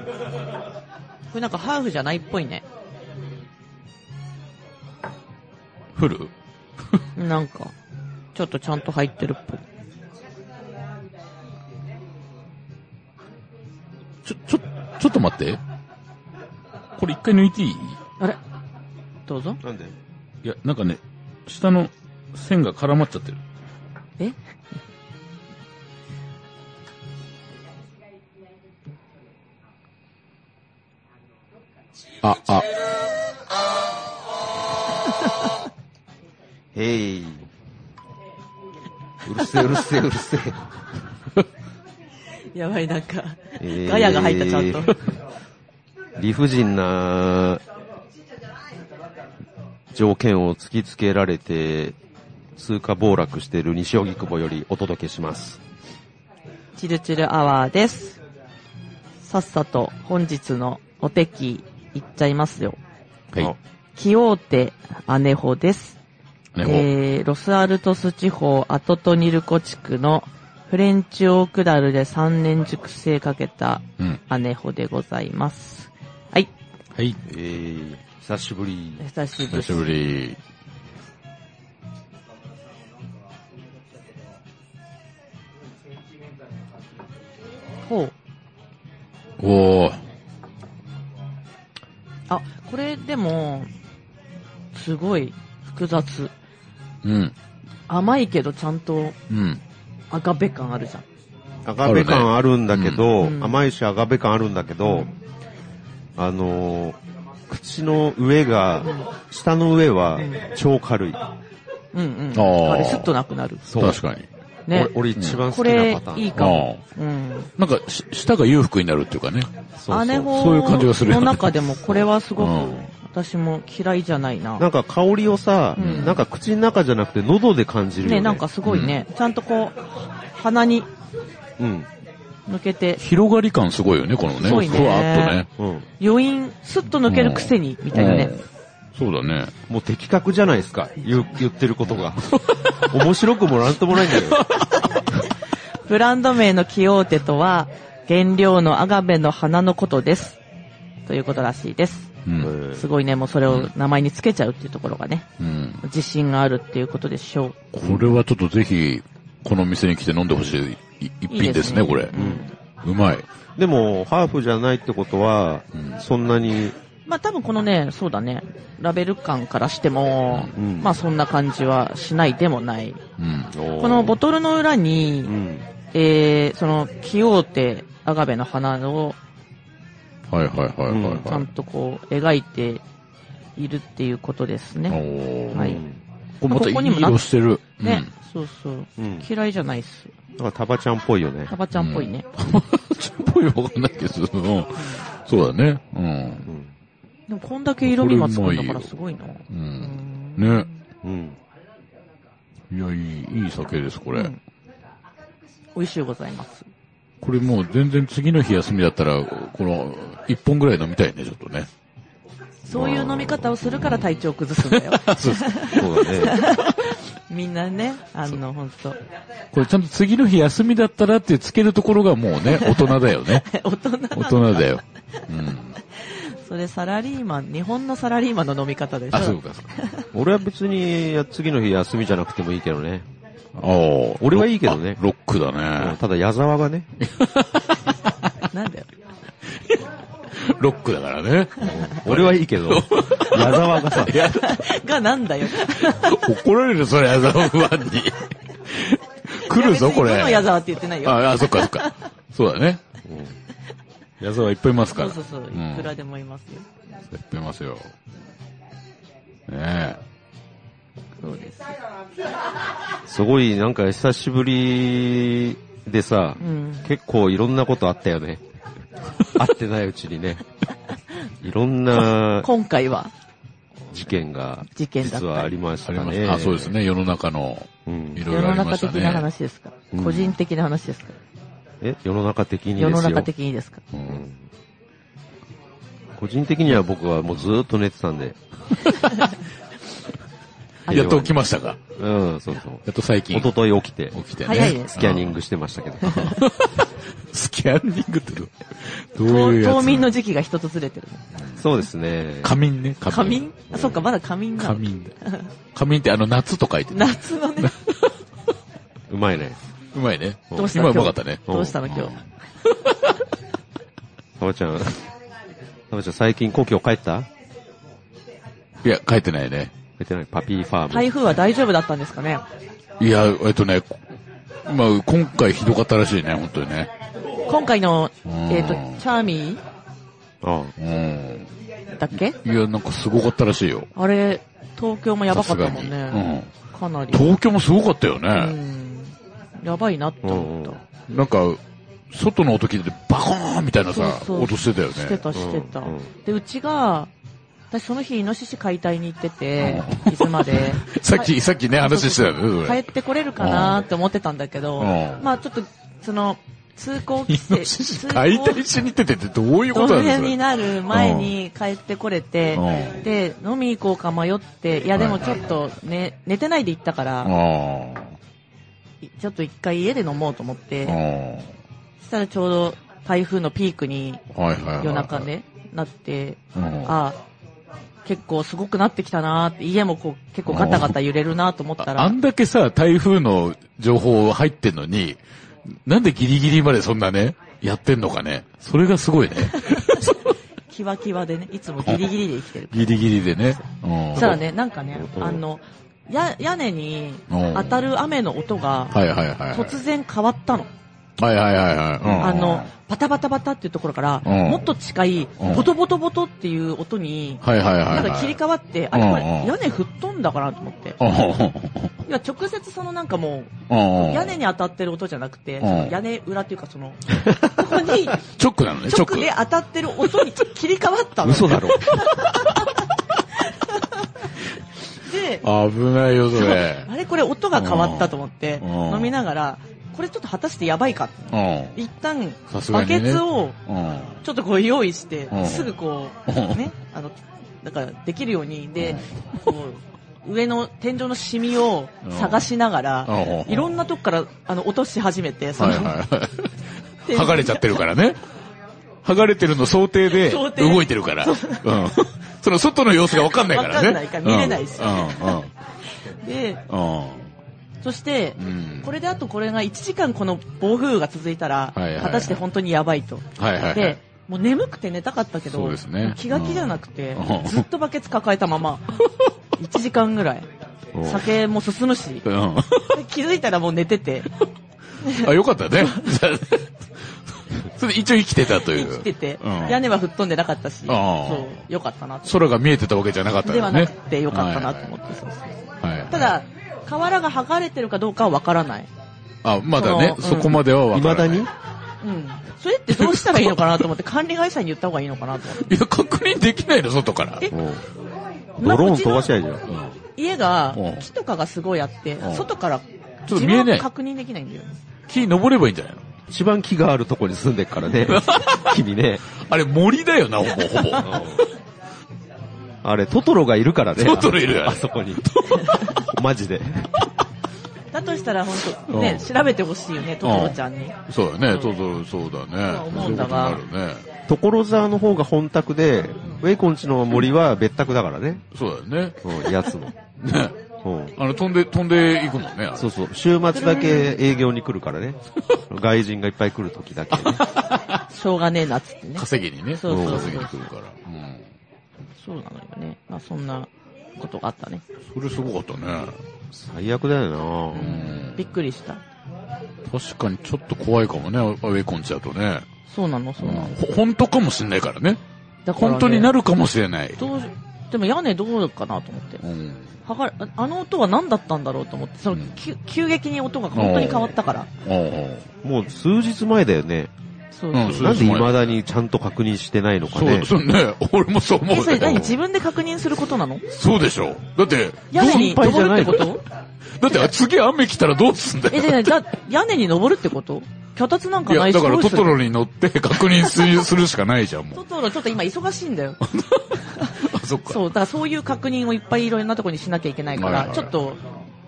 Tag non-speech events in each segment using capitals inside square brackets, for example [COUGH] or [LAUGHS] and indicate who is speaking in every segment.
Speaker 1: これなんかハーフじゃないっぽいね。
Speaker 2: フル
Speaker 1: なんか、ちょっとちゃんと入ってるっぽい。
Speaker 2: ちょ、ちょ、ちょっと待って。これ一回抜いていい
Speaker 1: あれどうぞ。
Speaker 3: なんで
Speaker 2: いや、なんかね、下の線が絡まっちゃってる。
Speaker 1: え
Speaker 2: あ、あ、
Speaker 3: [LAUGHS] へい。うるせえ、うるせえ、うるせえ。
Speaker 1: やばい、なんか、
Speaker 3: えー
Speaker 1: ガヤが入った、ちゃんと。
Speaker 3: 理不尽な条件を突きつけられて、通貨暴落している西荻窪よりお届けします。
Speaker 1: [LAUGHS] チルチルアワーです。さっさと本日のお手きいっちゃいますよ。
Speaker 2: はい。
Speaker 1: キオーテアネホです。
Speaker 2: ね、
Speaker 1: えー、ロスアルトス地方アトトニルコ地区のフレンチオークダルで3年熟成かけた
Speaker 2: うん。
Speaker 1: アネホでございます。はい、
Speaker 2: はい。
Speaker 3: えー、久しぶり。
Speaker 1: 久しぶり。
Speaker 2: 久しぶり。
Speaker 1: ほう。
Speaker 2: おー。
Speaker 1: あ、これでも、すごい複雑。
Speaker 2: うん。
Speaker 1: 甘いけどちゃんと
Speaker 2: うん。
Speaker 1: アガベ感あるじゃん。
Speaker 3: アガベ感あるんだけど、
Speaker 1: うん
Speaker 3: 甘いしアガベ感あるんだけど、あのー口の上が、下の上は超軽い。
Speaker 1: うんうん。
Speaker 2: あー
Speaker 1: あれ、スッとなくなる。
Speaker 3: そう
Speaker 2: 確かに。
Speaker 1: ね。
Speaker 3: 俺俺一番好
Speaker 1: こ
Speaker 3: きな
Speaker 1: れ
Speaker 3: パターン。、
Speaker 1: いいかも。
Speaker 2: あ
Speaker 1: うん。
Speaker 2: あ。なんかし、舌が裕福になるっていうかね。
Speaker 3: そうそう
Speaker 1: 姉
Speaker 2: そういう
Speaker 1: 法
Speaker 2: 感じがするよ
Speaker 1: の
Speaker 2: ね
Speaker 1: 中でもこれはすごく
Speaker 2: うん
Speaker 1: 私も嫌いじゃないな。
Speaker 3: なんか香りをさ、
Speaker 1: うん
Speaker 3: なんか口の中じゃなくて喉で感じるよね。
Speaker 1: ね、なんかすごいね。ちゃんとこう、鼻に
Speaker 3: うん。
Speaker 1: 抜けて、
Speaker 2: 広がり感すごいよね、このね。
Speaker 1: すごいね
Speaker 2: ふわっとね。
Speaker 3: うん。
Speaker 1: 余韻、スッと抜けるくせに、みたいなね。
Speaker 2: そうだね。
Speaker 3: もう的確じゃないですか。言う言ってることが。 [LAUGHS] 面白くもなんともないんだよ。
Speaker 1: [LAUGHS] ブランド名のキオーテとは、原料のアガベの花のことです。ということらしいです。
Speaker 2: うん。
Speaker 1: すごいね、もうそれを名前につけちゃうっていうところがね、
Speaker 2: うん。
Speaker 1: 自信があるっていうことでしょう。
Speaker 2: これはちょっとぜひ、この店に来て飲んでほしいい一
Speaker 1: いい
Speaker 2: 品ですね、これ。
Speaker 1: うん
Speaker 2: うまい。
Speaker 3: でも、ハーフじゃないってことは、そんなに、
Speaker 1: まあ多分このね、そうだね、ラベル感からしても、
Speaker 3: うん
Speaker 1: まあそんな感じはしないでもない。
Speaker 2: うん。
Speaker 3: こ
Speaker 1: このボトルの裏に、
Speaker 3: うん。
Speaker 1: えー、その、キオーテ、アガベの花を
Speaker 2: はいはいはいはい
Speaker 3: うん
Speaker 1: ちゃ
Speaker 2: は
Speaker 1: んとこう、描いているっていうことです
Speaker 2: い。
Speaker 1: ね。
Speaker 2: おー
Speaker 1: はい
Speaker 3: うん
Speaker 2: これまたい
Speaker 1: ここにも
Speaker 2: い
Speaker 1: な
Speaker 2: 色してる。
Speaker 1: ね、そうそう。
Speaker 3: うん。
Speaker 1: 嫌いじゃないっす。
Speaker 3: なんかタバちゃんっぽいよね
Speaker 1: タ。バちゃんっぽいね。
Speaker 2: うん。 [LAUGHS] ちょっぽいわかんないけど、うんそうだね。
Speaker 3: う。
Speaker 2: うん
Speaker 1: でもこんだけ色味がつくんだからすごいな。
Speaker 2: ん。うん。ね。
Speaker 3: うん。
Speaker 2: いや、いい、いい酒です、こ
Speaker 1: う
Speaker 2: れ。
Speaker 1: ん美味しゅうございます。
Speaker 2: これもう全然次の日休みだったら、この、一本ぐらい飲みたいね、ちょっとね。
Speaker 1: そういう飲み方をするから体調崩すん [LAUGHS] だよ。
Speaker 3: そうだ
Speaker 1: [LAUGHS]
Speaker 3: ね。
Speaker 1: みんなね、あの、ほんと。 [LAUGHS]
Speaker 2: これちゃんと次の日休みだったらってつけるところがもうね、大人だよね。
Speaker 1: 大人
Speaker 2: 大人だよ。うん。
Speaker 1: それサラリーマン、日本のサラリーマンの飲み方でしょ。
Speaker 2: あ、そうか、そうか。
Speaker 3: 俺は別に、次の日休みじゃなくてもいいけどね。
Speaker 2: ああ。
Speaker 3: 俺はいいけどね
Speaker 2: ロックだ
Speaker 3: うん
Speaker 2: ね。
Speaker 3: ただ矢沢がね、
Speaker 1: なんだよ。 [LAUGHS]
Speaker 2: ロックだからね。
Speaker 3: 俺はいいけど、矢沢がさ、
Speaker 1: がなん [LAUGHS] だよ。
Speaker 2: [LAUGHS] 怒られる、それ、矢沢ファンに。来るぞ、こ
Speaker 1: いや別に
Speaker 2: れ。
Speaker 1: 世の矢沢って言ってないよ。
Speaker 2: ああ、そっか、そっか。 [LAUGHS] そうだね。矢沢いっぱいいますか
Speaker 1: そう
Speaker 2: ら。
Speaker 1: そうそう。
Speaker 2: ん
Speaker 1: いくらでもいますよ。
Speaker 2: いっぱいいますよ。ね
Speaker 1: そうです。
Speaker 3: すごいなんか久しぶりでさ、
Speaker 1: うん。
Speaker 3: 結構いろんなことあったよね。会ってないうちにね。いろんな
Speaker 1: 今回は、
Speaker 3: 事件が、
Speaker 1: 事件だったり
Speaker 3: 実はありまし
Speaker 2: あ
Speaker 3: た
Speaker 2: ります
Speaker 3: ね。
Speaker 2: あ、そうです。ね。世の中の、
Speaker 3: うん
Speaker 2: い、ろ
Speaker 1: 世
Speaker 2: いろ
Speaker 1: の
Speaker 2: ありま
Speaker 1: 中
Speaker 2: したね。
Speaker 1: 的な話ですか
Speaker 3: うん
Speaker 1: 個人的な話ですか
Speaker 3: え、世の中的にです
Speaker 1: 世
Speaker 3: よ。
Speaker 1: の中的にですか
Speaker 2: うん
Speaker 3: 個人的には僕はもうずーっと寝てたんで。
Speaker 1: はい
Speaker 2: やっと起きましたか
Speaker 3: うん、そうそう。
Speaker 2: やっと最近。
Speaker 3: 一昨日起きて、
Speaker 2: 起きてね。
Speaker 1: 早いです
Speaker 3: スキャニングしてましたけど。
Speaker 2: [LAUGHS] スキャンディングってどうどういうやつ
Speaker 1: 冬眠の時期が人とずれてる。
Speaker 3: そうですね。
Speaker 2: 仮眠ね。
Speaker 1: 仮眠あ、そっか、まだ仮眠なの
Speaker 2: 仮眠だ。仮眠ってあの、夏と書いてね
Speaker 1: 夏のね、
Speaker 3: うまいね。
Speaker 2: うまいね。
Speaker 1: どうした
Speaker 2: 今
Speaker 1: の
Speaker 2: うまかったね。
Speaker 1: どうしたの今日。
Speaker 3: たまちゃん。たまちゃん最近故郷帰った
Speaker 2: いや、書いてないね。
Speaker 3: 帰ってない。パピーファーム。
Speaker 1: 台風は大丈夫だったんですかね
Speaker 2: いや、えっとね、まあ、今回ひどかったらしいね、本当にね。
Speaker 1: 今回の、
Speaker 2: うん
Speaker 1: えっ、と、チャーミ
Speaker 3: あ
Speaker 2: うん。
Speaker 1: ーだっけ
Speaker 2: いや、なんかすごかったらしいよ。
Speaker 1: あれ、東京もやばかったもん
Speaker 2: さすがに
Speaker 1: ね。かなり。
Speaker 2: 東京もすごかったよ
Speaker 1: う
Speaker 2: ね。
Speaker 1: ん。やばいなって思っ
Speaker 3: うんうん
Speaker 1: た。
Speaker 2: なんか、外の音聞いててバコーンみたいなさ、
Speaker 1: そうそう
Speaker 2: 音してたよね。
Speaker 1: してた、してた
Speaker 3: うんうん。
Speaker 1: で、うちが、私その日、イノシシ解体に行ってて
Speaker 2: う、。
Speaker 1: 伊豆まで
Speaker 2: [LAUGHS] さっき、さっきね、話してたよね、
Speaker 1: そうそう
Speaker 2: そ
Speaker 1: 帰
Speaker 2: れ。
Speaker 1: ってこれるかなって思ってたんだけど、
Speaker 2: うん
Speaker 1: まあちょっと、その、通行規
Speaker 2: イ
Speaker 1: 制、
Speaker 2: ノシシ
Speaker 1: 通行
Speaker 2: 解体しに行っててってどういうこ
Speaker 1: 当
Speaker 2: となんです
Speaker 1: 然
Speaker 2: か
Speaker 1: になる前に帰ってこれて、で、飲み行こうか迷って、いやでもちょっとね、寝てないで行ったから、
Speaker 2: あ
Speaker 1: ちょっと一回家で飲もうと思っ
Speaker 2: あ。
Speaker 1: て、
Speaker 2: あ
Speaker 1: そしたらちょうど台風のピークに
Speaker 2: あ。はいはいはいはい。
Speaker 1: 夜中ね、なって、
Speaker 2: うん。
Speaker 1: あ
Speaker 2: あ
Speaker 1: 結構すごくなってきたなーって、家もこう結構ガタガタ揺れるなと思った
Speaker 2: あ
Speaker 1: ら、
Speaker 2: んだけさ、台風の情報入ってんのに、なんでギリギリまでそんなね、やってんのかね。それがすごいね。
Speaker 1: キワキワでね、いつもギリギリで生きてる。
Speaker 2: ギリギリでね。うん
Speaker 1: そしたらね、なんかね、
Speaker 3: うん
Speaker 1: あの、や、屋根に
Speaker 2: うん
Speaker 1: 当たる雨の音が
Speaker 2: はいはいはいはい。
Speaker 1: 突然変わったの。
Speaker 2: はいはいはいはい。うん
Speaker 1: あの、バタバタバタっていうところから、
Speaker 2: うん
Speaker 1: もっと近い、
Speaker 2: うん
Speaker 1: ボトボトボトっていう音に、
Speaker 2: はいはいはい
Speaker 1: な
Speaker 2: は
Speaker 1: ん
Speaker 2: い。
Speaker 1: か切り替わって、あ
Speaker 2: う
Speaker 1: れ
Speaker 2: ん
Speaker 1: これ屋根吹っ飛んだかなと思って。いや、直接そのなんかもう、
Speaker 2: 屋
Speaker 1: 屋根に当たってる音じゃなくて、
Speaker 2: ん
Speaker 1: その屋根裏っていうかその、ここ
Speaker 2: [LAUGHS]
Speaker 1: に、
Speaker 2: チョックなのね、チョック。
Speaker 1: 直で当たってる音に切り替わったの。
Speaker 3: 嘘だろ。
Speaker 1: で、
Speaker 2: 危ないよ、それ。
Speaker 1: あれこれ音が変わったと思って、
Speaker 2: うん
Speaker 1: 飲みながら、これちょっと果たしてやばいかって。
Speaker 2: うん。
Speaker 1: 一旦
Speaker 2: さすが
Speaker 1: バ
Speaker 2: にね
Speaker 1: ケツを
Speaker 2: うん。
Speaker 1: ちょっとこう用意して
Speaker 2: う、ん
Speaker 1: すぐこう、
Speaker 2: うん
Speaker 1: ね、あの、だからできるように、で、こう、上の天井のシミを探しながら、いろん
Speaker 2: な、
Speaker 1: なとこから、あの、落とし始めて、そ
Speaker 2: はい
Speaker 1: の、
Speaker 2: はい。
Speaker 1: 天井
Speaker 2: [LAUGHS] 剥がれちゃってるからね。剥がれてるの想定で
Speaker 1: 想定
Speaker 2: 動いてるから。うん。その外の様子がわかんないから
Speaker 1: わ
Speaker 2: ね。
Speaker 1: かんないから見れないし
Speaker 2: う
Speaker 1: で、
Speaker 2: ん。うん。うん。
Speaker 1: そして
Speaker 2: う、ん。
Speaker 1: これであとこれが1時間この暴風雨が続いたら、
Speaker 2: はいはいはい
Speaker 1: 果たして本当にやばいと。
Speaker 2: はいはいはい。
Speaker 1: で、もう眠くて寝たかったけど、
Speaker 2: そうですね
Speaker 1: 気が気じゃなくて
Speaker 2: うん、
Speaker 1: ずっとバケツ抱えたま
Speaker 2: [LAUGHS]
Speaker 1: ま、1時間ぐらい。
Speaker 3: うん
Speaker 1: 酒も進むし、
Speaker 2: うん。
Speaker 1: 気づいたらもう寝てて、
Speaker 2: あ、よかった [LAUGHS] ね。それで一応生きてたとい
Speaker 1: 生
Speaker 2: う。
Speaker 1: きてて、
Speaker 2: うん
Speaker 1: 屋根は吹っ飛んでなかったし、
Speaker 2: あー
Speaker 1: そう、よかったなと。
Speaker 2: 空が見えてたわけじゃなかったか
Speaker 1: で
Speaker 2: ら
Speaker 1: は
Speaker 2: ね。
Speaker 1: なくてよかったなと思って、そうそう
Speaker 2: はいはいはい
Speaker 1: ただ、瓦が剥がれてるかどうかはわからない。
Speaker 2: あ、まだね、
Speaker 1: その
Speaker 2: そこまでは分からな
Speaker 3: 未だ
Speaker 2: い。
Speaker 3: に
Speaker 1: うん。それってどうしたらいいのかなと
Speaker 2: [LAUGHS]
Speaker 1: 思って、管理会社に言った方がいいのかなと思って。
Speaker 2: いや、確認できないの、外から。
Speaker 1: え
Speaker 3: うんドローン飛ばしちゃいじゃん。
Speaker 1: 家が
Speaker 2: うん、
Speaker 1: 木とかがすごいあって
Speaker 2: うん、
Speaker 1: 外から、
Speaker 2: ちょっと見えない
Speaker 1: 自分は確認できないんだよね。
Speaker 2: 木登ればいいんじゃないの
Speaker 3: 一番木があるとこに住んでっからね。君ね。
Speaker 2: あれ森だよな、ほぼ
Speaker 1: [LAUGHS]
Speaker 2: ほぼ。
Speaker 3: あれ、トトロがいるからね。
Speaker 2: トトロいるよね
Speaker 3: あそこに。マジで。
Speaker 1: だとしたら本当
Speaker 2: うん
Speaker 1: ね、調べてほしいよね、トトロちゃんに。
Speaker 2: そうだね、そうそう、そうだね。
Speaker 1: 思
Speaker 2: そ
Speaker 1: んだ
Speaker 2: うういうことにな
Speaker 1: が
Speaker 2: るね。
Speaker 3: 所沢の方が本宅で、ウェイコンチの森は別宅だからね。
Speaker 2: そうだよね。
Speaker 3: うん、やつも。
Speaker 2: ね。
Speaker 3: うん。
Speaker 2: あの、飛んで、飛んでいくもんね。あれ
Speaker 3: そうそう。週末だけ営業に来るから [LAUGHS] ね。外人がいっぱい来る時だけね。 [LAUGHS]
Speaker 1: しょうがねえなっつってね。
Speaker 2: 稼ぎにね。
Speaker 1: そうそうそう
Speaker 2: 稼ぎに来るから。うん。
Speaker 1: そうなのよね。まあそんなことがあったね。
Speaker 2: それすごかったね。
Speaker 3: 最悪だよな
Speaker 2: うん。
Speaker 1: びっくりした。
Speaker 2: 確かにちょっと怖いかもね、ウェイコンチだとね。
Speaker 1: そうなの、そううなの。
Speaker 2: ん。ほ本当かもしんないからね。
Speaker 1: だからね
Speaker 2: 本当になるかもしれない。
Speaker 1: どうしでも屋根どうかなと思って。
Speaker 2: うん。
Speaker 1: はがれああの音は何だったんだろうと思って、その、
Speaker 2: うん
Speaker 1: きゅ急激に音が本当に変わったから。
Speaker 2: おう
Speaker 3: もう数日前だよね。
Speaker 1: そう
Speaker 2: うん
Speaker 1: そう。
Speaker 3: なんで未だにちゃんと確認してないのか
Speaker 2: そう
Speaker 3: ね。
Speaker 2: そうね。俺もそう思
Speaker 1: え、
Speaker 2: う
Speaker 1: それ
Speaker 2: ね。
Speaker 1: 何自分で確認することなの
Speaker 2: そうでしょ。だって、
Speaker 1: 屋根に
Speaker 3: 心配じ
Speaker 1: 登
Speaker 3: ゃ
Speaker 1: るっ
Speaker 3: な
Speaker 1: て
Speaker 3: いの
Speaker 1: こと
Speaker 2: だって次雨来たらどうすんだよ。
Speaker 1: え、じゃあじゃあ屋根に登るってこと脚立なん
Speaker 2: い
Speaker 1: かな
Speaker 2: や、
Speaker 1: いし。
Speaker 2: だから
Speaker 1: どう
Speaker 2: ト
Speaker 1: する
Speaker 2: ト
Speaker 1: [LAUGHS]
Speaker 2: ロに乗って確認するするしかないじゃん、もう
Speaker 1: ト。トロちょっと今忙しいんだよ。
Speaker 2: そっか。
Speaker 1: そう、だからそういう確認をいっぱいいろんなところにしなきゃいけないから、
Speaker 2: はいはい
Speaker 1: ちょっと、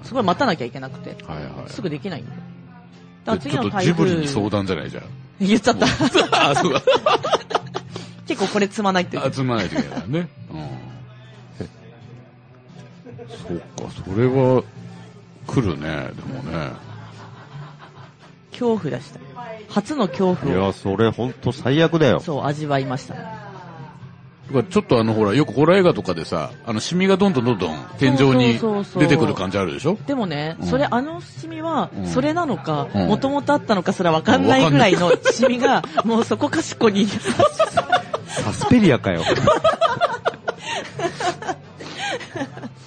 Speaker 1: すごい待たなきゃいけなくて、
Speaker 2: はいはい。
Speaker 1: すぐできないんで。だから
Speaker 2: でち
Speaker 1: 次
Speaker 2: ょ
Speaker 1: の
Speaker 2: っと
Speaker 1: 台
Speaker 2: ジブ
Speaker 1: 風
Speaker 2: リに相談じゃないじゃん。
Speaker 1: 言っちゃった。
Speaker 2: [LAUGHS] あ、そうだ。
Speaker 1: 結構これ積まないっていう。
Speaker 2: [LAUGHS] 集まらないといけないからね。うん。そっか、それは、来るね、でもね。
Speaker 1: 恐怖でした。初の恐
Speaker 3: い
Speaker 1: 怖を、
Speaker 3: や、それほんと最悪だよ。
Speaker 1: そう、味わいました。
Speaker 2: だからちょっとあの、ほら、よくホラー映画とかでさ、あの、シミがどんどんどんどん天井に
Speaker 1: そうそうそうそう
Speaker 2: 出てくる感じあるでしょ
Speaker 1: でもね、
Speaker 2: うん
Speaker 1: それ、あのシミは
Speaker 2: う、ん
Speaker 1: それなのか、
Speaker 2: うん
Speaker 1: もともとあったのかすらわかんないぐらいのシミが、もうそこかしこに、
Speaker 3: サスペリ
Speaker 2: [LAUGHS]
Speaker 3: アかよ。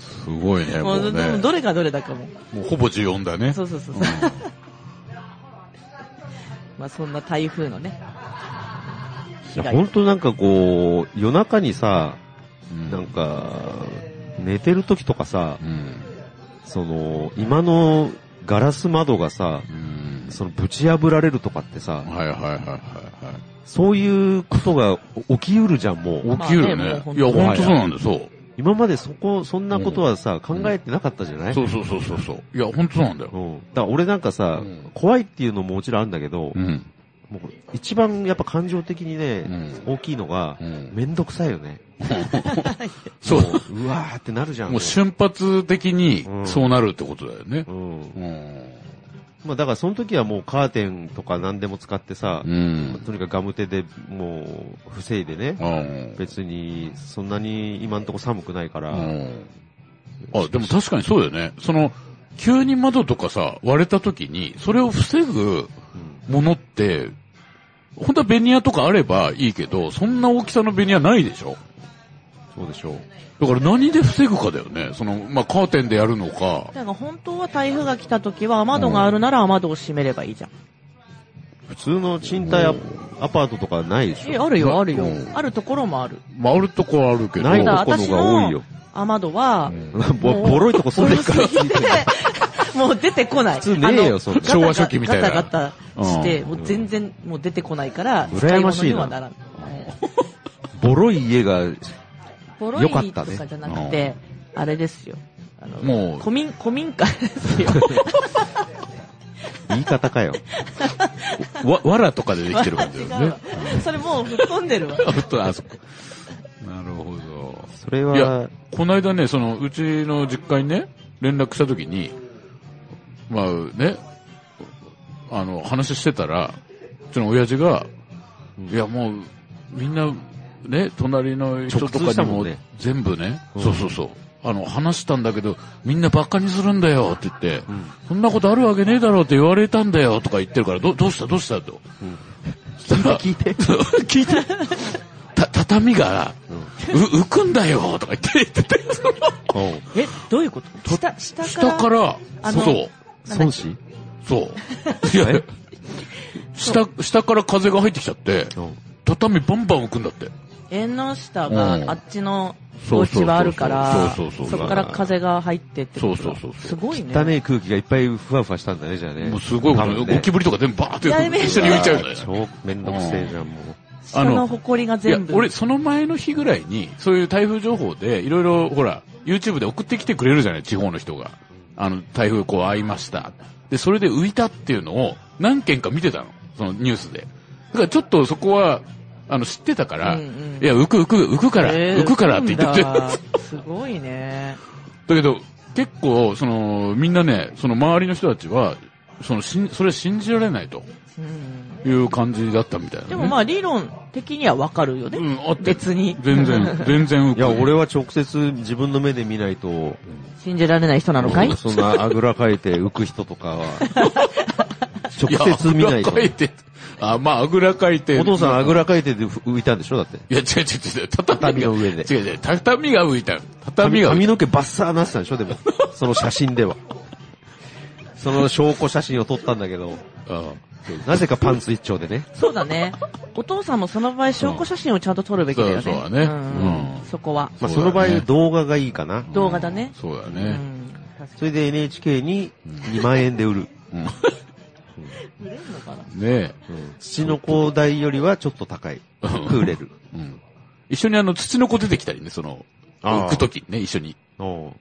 Speaker 2: すごいね、
Speaker 1: も
Speaker 2: も
Speaker 1: う
Speaker 2: う
Speaker 1: でも
Speaker 2: ね。
Speaker 1: どれがどれだかも。
Speaker 2: もうほぼ14だね。
Speaker 1: そうそうそう。 [LAUGHS]
Speaker 2: うん
Speaker 1: まあそんな台風のね。
Speaker 3: いや、ほんとなんかこう、夜中にさ、なんか、寝てる時とかさ、
Speaker 2: うん。
Speaker 3: その、今のガラス窓がさ、
Speaker 2: うん。
Speaker 3: そのぶち破られるとかってさ、
Speaker 2: はいはいはいはいは
Speaker 3: そういうことが起きうるじゃん、もう。
Speaker 2: い。起きるよね。い
Speaker 1: まあね
Speaker 2: や、
Speaker 1: も
Speaker 2: ほ
Speaker 1: うん本当
Speaker 2: とそうなんだよ、そう。
Speaker 3: 今までそこ、そんなことはさ、考
Speaker 2: ん
Speaker 3: えてなかったじゃない
Speaker 2: そうそうそうそうそう。いや、ほんとそうなんだよ。
Speaker 3: うん。だから俺なんかさ、
Speaker 2: うん
Speaker 3: 怖いっていうのももちろんあるんだけど、
Speaker 2: うん。
Speaker 3: もう一番やっぱ感情的に
Speaker 2: う
Speaker 3: ね、
Speaker 2: ん。
Speaker 3: 大きいのが
Speaker 2: う、ん。
Speaker 3: めんどくさいよね。
Speaker 2: そう。
Speaker 3: うわーってなるじゃん。
Speaker 2: もう瞬発的に
Speaker 3: うん
Speaker 2: そうなるってことだよね
Speaker 3: う。
Speaker 2: う
Speaker 3: ん。
Speaker 2: ん。
Speaker 3: まあだからその時はもうカーテンとか何でも使ってさ、
Speaker 2: うん。
Speaker 3: とにかくガム手でもう防いでね、
Speaker 2: うん
Speaker 3: 別にそんなに今んとこ寒くないから、
Speaker 2: うんあ、でも確かにそうだよね。その、急に窓とかさ、割れた時に、それを防ぐものって、本当はベニヤとかあればいいけど、そんな大きさのベニヤないでしょ
Speaker 3: そうでしょう。
Speaker 2: だから何で防ぐかだよね。その、まあ、カーテンでやるのか、
Speaker 1: だから本当は台風が来た時は雨戸があるなら雨戸を閉めればいいじゃん。
Speaker 3: 普通の賃貸アアパートとかないでし
Speaker 1: え、
Speaker 3: ょ。
Speaker 1: あるよ、あるよ
Speaker 2: う。ん
Speaker 1: あるところもある。
Speaker 2: 回るとこはあるけど、
Speaker 3: ない
Speaker 1: だ
Speaker 3: とこのが多いよ。
Speaker 1: 雨戸は、
Speaker 3: [LAUGHS] ぼボロいとこそれから
Speaker 1: ボロすぎて [LAUGHS] もう出てこない。
Speaker 3: 普通ねえよ
Speaker 1: あの
Speaker 3: そんな
Speaker 1: ガタガ
Speaker 2: 昭和初期みたいな
Speaker 1: ガタガタして、
Speaker 2: うん
Speaker 1: もう全然もう出てこないから、
Speaker 3: 羨まし
Speaker 1: 使物
Speaker 3: いな
Speaker 1: にはならん。
Speaker 3: ボロい家が、
Speaker 1: ボロ
Speaker 3: よかっ
Speaker 1: い
Speaker 3: た
Speaker 1: と
Speaker 3: ね
Speaker 1: かじゃなくて、あれですよ。あの、
Speaker 2: もう
Speaker 1: 古民、古民家ですよ。
Speaker 3: 言い方かよ。
Speaker 2: わ、わらとかでできてる感じだ
Speaker 1: 違う
Speaker 2: よね
Speaker 1: わ。 [LAUGHS] それもう吹っ飛んでるわ。
Speaker 2: あ、ふっ [LAUGHS] と、あ、そっか。なるほど。
Speaker 3: それ
Speaker 2: いや
Speaker 3: は、、
Speaker 2: この間ね、その、うちの実家にね、連絡したときに、まあね、あの、話してたら、うちの親父が、いやもう、みんな、ね、隣の人と
Speaker 3: 直通
Speaker 2: か
Speaker 3: した
Speaker 2: に
Speaker 3: もん
Speaker 2: も
Speaker 3: ね
Speaker 2: 全部ね、
Speaker 3: うん
Speaker 2: そうそうそう、あの、話したんだけど、みんなバカにするんだよって言って、
Speaker 3: うん
Speaker 2: そんなことあるわけねえだろうって言われたんだよとか言ってるから、どどうしたどうしたと。
Speaker 3: うん
Speaker 2: そしたら
Speaker 3: 聞いて
Speaker 2: そう聞いて。た、畳が、う、浮くんだよとか言って、言ってて、その
Speaker 3: うん
Speaker 1: え、どういうこと下、下から。
Speaker 2: 下から、
Speaker 1: あの
Speaker 2: そう、
Speaker 3: 孫子
Speaker 2: そう。いや、下、下から風が入ってきちゃって、
Speaker 3: うん
Speaker 2: 畳バンバン浮くんだって。
Speaker 1: 縁の下
Speaker 2: う
Speaker 1: が
Speaker 2: ん
Speaker 1: あっちの
Speaker 2: そ
Speaker 1: お
Speaker 2: うそうそうそう
Speaker 1: 家はあるから、
Speaker 2: そうそうそ
Speaker 1: そ
Speaker 2: う
Speaker 1: こから風が入ってってこと
Speaker 2: そうそうそうそう
Speaker 1: すごいね。
Speaker 3: 汚ねえ空気がいっぱいふわふわしたんだね、じゃあね。
Speaker 2: もうすごいこ
Speaker 3: 多
Speaker 2: と、
Speaker 3: 分ね
Speaker 2: ゴキブリとか全部バーって
Speaker 1: やべえ
Speaker 2: 一緒に浮いちゃうんだよ。
Speaker 3: 超めんどくせえじゃん、も
Speaker 1: 下
Speaker 2: あ
Speaker 1: の
Speaker 2: の
Speaker 1: 埃が
Speaker 2: いや
Speaker 1: 全、部。
Speaker 2: 俺、その前の日ぐらいに、そういう台風情報で、いろいろ、ほら、YouTube で送ってきてくれるじゃない、地方の人が。あの、台風こう会いました。で、それで浮いたっていうのを、何件か見てたの。そのニュースで。だからちょっとそこは、あの、知ってたから、
Speaker 1: うんうん
Speaker 2: いや、浮く浮く、浮くから、
Speaker 1: えー
Speaker 2: 浮くからって言ってて。 [LAUGHS]
Speaker 1: 浮くんだすごいね。
Speaker 2: だけど、結構、その、みんなね、その周りの人たちは、その、しん、それは信じられないと
Speaker 1: うん
Speaker 2: いう感じだったみたいな、ね。
Speaker 1: でもまあ理論的にはわかるよね。
Speaker 2: うん、あって
Speaker 1: 別に
Speaker 2: 全然、全
Speaker 3: [LAUGHS]
Speaker 2: 然浮
Speaker 3: う。
Speaker 2: く。
Speaker 3: いや、俺は直接自分の目で見ないと、
Speaker 1: 信じられない人なのかい
Speaker 3: そんなあぐらかいて浮く人とか
Speaker 2: い
Speaker 3: は、
Speaker 2: や、
Speaker 3: [LAUGHS] 直接見な
Speaker 2: あ
Speaker 3: いと
Speaker 2: ぐ。らかいて。あ、まあ、あぐらかいて。
Speaker 3: お父さんあぐ
Speaker 2: ら。
Speaker 3: らかいてで浮いたんでしょだって。
Speaker 2: いや、違う違う違う。畳
Speaker 3: 畳
Speaker 2: が
Speaker 3: の上で
Speaker 2: 違う違う。畳が浮いた。畳が浮
Speaker 3: 髪
Speaker 2: い
Speaker 3: の毛バッサーなってたんでしょで [LAUGHS] も。その写真では。その証拠写真を撮ったんだけど、
Speaker 2: た。あ
Speaker 3: なぜかパンツ一丁でね。
Speaker 1: そうだね。お父さんもその場合証拠写真をちゃんと撮るべきだよね。
Speaker 2: そうそうだね
Speaker 1: ん
Speaker 2: うん
Speaker 1: そこは。
Speaker 3: まあ
Speaker 2: そ
Speaker 3: そうの
Speaker 2: だね
Speaker 3: 場合動画がいいかな。
Speaker 1: 動画だね。
Speaker 2: そうだ
Speaker 1: う
Speaker 2: ね。
Speaker 1: ん。確か
Speaker 3: それで NHK に2万円で売る。
Speaker 1: に売れるのかな
Speaker 2: ね
Speaker 3: 土の子代よりはちょっと高い。食うれる。
Speaker 2: え。一緒にあの、土の子出てきたりね、その、
Speaker 3: あー
Speaker 2: 行くときね、一緒に。
Speaker 1: [LAUGHS]
Speaker 3: おう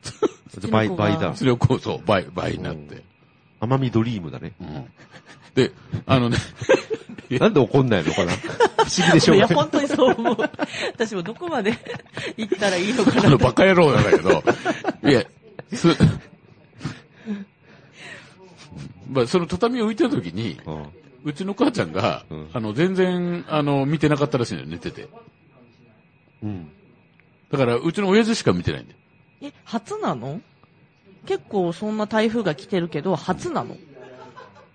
Speaker 1: の子が
Speaker 3: 倍、倍だ。
Speaker 2: それをこう、そう、倍、倍になって。
Speaker 3: 甘みドリームだね。
Speaker 2: うん。で、あのね、
Speaker 3: なんで怒んないのかな [LAUGHS] 不思議でしょ
Speaker 1: いうや、
Speaker 3: がない。
Speaker 1: 本当にそう思う。私もどこまで [LAUGHS] 行ったらいいの
Speaker 2: あ
Speaker 1: かな
Speaker 2: の、。バカ野郎なんだけど、いや、す、まあ、その畳を浮いてるときに、
Speaker 3: うん
Speaker 2: うちの母ちゃんが、
Speaker 3: うん
Speaker 2: あの、全然、あの、見てなかったらしいんだよ、寝てて。
Speaker 3: うん。
Speaker 2: だから、うちの親父しか見てないんだよ。
Speaker 1: え、初なの結構そんな台風が来てるけど、初なの
Speaker 2: い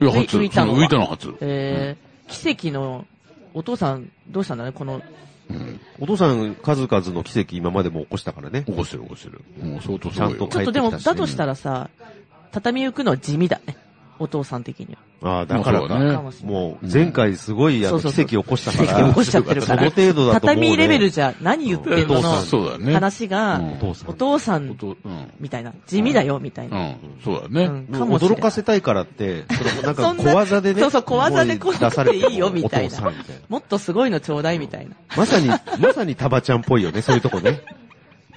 Speaker 2: や、
Speaker 1: 浮い
Speaker 2: 初。
Speaker 1: 浮いたのは
Speaker 2: その浮いたの初。
Speaker 1: えー、奇跡の、お父さん、どうしたんだね、この、
Speaker 3: お父さん、数々の奇跡今までも起こしたからね。
Speaker 2: 起こしてる起こしてる。もう相当す
Speaker 3: ちゃ
Speaker 2: ご
Speaker 3: ん
Speaker 2: いよ
Speaker 1: ち
Speaker 3: と。
Speaker 1: ょっとでも、
Speaker 3: 帰ってきた
Speaker 1: だ
Speaker 3: し
Speaker 1: としたらさ、畳浮くのは地味だね。お父さん的には。
Speaker 3: ああ、だから
Speaker 2: まあそうだ
Speaker 3: か。
Speaker 2: ね
Speaker 1: かもしれない。
Speaker 3: もう、前回すごい、あの、
Speaker 1: そう
Speaker 3: 奇
Speaker 1: そうそ
Speaker 3: 跡
Speaker 1: う
Speaker 3: 起こした
Speaker 1: 奇
Speaker 3: か
Speaker 1: 跡
Speaker 3: ら。
Speaker 1: 起こしちゃってるから。
Speaker 3: その程度だと思うね
Speaker 1: 畳レベルじゃ何言ってんの
Speaker 3: お父さ
Speaker 1: の
Speaker 3: ん
Speaker 2: そうだね。
Speaker 1: 話が、
Speaker 2: うん
Speaker 3: お父さん
Speaker 1: お。父さん
Speaker 2: お父うん。
Speaker 1: みたいな、地味だよ、みたいな。
Speaker 2: うん。そうだね。
Speaker 1: うん
Speaker 3: もう驚かせたいからって、そのなん
Speaker 1: そ
Speaker 3: か
Speaker 1: んな
Speaker 3: 小技でね。
Speaker 1: そうそう小技で
Speaker 3: 声出されて
Speaker 1: 来な
Speaker 3: も
Speaker 1: くていいよみたいな
Speaker 3: お父さんみたいな。
Speaker 1: もっとすごいのちょうだいみたいな。
Speaker 3: まさに、まさにタバちゃんっぽいよね、そういうとこね。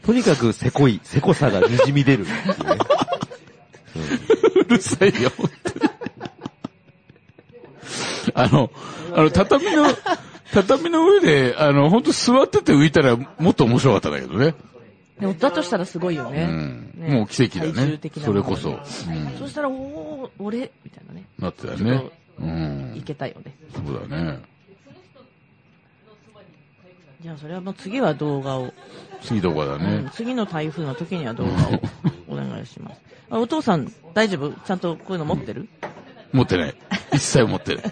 Speaker 3: とにかく、せこい、せこさが滲み出るっていうね。
Speaker 2: うるさいよ、本当に。あの、あの、畳の、畳の上で、あの、本当座ってて浮いたらもっと面白かったんだけどね。
Speaker 1: でもだとしたらすごいよね。
Speaker 2: うん。
Speaker 1: ね
Speaker 2: もう奇跡だ
Speaker 1: 体重
Speaker 2: ね
Speaker 1: 的。な
Speaker 2: そ
Speaker 1: ものが
Speaker 2: れ
Speaker 1: ね
Speaker 2: こそ。うん。
Speaker 1: そしたら、おー、俺、みたいなね。
Speaker 2: なってたよ
Speaker 1: ちょっ
Speaker 2: ね
Speaker 1: と。
Speaker 2: うん
Speaker 1: い。けたよね。
Speaker 2: そうだね。
Speaker 1: じゃあ、それはもう次は動画を、
Speaker 2: 次どこだ
Speaker 1: うん
Speaker 2: ね。
Speaker 1: 次の台風の時には動画をお願いし
Speaker 2: [LAUGHS]
Speaker 1: ます。あお父さん、大丈夫ちゃんとこういうの持ってる
Speaker 2: 持ってない。一切持ってない。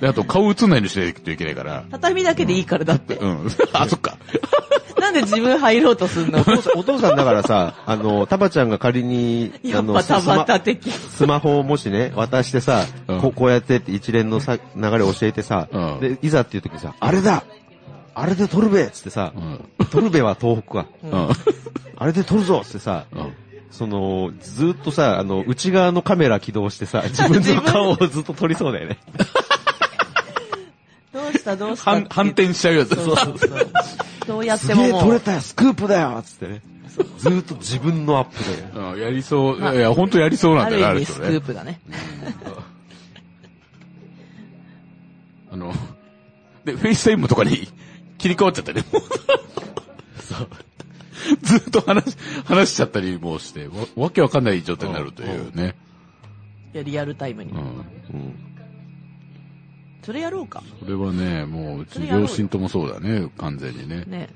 Speaker 2: であと、顔映んないようにしないといけないから。
Speaker 1: 畳だけでいいからだって。 [LAUGHS]
Speaker 2: うん。 [LAUGHS] あ、そっか。
Speaker 1: なんで自分入ろうとす
Speaker 2: [LAUGHS]
Speaker 1: んの
Speaker 3: お父さんお [LAUGHS] 父さんだからさ、あの、タバちゃんが仮に、
Speaker 1: や
Speaker 3: あ
Speaker 1: っ
Speaker 3: の、
Speaker 1: ぱ
Speaker 3: スマ
Speaker 1: たまた的。
Speaker 3: スマホをもしね、渡してさ、
Speaker 2: うん
Speaker 3: こうこうやってって一連のさ流れを教えてさ、
Speaker 2: うん
Speaker 3: で、いざっていう時にさ、あれだあれで取るべっつってさ
Speaker 2: う、ん。
Speaker 3: 取るべは東北か。
Speaker 2: うん。
Speaker 3: あれで撮るぞっつってさ、
Speaker 2: うん
Speaker 3: その、ずっとさ、あの、内側のカメラ起動し
Speaker 1: [LAUGHS]
Speaker 3: てさ、自分の顔をずっと撮りそうだよね。
Speaker 1: [LAUGHS] どうしたどうした
Speaker 2: 反、反転しちゃうやつ。
Speaker 1: そうそうそう。どうやっ
Speaker 3: す
Speaker 1: て
Speaker 3: げ
Speaker 1: も
Speaker 3: え
Speaker 1: も
Speaker 3: 撮
Speaker 1: う
Speaker 3: れたよスクープだよっつってね。ずっと自分のアップで。
Speaker 2: うん、やりそう、いやいや、本当やりそうなん
Speaker 1: あ
Speaker 2: だ
Speaker 1: る
Speaker 2: よね、あ
Speaker 1: 意
Speaker 2: る
Speaker 1: 味
Speaker 2: 人
Speaker 1: スク
Speaker 2: ね
Speaker 1: ー。プだね。
Speaker 2: あの、で、フェイスタイムとかに [LAUGHS] 切り替わっちゃったね、もう。そうずっと話し、話しちゃったりもして、わわけわかんない状態になるというね。
Speaker 1: いやリアルタイムに
Speaker 2: う。ん。
Speaker 3: うん
Speaker 1: それやろうか。
Speaker 2: それはね、もう、うち両親ともそうだね、完全にね。
Speaker 1: ね。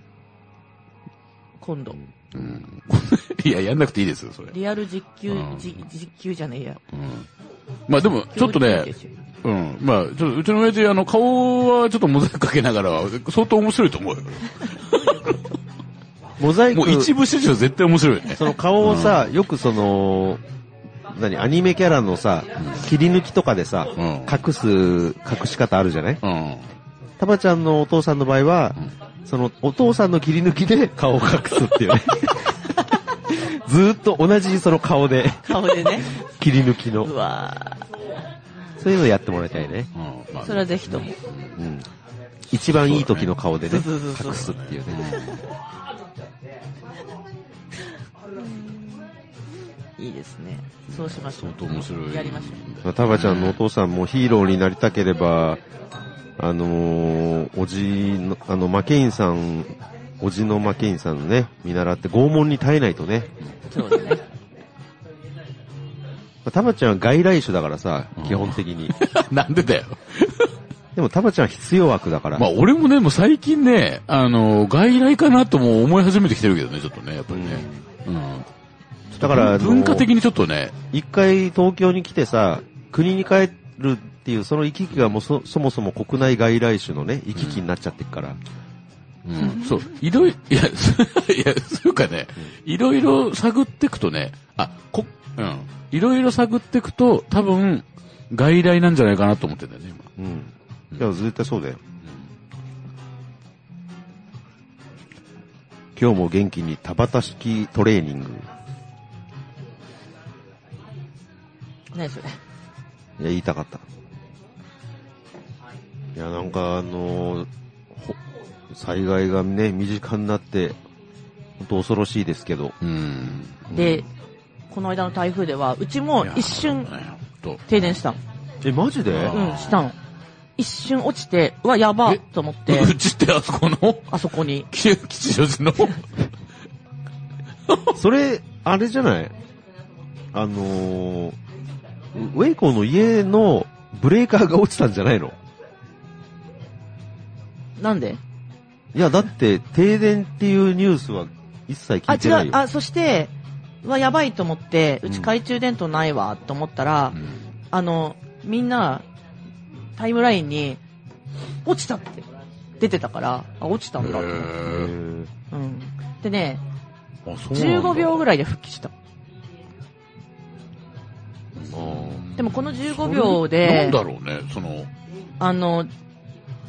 Speaker 1: 今度。
Speaker 2: うん。 [LAUGHS] いや、やんなくていいですよ、それ。
Speaker 1: リアル実給
Speaker 2: う、ん
Speaker 1: じ実給じゃねえや。
Speaker 2: うん。まあでも、ちょっと
Speaker 1: 教育
Speaker 2: ね
Speaker 1: 実、給でし
Speaker 2: うん。まあ、ちょっと、うちの親父、あの、顔はちょっとモザイクかけながらは、相当面白いと思うよ。
Speaker 3: モザイ
Speaker 2: もう一
Speaker 3: ク、
Speaker 2: 部始終絶対面白いよね。
Speaker 3: その顔をさ、よくその、何、アニメキャラのさ、切り抜きとかでさ、
Speaker 2: うん
Speaker 3: 隠す、隠し方あるじゃない
Speaker 2: うん。
Speaker 3: タバちゃんのお父さんの場合は、そのお父さんの切り抜きで [LAUGHS] 顔を隠すっ
Speaker 1: [LAUGHS]
Speaker 3: ていうね。ずーっと同じその顔で、
Speaker 1: ょ顔で
Speaker 2: [LAUGHS]
Speaker 1: ね。
Speaker 3: 切り抜き
Speaker 1: う
Speaker 3: の。
Speaker 1: わ
Speaker 3: そういうのやってもらいたいね。
Speaker 2: うん。ま
Speaker 1: ー
Speaker 2: あ
Speaker 1: それはぜひとも。
Speaker 3: うん。一番いい時の顔でね、
Speaker 1: そうそうそうそう
Speaker 3: 隠すっていうね。
Speaker 1: いいですね。そうしましょう。
Speaker 2: 相当面白い。
Speaker 1: やりましょ
Speaker 3: タバちゃんのお父さんもヒーローになりたければ、あのー、おじの、あの、マケインさん、おじのマケインさんのね、見習って拷問に耐えないとね。
Speaker 1: う。そうだね。
Speaker 3: タバちゃんは外来種だからさ、基本的に。
Speaker 2: [LAUGHS] なんでだよ。
Speaker 3: でもタバちゃんは必要悪だか
Speaker 2: [LAUGHS]
Speaker 3: ら。
Speaker 2: まあ俺もね、もう最近ね、あの、外来かなとも思い始めてきてるけどね、ちょっとね、やっぱりね。うん。
Speaker 3: だから、あの
Speaker 2: 文化的にちょっとね、
Speaker 3: 一回東京に来てさ、国に帰るっていう、その行き来がもうそそもそも国内外来種のね、行き来になっちゃってっから。
Speaker 2: うん、そう、いろい、いや、 [LAUGHS] そういや、そうかね、いろいろ探っていくとね、あ、こ、うん。いろいろ探っていくと、多分、外来なんじゃないかなと思ってんだよね、今。
Speaker 3: うん。いや、絶対そうだよ。今日も元気に田畑式トレーニング。
Speaker 1: 何それ。
Speaker 3: いや、言いたかった。いや、なんかあのーほ災害がね、身近になって、本当恐ろしいですけど。
Speaker 2: うん。
Speaker 1: で、この間の台風では、うちも一瞬
Speaker 2: いやほんと
Speaker 1: 停電したの。
Speaker 3: え、マジで
Speaker 2: う
Speaker 1: うんん、したの。一瞬落ちて、うわ、やば
Speaker 2: え
Speaker 1: と思って、
Speaker 2: [LAUGHS] うちってあそこの
Speaker 1: あそこに。
Speaker 2: 吉吉祥寺の
Speaker 3: それ、あれじゃないあのー、ウェイコーの家のブレーカーが落ちたんじゃないの
Speaker 1: なんで
Speaker 3: いや、だって、停電っていうニュースは一切
Speaker 1: あ、
Speaker 3: 聞いてな
Speaker 1: 違。
Speaker 3: いうよ。
Speaker 1: あ、そして、うわ、やばいと思って、う
Speaker 3: う
Speaker 1: ち
Speaker 3: ん
Speaker 1: 懐中電灯ないわ、と思ったら、
Speaker 2: うん
Speaker 1: あの、みんな、タイムラインに、落ちたって、出てたから、あ、落ちたんだと思って。
Speaker 3: へ
Speaker 2: へ
Speaker 3: ー
Speaker 1: うん。でね、
Speaker 2: ーあそうなんだ
Speaker 1: 15秒ぐらいで復帰した。
Speaker 2: うん
Speaker 1: でもこの15秒
Speaker 2: な
Speaker 1: で、
Speaker 2: んだろうね、その、
Speaker 1: あの、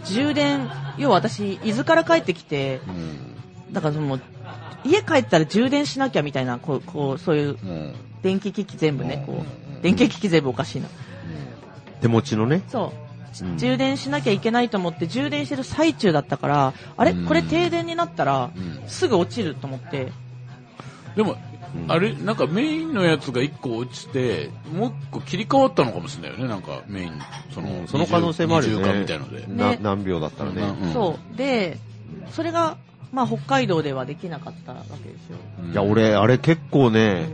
Speaker 1: 充電、要は私、伊豆から帰ってきて、
Speaker 2: うん。
Speaker 1: だからその、家帰ったら充電しなきゃみたいな、こう、こう、そういう
Speaker 2: うん。
Speaker 1: 電気機器全部ね、
Speaker 2: うん
Speaker 1: こう、電気機器全部おかしいな。
Speaker 3: 手持ちのね。
Speaker 1: そう、
Speaker 3: うん
Speaker 1: 充電しなきゃいけないと思って、充電してる最中だったから、あれ
Speaker 2: うん
Speaker 1: これ停電になったら
Speaker 2: う、ん
Speaker 1: すぐ落ちると思って、
Speaker 2: でも、
Speaker 3: うん
Speaker 2: あれ、なんかメインのやつが1個落ちて、もう1個切り替わったのかもしれないよね、なんかメイン。その、
Speaker 3: その可能性もあるよ
Speaker 2: 二
Speaker 3: ね。
Speaker 2: 重化みたいので。
Speaker 3: な
Speaker 1: ね
Speaker 3: 何秒だったらね。
Speaker 2: うん
Speaker 1: そう。で、それが、まあ北海道ではできなかったわけですよ。
Speaker 2: うん
Speaker 3: いや、、俺、あれ結構ね、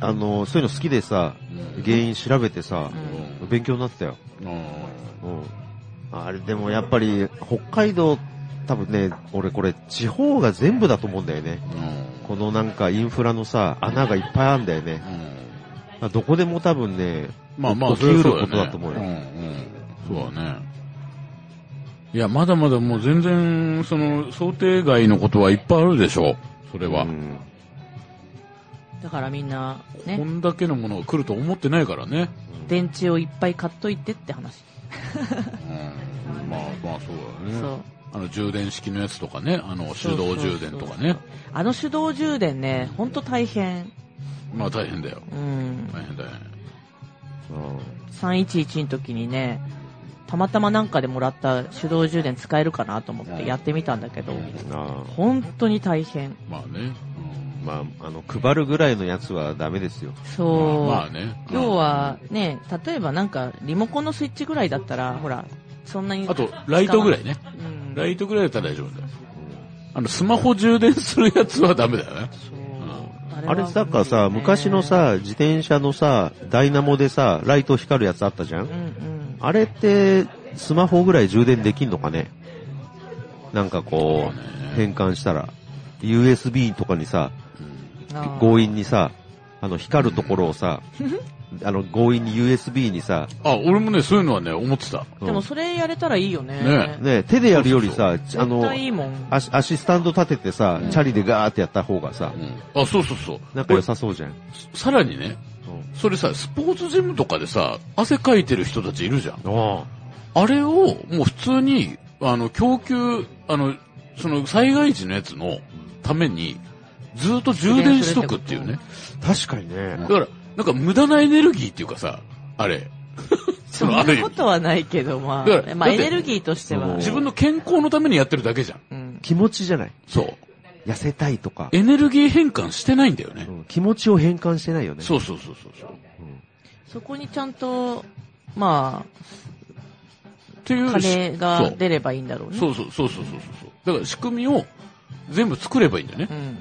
Speaker 1: うん
Speaker 3: あの、そういうの好きでさ、
Speaker 2: うん
Speaker 3: 原因調べてさ、
Speaker 2: うん
Speaker 3: 勉強になったよ。
Speaker 2: うん
Speaker 3: うん。あれ、でもやっぱり、北海道、多分ね、俺これ、地方が全部だと思うんだよね。このなんかインフラのさ、穴がいっぱいあるんだよね。
Speaker 2: うん
Speaker 3: どこでも多分ね、
Speaker 2: まあまあ、
Speaker 3: 起きうる
Speaker 2: そりゃ
Speaker 3: ことだと思うよ
Speaker 2: んうん。そうだね。いや、まだまだもう全然、その、想定外のことはいっぱいあるでしょう。それは。
Speaker 3: うん
Speaker 1: だからみんな、
Speaker 2: こ
Speaker 1: ね、
Speaker 2: んだけのものが来ると思ってないからね。
Speaker 1: 電池をいっぱい買っといてって話。
Speaker 2: うん。まあまあ、そうだね。
Speaker 1: そう。
Speaker 2: あの、充電式のやつとかね。あの、手動充電
Speaker 1: そうそう
Speaker 2: とか
Speaker 1: そう
Speaker 2: ね
Speaker 1: そう。。あの手動充電ね、ほんと大変。
Speaker 2: まあ大変だよ。
Speaker 1: うん。
Speaker 2: 大変大変。
Speaker 1: 311の時にね、たまたまなんかでもらった手動充電使えるかなと思ってやってみたんだけど、
Speaker 3: うんあ
Speaker 1: 本当に大変。
Speaker 2: まあね。
Speaker 3: ーまあ、あの、配るぐらいのやつはダメですよ。
Speaker 2: う
Speaker 1: そ
Speaker 2: ん。
Speaker 1: う。
Speaker 2: まあね。
Speaker 1: 要はね、例えばなんかリモコンのスイッチぐらいだったら、ほら、そんなに。
Speaker 2: あと、ライトぐらいね。
Speaker 1: うん。
Speaker 2: ライトぐらいだったら大丈夫だよ。あの、スマホ充電するやつはダメだよね。
Speaker 1: そう
Speaker 3: あれ
Speaker 1: は
Speaker 3: だから
Speaker 1: 無理
Speaker 3: さ、
Speaker 1: よね
Speaker 3: 昔の、さ、自転車のさ、ダイナモでさ、ライト光るやつあったじゃ
Speaker 1: うん
Speaker 3: ん
Speaker 1: うん。
Speaker 3: あれって、スマホぐらい充電できんのかねなんかこう、変換したら。USB とかにさ、
Speaker 1: あー
Speaker 3: 強引にさ、あの、光るところをさ、あの、強引に USB にさ、
Speaker 2: あ、俺もね、そういうのはね、思ってた。
Speaker 3: うん
Speaker 1: でもそれやれたらいいよね。
Speaker 2: ね
Speaker 3: ね、手でやるよりさ、あ
Speaker 1: 絶
Speaker 3: の
Speaker 1: 対い、いもん。
Speaker 3: 足、足スタンド立ててさ、チャリでガーってやった方がさ、
Speaker 2: うん。あ、そうそうそう。
Speaker 3: なんか良さそうじゃん。
Speaker 2: さらにね、それさ、スポーツジムとかでさ、汗かいてる人たちいるじゃん。
Speaker 3: あ
Speaker 2: あれを、もう普通に、あの、供給、あの、その災害時のやつのために、ずっと充電しとくっていうね。
Speaker 3: 確かにね
Speaker 2: だ。から、なんか無駄なエネルギーっていうかさ、あれ。
Speaker 1: そ
Speaker 2: そ
Speaker 1: ん
Speaker 2: のある
Speaker 1: な
Speaker 2: 意
Speaker 1: こ
Speaker 2: 味。
Speaker 1: とはないけど、ま
Speaker 2: だから
Speaker 1: あ、まあ
Speaker 2: だっ
Speaker 1: エ
Speaker 2: て
Speaker 1: ネルギーとしては。
Speaker 2: 自分の健康のためにやってるだけじゃん。
Speaker 1: うん。
Speaker 3: 気持ちじゃない。
Speaker 2: そう。
Speaker 3: 痩せたいとか、
Speaker 2: エネルギー変換してないんだよね
Speaker 3: う。ん気持ちを変換してないよね。
Speaker 2: そうそうそうそうそう。
Speaker 1: そこにちゃんと、ま
Speaker 2: っていう
Speaker 1: あ、金
Speaker 2: そ
Speaker 1: が
Speaker 2: う
Speaker 1: 出ればいいんだろうね。
Speaker 2: そうそうそうそうそうそうそう。だから仕組みを全部作ればいいんだよね
Speaker 1: う。んうん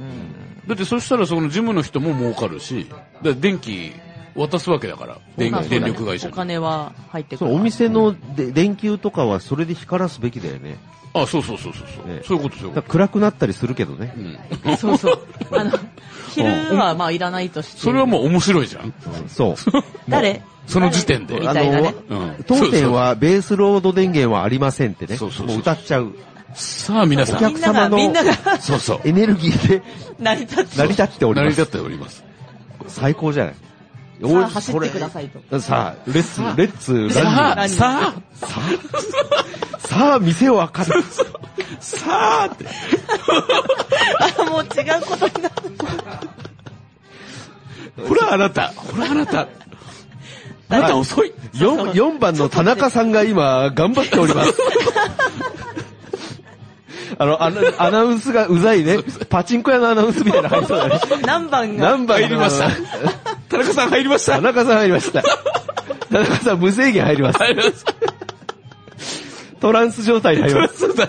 Speaker 2: だってそしたらそのジムの人も儲かるし、だから電気渡すわけだから、電
Speaker 1: まあ。
Speaker 2: 電力会社
Speaker 1: お
Speaker 2: に。
Speaker 1: 金は入ってく
Speaker 3: そ
Speaker 1: る。
Speaker 3: うお店ので電球とかはそれで光らすべきだよね。
Speaker 2: あ、そうそうそうそうそう、
Speaker 3: ね
Speaker 2: そういうことそういう
Speaker 3: だ
Speaker 2: こ
Speaker 3: から暗くなったりするけどね
Speaker 2: と。。うん。
Speaker 1: そうそう。あの、昼はまあいらないとして。
Speaker 2: それはもう面白いじゃん。
Speaker 3: そう。
Speaker 1: 誰
Speaker 2: その時点で
Speaker 1: 誰みたいなね。
Speaker 2: うん。
Speaker 3: 当店はベースロード電源はありませんってね。
Speaker 2: そうそうそう
Speaker 3: もう歌っちゃう。
Speaker 2: さあ皆さ
Speaker 3: お
Speaker 2: ん
Speaker 3: 客、様の
Speaker 1: みんなが、みんなが
Speaker 2: そうそう。
Speaker 3: エネルギーで
Speaker 1: 成り立つ。
Speaker 3: 成り立っており
Speaker 2: 成り
Speaker 3: ま
Speaker 2: 立っ
Speaker 3: す。
Speaker 2: ております。
Speaker 3: 最高じゃない。
Speaker 1: さ
Speaker 3: お
Speaker 1: あ
Speaker 3: い
Speaker 1: 走ってくださいと。
Speaker 3: それさあ、レッツ、レッツ、
Speaker 2: さ
Speaker 3: ラン
Speaker 2: あ、
Speaker 1: 何
Speaker 2: さ
Speaker 3: ニングさあ、店を明るく。
Speaker 2: あ、さあって。
Speaker 1: あ、もう違うことになる。
Speaker 2: ほらあなた、ほらあなた。あなた遅い。
Speaker 3: 4, 4番の田中さんが今、頑張っております。あの、アナアナウンスがうざいね。パチンコ屋のアナウンスみたいなの入りそうだね。
Speaker 1: 何番が
Speaker 3: 何番
Speaker 2: 入りました。田中さん入りました。
Speaker 3: 田中さん入りました。田中さん無制限入ります。
Speaker 2: 入りました。
Speaker 3: トランス状態に入ります。
Speaker 2: そうだ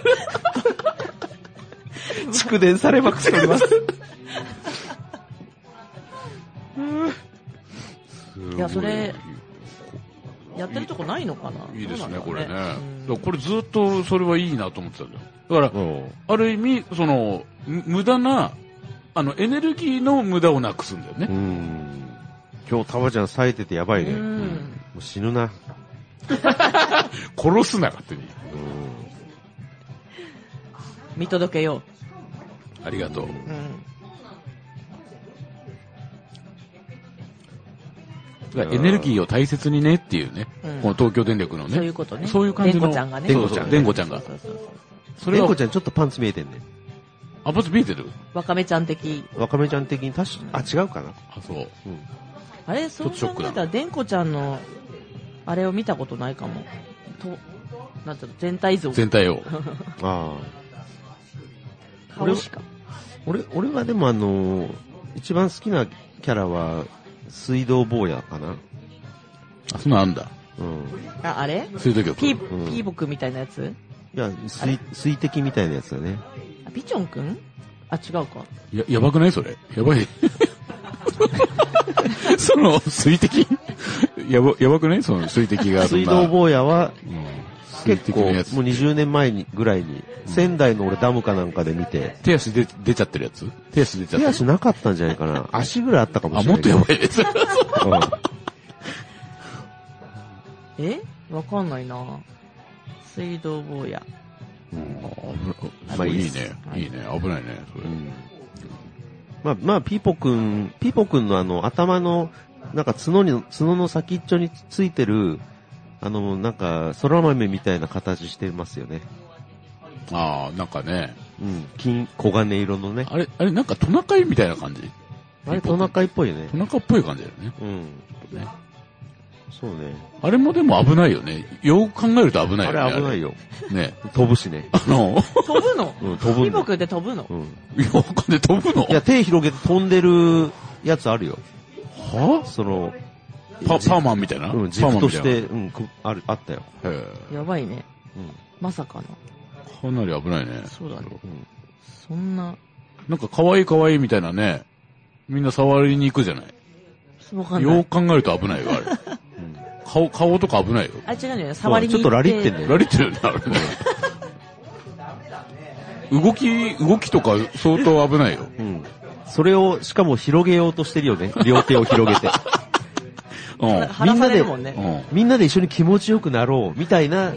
Speaker 3: 蓄電されまくっております。
Speaker 1: [LAUGHS] いやそれやってるとこないのかないい
Speaker 2: いですね、これね。だからこれずっとそれはいいなと思ってたんだよ。だから、ある意味、その、む無駄な、あの、エネルギーの無駄をなくすんだよ
Speaker 3: う
Speaker 2: ね。
Speaker 3: ん。今日タバちゃん冴えててやばいね。
Speaker 1: う
Speaker 3: も
Speaker 1: ん
Speaker 3: う死ぬな。
Speaker 2: 殺すな、勝手に。
Speaker 1: 見届けよ
Speaker 2: ありがとう。
Speaker 1: う、うん、
Speaker 2: だからエネルギーを大切にねっていうね、
Speaker 1: うん
Speaker 2: この東京電力のね。
Speaker 1: そういうことね
Speaker 2: そういう感じの。
Speaker 1: でんこちゃんがね
Speaker 2: でんこちゃん。でんこちゃんが
Speaker 1: そ。うそうそう
Speaker 2: それ
Speaker 3: レ
Speaker 2: は
Speaker 3: ンコちゃんちょっとパンツ見えてんね。
Speaker 2: あ、パンツ見えてる
Speaker 1: わかめちゃん的
Speaker 3: わかめちゃん的に確か、あ、違うかな。
Speaker 2: あ、そう。
Speaker 1: あれそう
Speaker 2: ちょっ
Speaker 1: 考
Speaker 2: とショック
Speaker 1: え
Speaker 2: だ
Speaker 1: たらでんこちゃんのあれを見たことないかもとなんていうの全体像
Speaker 2: 全体を。
Speaker 3: ああ。
Speaker 1: 顔しか
Speaker 3: 俺、俺はでもあのー一番好きなキャラは、水道坊やかな。
Speaker 2: あ、そんなんあんだ。
Speaker 3: うん。
Speaker 1: ああれ
Speaker 2: 水道局。
Speaker 1: ピー、
Speaker 3: うん
Speaker 1: ピーボくんみたいなやつ
Speaker 3: いや、水、水滴みたいなやつだね。
Speaker 1: あピチョンくんあ、違うか。
Speaker 2: や、やばくないそれ。やばい。 [LAUGHS] その、水滴やば、やばくないその水滴がそん
Speaker 3: 水
Speaker 2: な。
Speaker 3: 道坊やは、
Speaker 2: うん水
Speaker 3: 結
Speaker 2: 滴
Speaker 3: 構、も
Speaker 2: の
Speaker 3: う
Speaker 2: やつ。
Speaker 3: 20年前にぐらいに、仙台の俺ダムかなんかで見て、
Speaker 2: 手足で出ちゃってるやつ手足出ちゃっ
Speaker 3: 手
Speaker 2: てる。
Speaker 3: 足なかったんじゃないかな。足ぐらいあったかも
Speaker 2: [LAUGHS] あ、
Speaker 3: しれ
Speaker 2: も
Speaker 3: な
Speaker 2: っ
Speaker 3: い
Speaker 2: と
Speaker 3: けど。
Speaker 2: やばいやつ。 [LAUGHS]
Speaker 3: うん
Speaker 1: えわかんないな水道坊や。
Speaker 2: うん
Speaker 3: まあいい
Speaker 2: い
Speaker 3: で
Speaker 2: い
Speaker 3: す
Speaker 2: ね。いいね。危ないね。それ
Speaker 3: まあ、まあ、ピーポくん、ピーポくんのあの、頭の、なんか角に、角の先っちょについてる、あの、なんか、空豆みたいな形してますよね。
Speaker 2: ああ、なんかね。
Speaker 3: うん。金、黄金色のね。
Speaker 2: あれ、あれ、なんかトナカイみたいな感じ。
Speaker 3: あれ、トナカイっぽいよね
Speaker 2: ト。ナカイっぽい感じだよね。
Speaker 3: うん。
Speaker 2: ね
Speaker 3: そうね。
Speaker 2: あれもでも危ないよね。よく考えると危ない
Speaker 3: あ
Speaker 2: よね。
Speaker 3: れ危ないよ。
Speaker 2: あれね。
Speaker 3: 飛ぶしね。
Speaker 2: あの、 [LAUGHS]
Speaker 1: 飛ぶの
Speaker 3: [LAUGHS] うん、飛ぶ
Speaker 1: ピ
Speaker 3: ん
Speaker 1: ボ
Speaker 3: だ。
Speaker 1: くんって飛ぶの
Speaker 3: うん。
Speaker 2: よくで飛ぶの
Speaker 3: いや、手広げて飛んでるやつあるよ。
Speaker 2: は
Speaker 3: その、
Speaker 2: パパーマンみたいな
Speaker 3: う
Speaker 2: パーマ
Speaker 3: ん、軸
Speaker 2: ンみ
Speaker 3: と
Speaker 2: たい
Speaker 3: し
Speaker 2: な
Speaker 3: て、うん、くある、あったよ。
Speaker 2: へ
Speaker 1: やばいね。
Speaker 3: うん。
Speaker 1: まさかな。
Speaker 2: えかなり危ないね。
Speaker 1: そうだね。
Speaker 3: うん
Speaker 1: そんな、
Speaker 2: なんか可愛い可愛いみたいなね。みんな触りに行くじゃない。
Speaker 1: わかんな
Speaker 2: よ
Speaker 1: い。
Speaker 2: く考えると危ないよ、あれ。顔、顔とか危ないよ。
Speaker 1: あ、違うんだよね。触りに
Speaker 3: ちょっとラリってんだよね
Speaker 2: ラリってるよね、あれね。動き、動きとか相当危ないよ。
Speaker 3: うん。それを、しかも広げようとしてる [LAUGHS] よね。両手を広げて。
Speaker 2: うん。
Speaker 1: はらされるもんね。
Speaker 2: うん。
Speaker 3: みんなで一緒に気持ちよくなろう、みたいな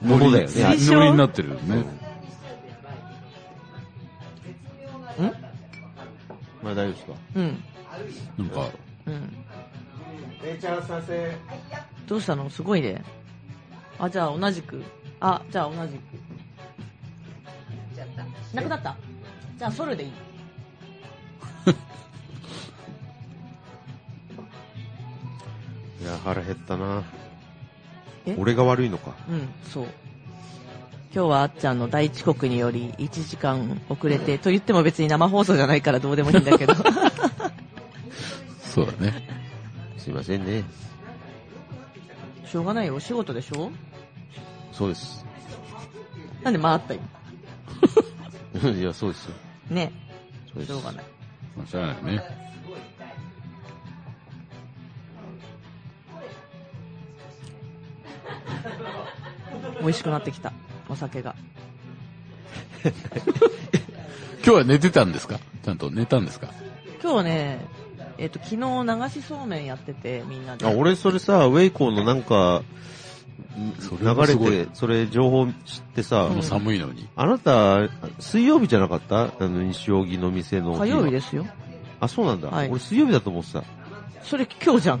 Speaker 3: もの
Speaker 1: ノリ
Speaker 3: だよね。
Speaker 1: 推奨
Speaker 2: ノリになってるよね。
Speaker 3: まあ大丈夫ですか。
Speaker 1: うん。
Speaker 2: なんか、
Speaker 1: うん。どうしたのすごいね。あ、じゃあ同じく。あ、じゃあ同じく。なくなった。じゃあソルでいい。
Speaker 3: いや、腹減ったな
Speaker 1: え
Speaker 3: 俺が悪いのか。
Speaker 1: うん、そう。今日はあっちゃんの大遅刻により1時間遅れて、と言っても別に生放送じゃないからどうでもいいんだけ [LAUGHS] ど。
Speaker 2: そうだね。
Speaker 3: すいませんね。
Speaker 1: しょうがないよ、お仕事でしょ
Speaker 3: そうです。 [LAUGHS]
Speaker 1: なんで回ったよ。
Speaker 3: いや、そうですよ。
Speaker 1: ね。
Speaker 3: そうです
Speaker 1: しょうがない。
Speaker 2: まあしゃあないね。
Speaker 1: 美味しくなってきた、お酒が。
Speaker 2: 今日は寝てたんですかちゃんと寝たんですか
Speaker 1: 今日ね、えっ、と、昨日流しそうめんやってて、みんなで。
Speaker 3: あ、俺それさ、ウェイコーのなんか、
Speaker 2: それもすご
Speaker 3: 流
Speaker 2: い
Speaker 3: れて、それ情報知ってさ、
Speaker 1: うん
Speaker 2: 寒いのに。
Speaker 3: あなた、水曜日じゃなかったあの、西荻の店の。。
Speaker 1: 火曜日ですすよ。
Speaker 3: あ、そうなんだ。
Speaker 1: はい
Speaker 3: 俺水曜日だと思ってた。
Speaker 1: それ今日じゃん。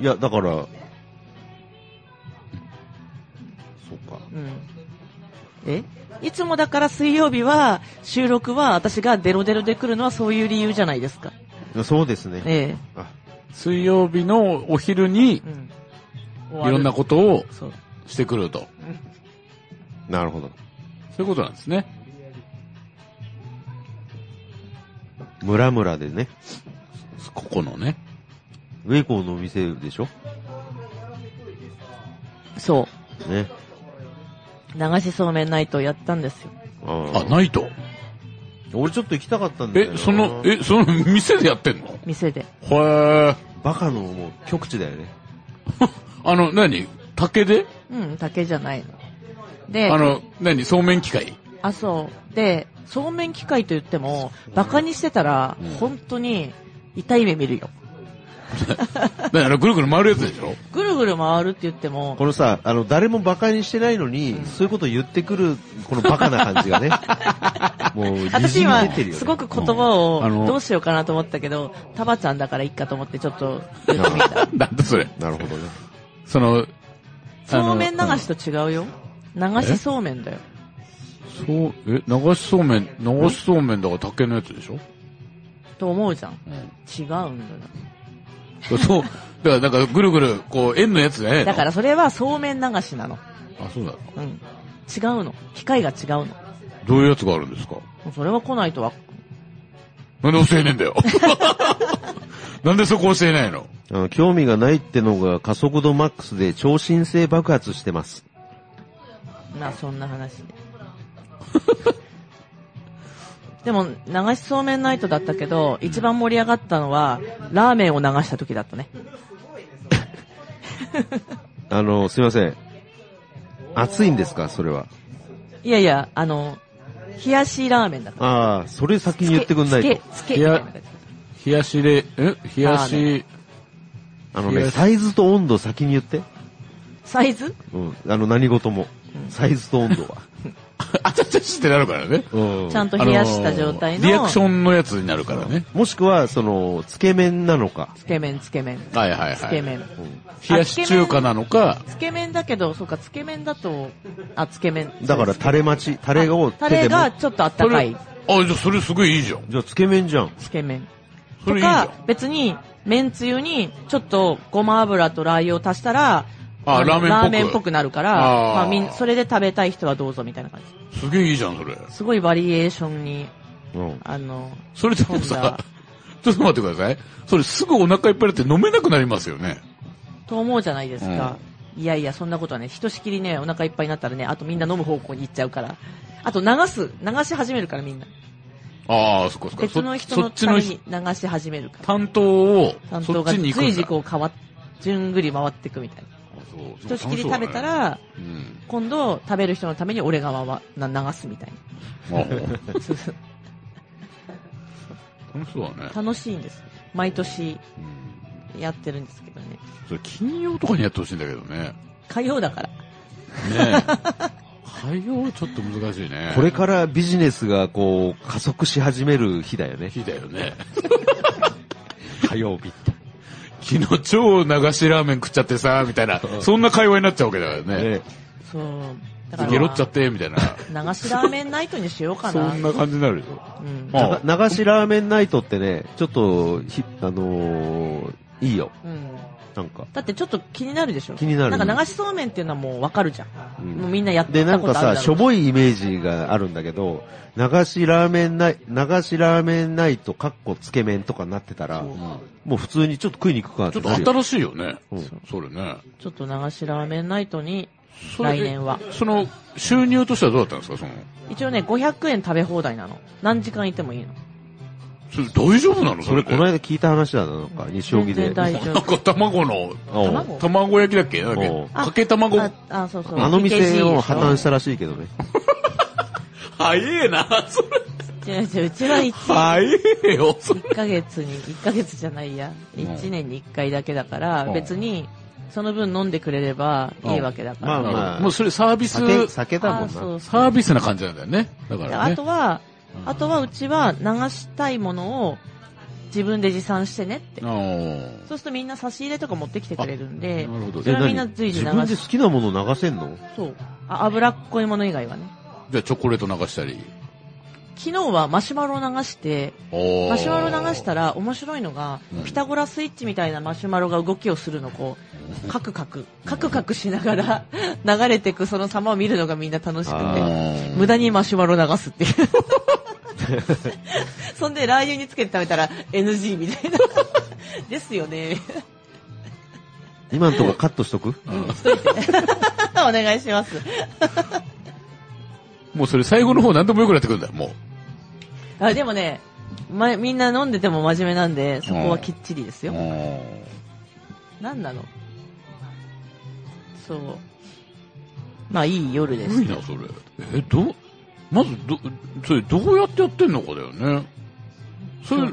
Speaker 3: いや、だから、そうか。
Speaker 1: うん。えいつもだから水曜日は、収録は私がデロデロで来るのはそういう理由じゃないですか。
Speaker 3: いやそうですね。
Speaker 1: え
Speaker 3: あ
Speaker 2: 水曜日のお昼に
Speaker 1: え。うん。
Speaker 2: いろんなことを
Speaker 1: と。そう。
Speaker 2: してくると。
Speaker 3: なるほど。
Speaker 2: そういうことなんですね。
Speaker 3: 村々でね。
Speaker 2: ここのね。
Speaker 3: ウェイコーのお店でしょ
Speaker 1: そ
Speaker 3: ね。
Speaker 1: う。流しそうめんナイトをやったんですよ。
Speaker 3: あ
Speaker 2: あ、ないと。
Speaker 3: 俺ちょっと行きたかったんだよな
Speaker 2: え、その、え、その店でやってんの
Speaker 1: 店で。
Speaker 2: へえ。
Speaker 3: バカのもう極地だよね。
Speaker 2: あの、何竹で
Speaker 1: うん、竹じゃないの。で、
Speaker 2: あの、何そうめん機 [LAUGHS] 械
Speaker 1: あ、そう。で、そうめん機械と言っても、バカにしてたら、
Speaker 2: うん
Speaker 1: 本当に痛い目見るよ。
Speaker 2: 何あの、ぐるぐる回るやつでしょ
Speaker 1: ぐるぐる回るって言っても、
Speaker 3: このさ、あの、誰もバカにしてないのに、そういうこと言ってくる、このバカな感じ
Speaker 1: [LAUGHS]
Speaker 3: がね。もう、に
Speaker 1: 私
Speaker 3: じみ
Speaker 1: 今
Speaker 3: 出てる、よ、
Speaker 1: す
Speaker 3: ね。
Speaker 1: ごく言葉を
Speaker 2: うんあの
Speaker 1: どうしようかなと思ったけど、タバちゃんだからいいかと思ってちょっと言ってみた。
Speaker 2: なんだそれ。
Speaker 3: なるほどね。
Speaker 2: その、あの
Speaker 1: そうめん流しと違うよ。流しそうめんだよ。
Speaker 2: そう、え、流しそうめん、流しそうめんだから竹のやつでし [LAUGHS] ょ
Speaker 1: と思うじゃん。
Speaker 2: うん。
Speaker 1: 違うんだよ。
Speaker 2: そう、だからなんかぐるぐる、こう、円のやつじゃないの
Speaker 1: だからそれはそうめん流しなの。
Speaker 2: あ、そうだ。
Speaker 1: うん。違うの。機械が違うの。も
Speaker 2: どういうやつがあるんですか
Speaker 1: うそれは来ないとわ、
Speaker 2: なんで教えねえんだよ。 [LAUGHS] なんでそこ教えないの
Speaker 3: あの、興味がないってのが加速度マックスで超新星爆発してます。
Speaker 1: まあそんな話で。でも、流しそうめんナイトだったけど、一番盛り上がったのは、ラーメンを流した時だったね。
Speaker 3: あの、すいません。暑いんですかそれは。
Speaker 1: いやいや、あの、冷やしラーメンだから。
Speaker 3: ああ、それ先に言ってくんないと。
Speaker 1: つけ、つけ、
Speaker 2: い
Speaker 1: みたいな
Speaker 2: や
Speaker 1: 感じ
Speaker 2: 冷やしで、え冷や
Speaker 1: ラー
Speaker 2: し、
Speaker 3: あの
Speaker 2: 冷
Speaker 3: ね、
Speaker 2: やし
Speaker 3: サイズと温度先に言って。
Speaker 1: サイズ
Speaker 3: うん。あの、何事も。サイズと温度は。
Speaker 2: [LAUGHS] あちゃちゃしてなるからね。
Speaker 3: [LAUGHS] うん
Speaker 1: ちゃんと冷やした状態の、
Speaker 2: あのーリアクションのやつになるからね。
Speaker 3: もしくは、その、つけ麺なのか。
Speaker 1: つけ麺、つけ麺。
Speaker 2: はいはいはい。
Speaker 1: つけ麺。
Speaker 2: 冷やし中華なのか、
Speaker 1: つけ麺だけど、そうか、つけ麺だと、あ、つけ麺。
Speaker 3: だから、タレ待ち、タレを
Speaker 1: タ
Speaker 3: 手
Speaker 1: レ
Speaker 3: でも
Speaker 1: が。ちょっとあったかい
Speaker 2: あ、じゃあそれすごいいいじゃん。
Speaker 3: じゃあ、つけ麺じゃん。
Speaker 1: つけ麺。
Speaker 2: そ
Speaker 1: と
Speaker 2: れいいじゃん
Speaker 1: か。、別に、麺つゆに、ちょっとごま油とラー油を足したら、
Speaker 2: あ
Speaker 1: の
Speaker 2: ラーメンっぽく
Speaker 1: なるから、
Speaker 2: あー
Speaker 1: まあみん、それで食べたい人はどうぞみたいな感じ。
Speaker 2: すげえいいじゃん、それ。
Speaker 1: すごいバリエーションに、
Speaker 3: うん。
Speaker 1: あの、
Speaker 2: それでも
Speaker 1: そうだ
Speaker 2: さ、 [LAUGHS] ちょっと待ってください。それすぐお腹いっぱいになって飲めなくなりますよね。
Speaker 1: と思うじゃないですか。いやいや、そんなことはね、ひとしきりね、お腹いっぱいになったらね、あとみんな飲む方向に行っちゃうから。あと流す、流し始めるからみんな。
Speaker 2: ああ、そっかそっか。
Speaker 1: 別の人
Speaker 2: そそ
Speaker 1: の
Speaker 2: っち
Speaker 1: た
Speaker 2: の
Speaker 1: め
Speaker 2: ひ
Speaker 1: に流し始めるから。
Speaker 2: 担当を、
Speaker 1: 担
Speaker 2: そ
Speaker 1: 当
Speaker 2: っ
Speaker 1: が
Speaker 2: ちに行くんだ。
Speaker 1: 随時こう変わっ、じゅんぐり回っていくみたいな。
Speaker 2: あそう
Speaker 1: ひとしきり食べた、ら、
Speaker 2: そう楽しそう
Speaker 1: 今度食べる人のために俺がわわな流すみたい
Speaker 2: だねうん。あ
Speaker 1: な。そうそう
Speaker 2: あ [LAUGHS] 楽しそうだね。
Speaker 1: 楽しいんです。毎年
Speaker 2: うん
Speaker 1: やってるんですけどね。
Speaker 2: それ金曜とかにやってほしいんだけどね。
Speaker 1: 火曜だから。
Speaker 2: ねえ。火曜はちょっと難しいね。
Speaker 3: これからビジネスが、こう、加速し始める日だよね。
Speaker 2: 日だよね。
Speaker 3: [LAUGHS] 火曜日って。
Speaker 2: 昨日超流しラーメン食っちゃってさ、みたいな、そんな会話になっちゃうわけだからね。
Speaker 3: ね
Speaker 1: そう。だから、
Speaker 2: ゲロっちゃって、みたいな。
Speaker 1: 流しラーメンナイトにしようか
Speaker 2: そ
Speaker 1: な。
Speaker 2: んな感じになるよ。
Speaker 1: うん。
Speaker 2: あ
Speaker 3: な流しラーメンナイトってね、ちょっと、ひ、あのー、いいよ。
Speaker 1: うん。
Speaker 3: なんか。
Speaker 1: だってちょっと気になるでしょ
Speaker 3: 気になる
Speaker 1: なんか流しそうめんっていうのはもうわかるじゃん。
Speaker 3: うん
Speaker 1: もうみんなやって
Speaker 3: で、な
Speaker 1: た
Speaker 3: ん
Speaker 1: ことあ
Speaker 3: か
Speaker 1: るだろう
Speaker 3: さ、しょぼいイメージがあるんだけど、流しラーメンナイ、流しラーメンナイト、かっこつけ麺とかなってたら、
Speaker 1: そう
Speaker 3: もう普通にちょっと食いに行く感
Speaker 2: ちょ
Speaker 3: じ
Speaker 2: っ
Speaker 3: になる
Speaker 2: と
Speaker 3: よ。
Speaker 2: 新しいよね。
Speaker 3: うん
Speaker 2: それね。
Speaker 1: ちょっと流しラーメンナイトに、
Speaker 2: それ
Speaker 1: 来
Speaker 2: で
Speaker 1: 年は。
Speaker 2: その、収入としてはどうだったんですかその、
Speaker 1: 一応ね、500円食べ放題なの。何時間いてもいいの。
Speaker 2: それ大丈夫なの
Speaker 3: それこの
Speaker 2: れ
Speaker 3: 間聞いた話だな、なんか、西
Speaker 1: 全
Speaker 3: 荻
Speaker 1: 然
Speaker 3: で。
Speaker 1: 大
Speaker 2: な
Speaker 1: 丈
Speaker 2: ん
Speaker 1: 夫。
Speaker 2: か卵の、
Speaker 3: うん
Speaker 1: 卵
Speaker 2: 卵焼きだっけなんだっ
Speaker 3: お
Speaker 2: け
Speaker 3: う
Speaker 2: かけ卵。
Speaker 1: あ、あそうそう。。
Speaker 3: あの店を破綻したたらしいけどね。
Speaker 2: 早えな、それ。
Speaker 1: 違う違う、うちは一
Speaker 2: 早えよ、それ。
Speaker 1: 1ヶ月に、1ヶ月じゃないや。
Speaker 2: うん
Speaker 1: 1年に1回だけだから、
Speaker 2: うん
Speaker 1: 別に、その分飲んでくれればいいわけだから。
Speaker 3: うんまあまあ
Speaker 2: もうそれサービス、
Speaker 3: 酒、酒だ
Speaker 1: あ
Speaker 3: も
Speaker 1: ーそ
Speaker 3: ん
Speaker 1: うそう
Speaker 2: サービスな感じなんだよね。だか
Speaker 1: だから
Speaker 2: ら
Speaker 1: あ
Speaker 2: ね
Speaker 1: と。は、
Speaker 2: うん
Speaker 1: あとはうちは流したいものを自分で持参してねって。
Speaker 2: あ
Speaker 1: そうするとみんな差し入れとか持ってきてくれるん
Speaker 2: あ
Speaker 1: で
Speaker 2: な、るほど。
Speaker 1: そ
Speaker 2: え
Speaker 1: れ
Speaker 3: な。
Speaker 1: はみんな
Speaker 3: 何
Speaker 1: 随時
Speaker 3: 自
Speaker 1: 流
Speaker 3: 分で好
Speaker 1: す。
Speaker 3: きなもの流せんの
Speaker 1: そう。あ、脂っこいもの以外はね。
Speaker 2: じゃあチョコレート流したり。
Speaker 1: 昨日はマシュマロを流して、マ
Speaker 2: マ
Speaker 1: シュマロを流したら面白いのが
Speaker 2: うん、
Speaker 1: ピタゴラスイッチみたいなマシュマロが動きをするのこう、カクカク、カクカクしながら流れてくその様を見るのがみんな楽しく
Speaker 3: あ
Speaker 1: て、無駄にマシュマロ流すっていう。 [LAUGHS] そんでラー油につけて食べたら NG みたいな。ですよね。 [LAUGHS]
Speaker 3: 今のとこカットしとく
Speaker 1: お願いします。
Speaker 2: もうそれ最後の方何でも良くなってくるんだよ、もう。
Speaker 1: あでもね、ま、みんな飲んでても真面目なんで、そこはきっちりですよ。なんなのそう。まあいい夜です
Speaker 2: 古。いな、それ。え、ど、まず、ど、それどうやってやってんのかだよね。それ、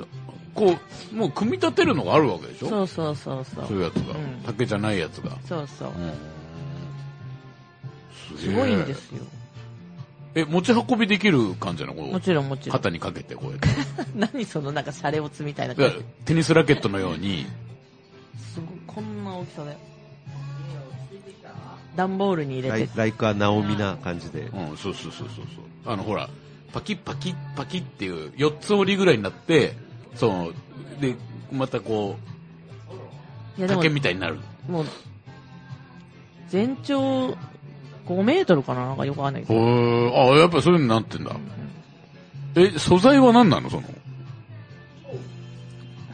Speaker 2: こう、もう組み立てるのがあるわけでしょ
Speaker 1: そうそうそうそう。
Speaker 2: そういうやつが
Speaker 1: うん。
Speaker 2: 竹じゃないやつが。
Speaker 1: そうそう。
Speaker 2: うん
Speaker 1: すごいんで。すよ。
Speaker 2: げええ、持ち運びできる感じなのこ
Speaker 1: も
Speaker 2: う
Speaker 1: ちろんもちろん。
Speaker 2: 肩にかけてこうやって。
Speaker 1: [LAUGHS] 何そのなんかシャレオツみたいな
Speaker 2: だ
Speaker 1: 感
Speaker 2: か
Speaker 1: じ
Speaker 2: ら。テニスラケットのように。
Speaker 1: すごい、こんな大きさだよ。段ボールに入
Speaker 3: ラ
Speaker 1: れ
Speaker 3: イ
Speaker 1: て。
Speaker 3: ライカーナオミな感じで。
Speaker 2: うん、そうそうそうそうそう。あの、ほら、パキッパキッパキッっていう、四つ折りぐらいになって、その、で、またこ、
Speaker 1: いうやでも
Speaker 2: 竹、みたいになる。
Speaker 1: もう、全長5メートルかななんかよくわかんないけ
Speaker 2: へ
Speaker 1: ど。
Speaker 2: ーあ、やっぱそういうのになってんだ。え、素材は何なのその。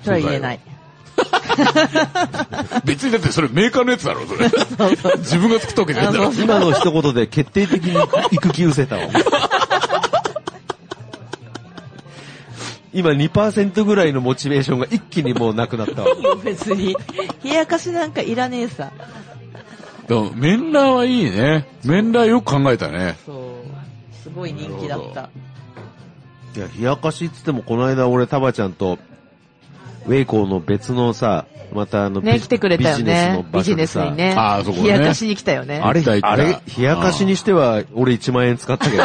Speaker 1: それは言えない。
Speaker 2: 別にだってそれメーカーのやつだろ、そ
Speaker 1: [LAUGHS]
Speaker 2: れ。
Speaker 1: そうそう。
Speaker 2: 自分が作ったわけじゃないんだろ。
Speaker 3: 今の一言で決定的に育休せたわ。今2%ぐらいのモチベーションが一気にもうなくなったわ。
Speaker 1: 別に。冷やかしなんかいらねえさ。
Speaker 2: でも、メンラーはいいね。メンラーよく考えたね。
Speaker 1: そう。すごい人気だっ
Speaker 2: な
Speaker 1: た。
Speaker 3: いや、冷やかしっつってもこの間俺タバちゃんと、ウェイコーの別のさ、またあの、
Speaker 1: ね、
Speaker 3: ビ
Speaker 1: 来てくれたよね。ビ
Speaker 3: ビジ
Speaker 1: ジ
Speaker 3: ネ
Speaker 1: ネ
Speaker 3: ス
Speaker 1: ス
Speaker 3: の場所でさ
Speaker 1: にね。
Speaker 2: あーそこね
Speaker 1: 冷やかしに来たよね。
Speaker 3: あれ、
Speaker 2: 行った行った
Speaker 3: あれ、冷やかしにしては俺1万円使ったけ [LAUGHS] ど。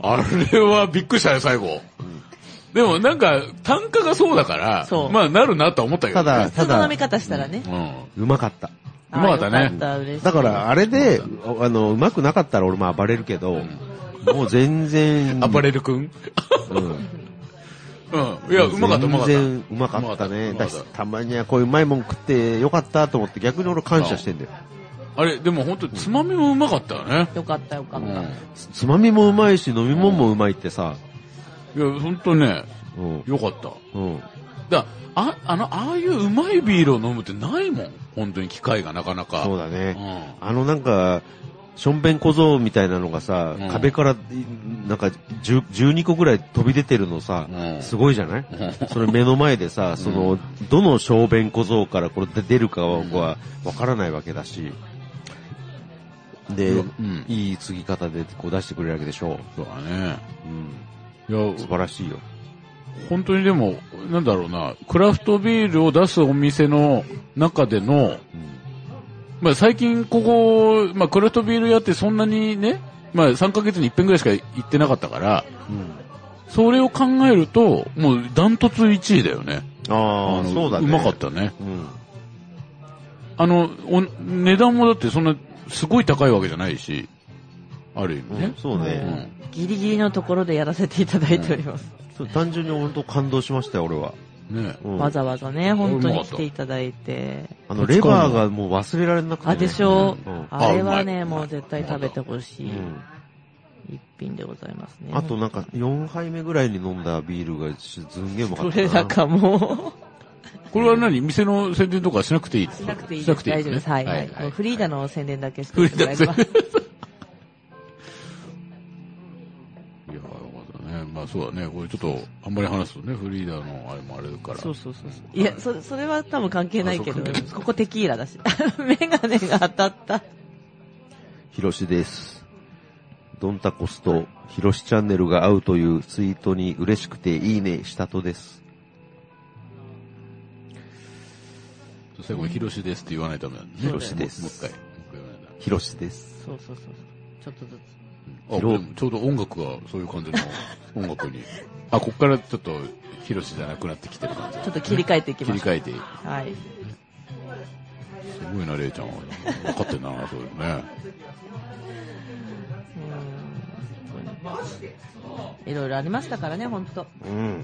Speaker 2: あれはびっくりしたよ、最後。でもなんか、単価がそうだから
Speaker 1: そ、う
Speaker 2: まあなるなとは思ったけど
Speaker 3: た
Speaker 2: ね。
Speaker 3: だ、
Speaker 1: 普
Speaker 3: た
Speaker 1: 通の飲
Speaker 3: だ
Speaker 1: み、方したらね。
Speaker 2: うん。
Speaker 3: うまかった。
Speaker 2: うまかったね
Speaker 1: あーよった嬉しい
Speaker 3: だから、あれで、あの、うまくなかったら俺も暴れるけど、もう全然、
Speaker 2: 暴れる君
Speaker 3: う
Speaker 2: う
Speaker 3: ん
Speaker 2: ん。いや、うまかった、うまかった。
Speaker 3: 全然うまかったね。
Speaker 2: うまか
Speaker 3: だ
Speaker 2: った
Speaker 3: し、たまにはこういううまいもん食ってよかったと思って逆に俺感謝してんだよ。
Speaker 2: あれ、でも本当つまみもうまかったよね。
Speaker 1: よかったよかっ
Speaker 2: うん。い
Speaker 1: た。
Speaker 3: つつまみもうまいし、飲み物もうまいってさ、
Speaker 2: や、本当ね、
Speaker 3: うん。
Speaker 2: よかった。
Speaker 3: うん。
Speaker 2: だあ、あの、ああいううまいビールを飲むってないもん。本当に機会がなかなか。
Speaker 3: そうだね。
Speaker 2: うん。
Speaker 3: あのなんか、しょんべん小僧みたいなのがさ、
Speaker 2: うん
Speaker 3: 壁から、いなんか、10 12個ぐらい飛び出てるのさ、
Speaker 2: うん
Speaker 3: すごいじゃないそれ目の前でさ、その、どの小便小僧からこれで出るかはわからないわけだし、で、
Speaker 2: うん
Speaker 3: いい継ぎ方でこう出してくれるわけでしょ
Speaker 2: そうだね。
Speaker 3: う。うん、
Speaker 2: いや
Speaker 3: 素、晴らしいよ。
Speaker 2: 本当にでも、なんだろうな、クラフトビールを出すお店の中での、まあ最近ここ、まあクラフトビール屋ってそんなにね、まあ3ヶ月に1遍ぐらいしか行ってなかったから、
Speaker 3: うん
Speaker 2: それを考えると、もうダントツ1位だよね。
Speaker 3: ああ、
Speaker 2: の
Speaker 3: そうだね。
Speaker 2: うまかっ。たね。
Speaker 3: うん。
Speaker 2: あの、お値段もだってそんな、すごい高いわけじゃないし、ある意味
Speaker 3: うん
Speaker 2: ね。
Speaker 3: そう
Speaker 2: う
Speaker 3: ね。
Speaker 2: ん。
Speaker 1: ギリギリのところでやらせていただいております。
Speaker 3: そう単純に本当感動しましたよ、俺は。
Speaker 2: ね
Speaker 3: うん
Speaker 1: わざわざね、本当に来ていただいて。
Speaker 3: あの、レバーがもう忘れられなくて、ね。
Speaker 1: あ、でしょう
Speaker 3: うん。
Speaker 1: あれは
Speaker 2: あうまい
Speaker 1: ね、もう絶対食べてほし
Speaker 3: う
Speaker 1: い
Speaker 3: ん
Speaker 1: 一品でございますね。
Speaker 3: あと、なんか4杯目ぐらいに飲んだビールがすんげえうまか
Speaker 1: そ
Speaker 3: ったな。
Speaker 1: れだかも
Speaker 2: これは何店の宣伝とかしなくていいで
Speaker 1: う、
Speaker 2: す
Speaker 1: し
Speaker 2: か
Speaker 1: なくていい
Speaker 2: しな
Speaker 1: で
Speaker 2: く
Speaker 1: す。
Speaker 2: ていいで
Speaker 1: 大丈夫で
Speaker 2: すね
Speaker 1: す。はいはい。もうフリーダの宣伝だけしていただければ
Speaker 2: フリーいや、なるほどね。まあそうだね。これちょっと、あんまり話すとね、フリーダーのあれもあれだから。
Speaker 1: そうそうそうそう。いや、そ、それは多分関係ないけ
Speaker 2: あそう
Speaker 1: ど
Speaker 2: 関係ない、
Speaker 1: ここテキーラだし。 [LAUGHS] メガネが当たった。
Speaker 3: ひろしです。ドンタコスとひろしチャンネルが合うというツイートに嬉しくていいねしたとです。
Speaker 2: 最後に、ヒロシですって言わないためなんでね。
Speaker 1: ヒロシ
Speaker 3: です
Speaker 2: もう一回。もう
Speaker 3: ひろしです。
Speaker 1: そうそうそう。ちょっとずつ。
Speaker 2: 一回言わないとあ、でもちょうど音楽が、そういう感じの音楽に。あ、こっからちょっと、ヒロシじゃなくなってきてる感じ。
Speaker 1: ちょっと切り替えていき
Speaker 2: 切
Speaker 1: ま
Speaker 2: り
Speaker 1: しょう。
Speaker 2: 替えて、す
Speaker 1: はい。
Speaker 2: ごいな、レイちゃんは。分かってんな、そういうのね。
Speaker 1: いろいろありましたからね、本当。
Speaker 3: うん。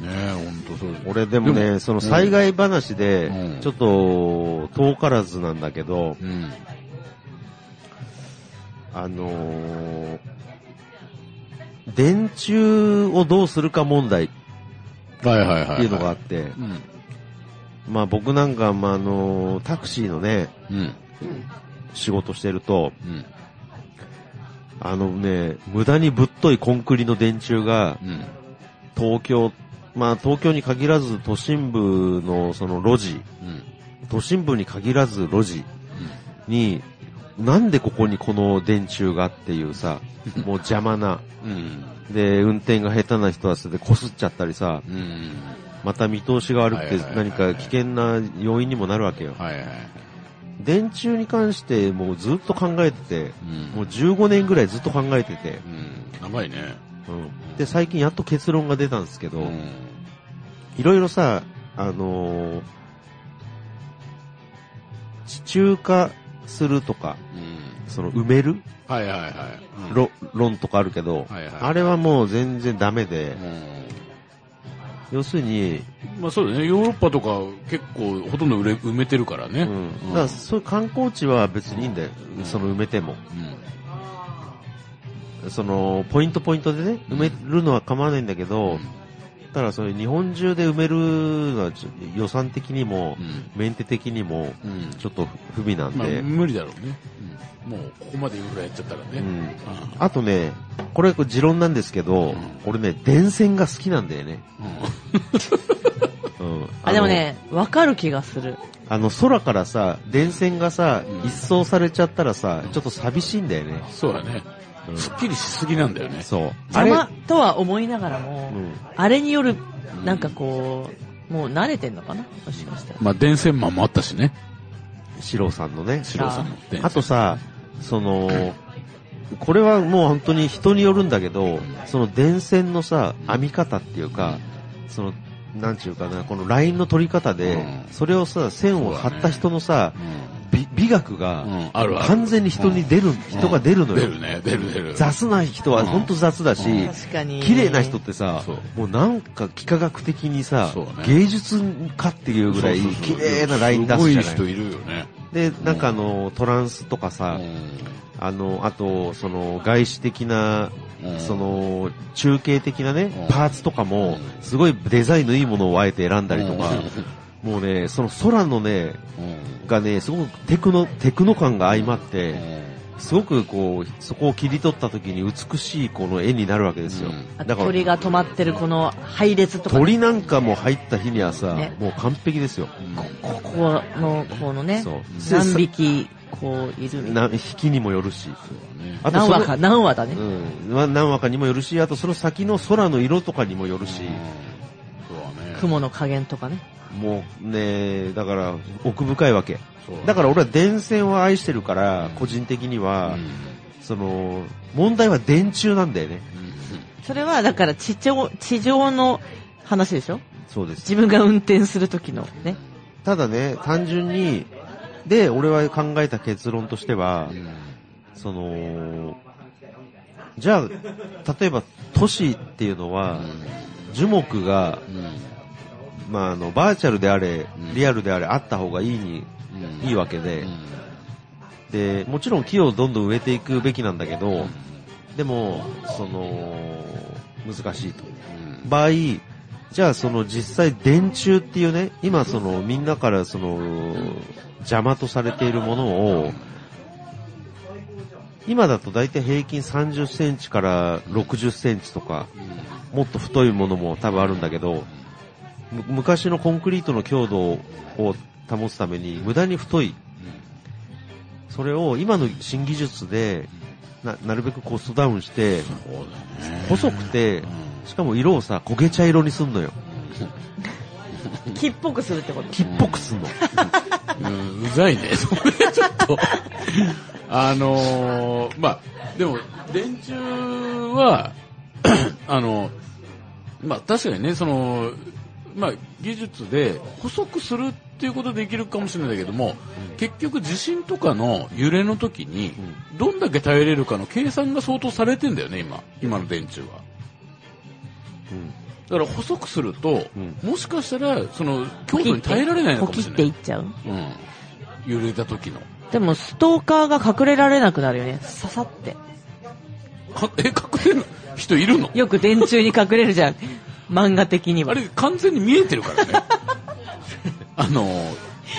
Speaker 2: ねえ、ほんとそうです。
Speaker 3: 俺でも
Speaker 2: で
Speaker 3: ね、その災害話
Speaker 2: う
Speaker 3: で
Speaker 2: ん、
Speaker 3: ちょっと遠からずなんだけど、
Speaker 2: うん。
Speaker 3: あのー電柱をどうするか問題っ
Speaker 2: はいはいはい、はい。
Speaker 3: ていうのがあって、
Speaker 2: うん。
Speaker 3: まあ僕なんか、まああのータクシーのね、
Speaker 2: うん。
Speaker 3: 仕事してると、
Speaker 2: うん。
Speaker 3: あのね、無駄にぶっといコンクリの電柱が、
Speaker 2: うん。
Speaker 3: 東京、まあ東京に限らず都心部のその路地、
Speaker 2: うん。
Speaker 3: 都心部に限らず路地に、なんでここにこの電柱がってい
Speaker 2: [LAUGHS]
Speaker 3: うさ、もう邪魔な。
Speaker 2: うん。
Speaker 3: で、運転が下手な人はそれで擦っちゃったりさ、
Speaker 2: うん。
Speaker 3: また見通しが悪くて
Speaker 2: はいはいはい
Speaker 3: 何か危険な要因にもなるわけよ。
Speaker 2: はいはい。
Speaker 3: 電柱に関してもうずっと考えてて、
Speaker 2: うん。
Speaker 3: もう15年ぐらいずっと考えてて、
Speaker 2: うん。長いね。
Speaker 3: うんで、最近やっと結論が出たんですけ
Speaker 2: う
Speaker 3: ど、
Speaker 2: ん。
Speaker 3: いろいろさ、あのー地中化するとか、
Speaker 2: うん。
Speaker 3: その埋める
Speaker 2: はいはいはい。うん
Speaker 3: ろ論とかあるけど、
Speaker 2: はいはい
Speaker 3: あれはもう全然ダメで、
Speaker 2: う
Speaker 3: 要するに、
Speaker 2: ん。まあそうだね。ヨーロッパとか結構ほとんど埋れ埋めてるからね。
Speaker 3: う
Speaker 2: うん。
Speaker 3: ん、だからそういう観光地は別にいいんだよ、
Speaker 2: うん
Speaker 3: その埋めても。その、ポイントポイントでね、埋めるのは構わないんだけど、ただそういう日本中で埋めるのはちょ予算的にも
Speaker 2: う、ん。
Speaker 3: メンテ的にも、
Speaker 2: うん。
Speaker 3: ちょっと不備なん
Speaker 2: まあ
Speaker 3: で、
Speaker 2: 無理だろうね。うん。もうここまでインフラやっちゃったからね。
Speaker 3: うん
Speaker 2: あ
Speaker 3: あとね、これ、持論なんですけど、俺ね、電線が好きなんだよね。うん。
Speaker 1: あ、でもね、わかる気がする。
Speaker 3: あの。あの、空からさ、電線がさ
Speaker 2: うん、
Speaker 3: 一掃されちゃったらさ、ちょっと寂しいんだよね
Speaker 2: うん。そうだね。
Speaker 3: うん
Speaker 2: すっきりしすぎなんだよね。
Speaker 3: そう。あれ、
Speaker 1: 邪魔とは思いながらも、
Speaker 3: うん。
Speaker 1: あれによる、なんかこう、もう慣れてんのかなもしかしたら。
Speaker 2: まあ電線マンもあったしね。
Speaker 3: シロさんのね。
Speaker 2: シロさんの電線。
Speaker 3: あとさ、その、これはもう本当に人によるんだけど、その電線のさ、編み方っていうか、その、なんちゅうかな、このラインの取り方で、
Speaker 2: うん
Speaker 3: それをさ、線を張った人のさ、美美学が、
Speaker 2: うん、うん、あるある。
Speaker 3: 完全に人に出る、人が出るの
Speaker 2: 出
Speaker 3: よ。
Speaker 2: るね、出る出る。
Speaker 3: 雑な人は本当雑だし、
Speaker 2: うん
Speaker 1: 確かに。
Speaker 3: 綺麗な人ってさ
Speaker 2: そう、
Speaker 3: もうなんか幾何学的にさ
Speaker 2: そうだ、ね
Speaker 3: 芸術かっていうぐらい
Speaker 2: そうそうそ
Speaker 3: 綺
Speaker 2: う
Speaker 3: 麗なライン出すじゃ
Speaker 2: す
Speaker 3: な
Speaker 2: ご
Speaker 3: い。
Speaker 2: い人いるよね。
Speaker 3: で、なんかあの、トランスとかさ、あの、あと、その、外資的な、
Speaker 2: うん
Speaker 3: そ、の、中継的な
Speaker 2: う
Speaker 3: ね
Speaker 2: ん、
Speaker 3: パーツとかも、すごいデザインのいいものをあえて選んだりとか、もうね、その空のね、
Speaker 2: うん、
Speaker 3: がね、すごくテクノ、テクノ感が相まって、
Speaker 2: です
Speaker 3: ごくこう、そこを切り取った時に美しいこの絵になるわけですよ。
Speaker 1: あ
Speaker 3: だ
Speaker 1: と
Speaker 3: から、
Speaker 1: 鳥が止まってるこの配列とか、
Speaker 3: 鳥なんかも入った日にはさ、
Speaker 1: ね
Speaker 3: もう完璧ですよ。
Speaker 1: ここの、このね
Speaker 3: そう、
Speaker 1: 何匹、こう、いるみたい
Speaker 3: な、引きにもよるし。あ
Speaker 1: な。何
Speaker 3: その
Speaker 1: 羽か、何羽だね
Speaker 3: う。ん、まあ何話かにもよるし、あとその先の空の色とかにもよるし、
Speaker 2: そうだね。
Speaker 1: 雲の加減とかね。
Speaker 3: もうね、だから奥深いわけ。
Speaker 2: そう
Speaker 3: だから俺は電線を愛してるから、個人的には、
Speaker 2: うん
Speaker 3: その、問題は電柱なんだよね。
Speaker 1: それはだから地上、地上の話でしょ
Speaker 3: そうです。
Speaker 1: 自分が運転する時のね。
Speaker 3: ただね、単純に、で、俺は考えた結論としては、
Speaker 2: うん
Speaker 3: その、じゃあ、例えば都市っていうのは、樹木が、
Speaker 2: うんうん
Speaker 3: まあ、あの、バーチャルであれ
Speaker 2: ん、
Speaker 3: リアルであれ、あった方がいいに、
Speaker 2: うん
Speaker 3: いいわけで
Speaker 2: うん、
Speaker 3: で、もちろん木をどんどん植えていくべきなんだけど、でも、その、難しいと。場合、じゃあその実際電柱っていうね、今そのみんなからその、邪魔とされているものを、今だと大体平均30センチから60センチとか、もっと太いものも多分あるんだけど、む昔のコンクリートの強度を保つために無駄に太い。それを今の新技術で、な、なるべくコストダウンして、
Speaker 2: そうだね。
Speaker 3: 細くて、しかも色をさ、焦げ茶色にすんのよ。
Speaker 1: 木っぽくするってこと。
Speaker 3: 木っぽくすんの。
Speaker 2: うんうざいね、 [LAUGHS] それちょっと。あのー、まあ、でも、電柱は、 [CLEARS THROAT] あの、まあ、確かにね、その、まあ、技術で細くするっていうことできるかもしれないけども、結局地震とかの揺れの時に、どんだけ耐えれるかの計算が相当されてんだよね、今。今の電柱は。
Speaker 3: うん
Speaker 2: から細くすると、
Speaker 3: うん
Speaker 2: もしかしたら、その、強度に耐えられないの
Speaker 1: ポ
Speaker 2: かも
Speaker 1: キ
Speaker 2: し
Speaker 1: っ
Speaker 2: れ
Speaker 1: て
Speaker 2: ない
Speaker 1: っ。ちゃう。
Speaker 2: うん。揺れた時の。
Speaker 1: でも、ストーカーが隠れられなくなるよね。刺さって。
Speaker 2: かえ、隠れる人いるの
Speaker 1: よく電柱に隠れる
Speaker 2: [LAUGHS]
Speaker 1: じゃん。漫画的には。
Speaker 2: あれ、完全に見えて
Speaker 1: [LAUGHS]
Speaker 2: るからね。あの、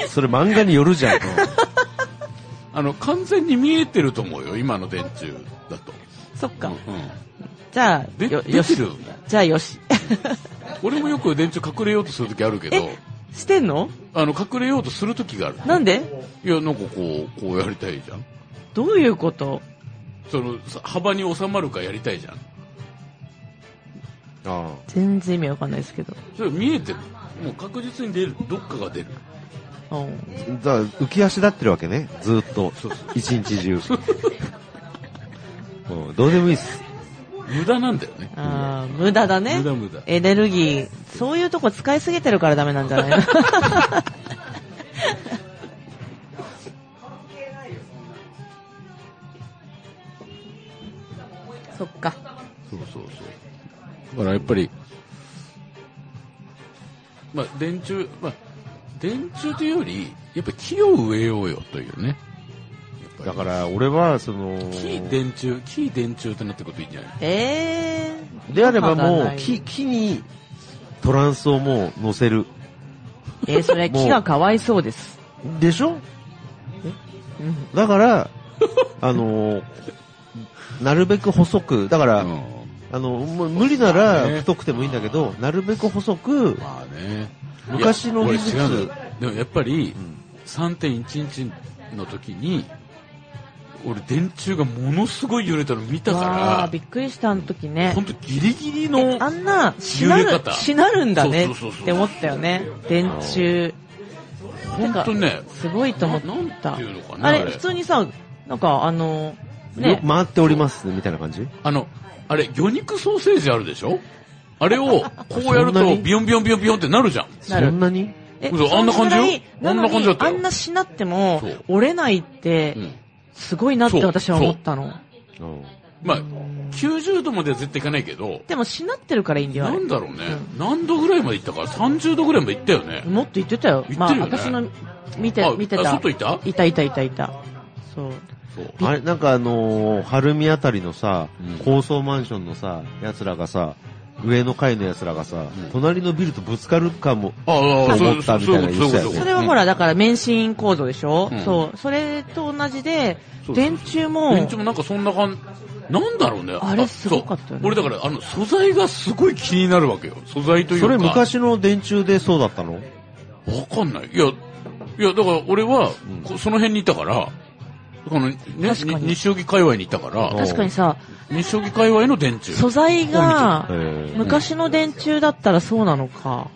Speaker 3: それ漫画によるじゃん。
Speaker 2: あの、完全に見えてると思うよ、今の電柱だと。
Speaker 1: そっか。
Speaker 2: うんうん
Speaker 1: じゃあ、
Speaker 2: で
Speaker 1: よ、
Speaker 2: 出
Speaker 1: よ
Speaker 2: て
Speaker 1: し
Speaker 2: る。
Speaker 1: じゃあよし。 [LAUGHS]
Speaker 2: 俺もよく電柱隠れようとするときあるけど
Speaker 1: え、してんの
Speaker 2: あの、隠れようとするときがある。
Speaker 1: なんで
Speaker 2: いや、なんかこう、こうやりたいじゃん。
Speaker 1: どういうこと
Speaker 2: その、さ幅に収まるかやりたいじゃん。
Speaker 3: あ
Speaker 1: 全然意味わかんないですけど。
Speaker 2: それ見えてる。もう確実に出る。どっかが出る。
Speaker 1: うん
Speaker 3: あ。だから浮き足立ってるわけね。ずーっと。一日中。うんどうでもいいっす。
Speaker 2: 無駄なんだよね。
Speaker 1: あー無駄だね
Speaker 2: 無。駄無駄。
Speaker 1: エネルギー、そういうとこ使いすぎてるからダメなんじゃないの [LAUGHS] そっか。
Speaker 2: そうそうそう。だからやっぱり、まあ電柱、まあ電柱というより、やっぱ木を植えようよというね。
Speaker 3: だから俺は、その、
Speaker 2: 木、電柱、木、電柱ってなってくるといいんじゃない
Speaker 1: ええー。
Speaker 3: であれば
Speaker 1: 歯が
Speaker 3: も
Speaker 1: な
Speaker 3: う
Speaker 1: い
Speaker 3: 木、木にトランスをもう乗せる。
Speaker 1: えーそ
Speaker 2: [LAUGHS]
Speaker 1: れ木がかわいそうです。
Speaker 3: でしょ
Speaker 1: うん
Speaker 3: だから、 [LAUGHS] あのーなるべく細く、だから、
Speaker 2: うん
Speaker 3: あの、もう無理なら
Speaker 2: ね
Speaker 3: 太くてもいいんだけど、なるべく細く、
Speaker 2: まあね。
Speaker 3: 昔の
Speaker 2: いや
Speaker 3: 技術
Speaker 2: 俺違うんだよでもやっぱり、3.11の時に、俺電柱がものすごい揺れたの見た
Speaker 1: わあ
Speaker 2: か
Speaker 1: びっくりしたあの時
Speaker 2: ら、
Speaker 1: ね
Speaker 2: ほ。んとギリギリ
Speaker 1: え
Speaker 2: の、
Speaker 1: あんな、しな
Speaker 2: 揺れ
Speaker 1: る
Speaker 2: 方、
Speaker 1: しなるんだね
Speaker 2: そうそうそうそう
Speaker 1: って思ったよね。電柱。
Speaker 2: ほんとね、
Speaker 1: すごいと思っ
Speaker 2: ななん
Speaker 1: た
Speaker 2: ていうのか。な
Speaker 1: あ
Speaker 2: あ
Speaker 1: れ、
Speaker 2: れ
Speaker 1: 普通にさ、なんかあの、
Speaker 3: よ
Speaker 1: ね、
Speaker 3: 回っておりますね、みたいな感じ
Speaker 2: あの、あれ、魚肉ソーセージあるでしょあ
Speaker 1: [LAUGHS]
Speaker 2: れを、こうやる
Speaker 3: そんな
Speaker 2: と、
Speaker 3: に
Speaker 2: ビヨンビヨンビヨンビヨンってなるじゃん。
Speaker 1: な
Speaker 3: そ
Speaker 1: る
Speaker 3: んなに
Speaker 1: え
Speaker 2: 嘘
Speaker 1: そ
Speaker 2: あんな感じよ
Speaker 1: ぐらい
Speaker 2: あんな感じだったよ
Speaker 1: なのにあんなしなっても
Speaker 2: そう、
Speaker 1: 折れないって
Speaker 2: う、ん。
Speaker 1: すごいなって
Speaker 2: そう
Speaker 1: 私は思ったの。
Speaker 3: うん
Speaker 2: まあ、90度までは絶対いかないけど、
Speaker 1: でもしなってるからいいんだよ、あ
Speaker 2: な
Speaker 1: れ
Speaker 2: んだろうね。何度ぐらいまで行ったか ?30 度ぐらいまで行ったよね。
Speaker 1: もっと言ってたよ。
Speaker 2: 言
Speaker 1: ま
Speaker 2: っ
Speaker 1: あ
Speaker 2: てるよね
Speaker 1: 私の見て
Speaker 2: あ、
Speaker 1: 見て
Speaker 2: あ
Speaker 1: た。
Speaker 2: 外いた
Speaker 1: いたいたいたいた。そう。
Speaker 2: そう。
Speaker 3: あれ、なんかあのー、晴海あたりのさ、
Speaker 2: うん
Speaker 3: 高層マンションのさ、奴らがさ、上の階の奴らがさ、
Speaker 2: うん
Speaker 3: 隣のビルとぶつかるかも、
Speaker 2: ああ、そうそうそういうこと、そういうこと。
Speaker 1: それはほら、だから免震構造でしょ、
Speaker 2: うん
Speaker 1: そう。それと同じで、
Speaker 2: そうそうそう
Speaker 1: 電柱も、
Speaker 2: 電柱もなんかそんな感じ、なんだろうね。
Speaker 1: あれすごかったよね
Speaker 2: そう俺だから、あの、素材がすごい気になるわけよ。素材というか。
Speaker 3: それ昔の電柱でそうだったの
Speaker 2: わかんない。いや、いや、だから俺は、こその辺にいたから、このね、
Speaker 1: 確かに
Speaker 2: に西荻界隈にいたから、
Speaker 1: 確かにさ、
Speaker 2: 西荻界隈の電柱。
Speaker 1: 素材が、
Speaker 3: え
Speaker 1: 昔の電柱だったらそうなのか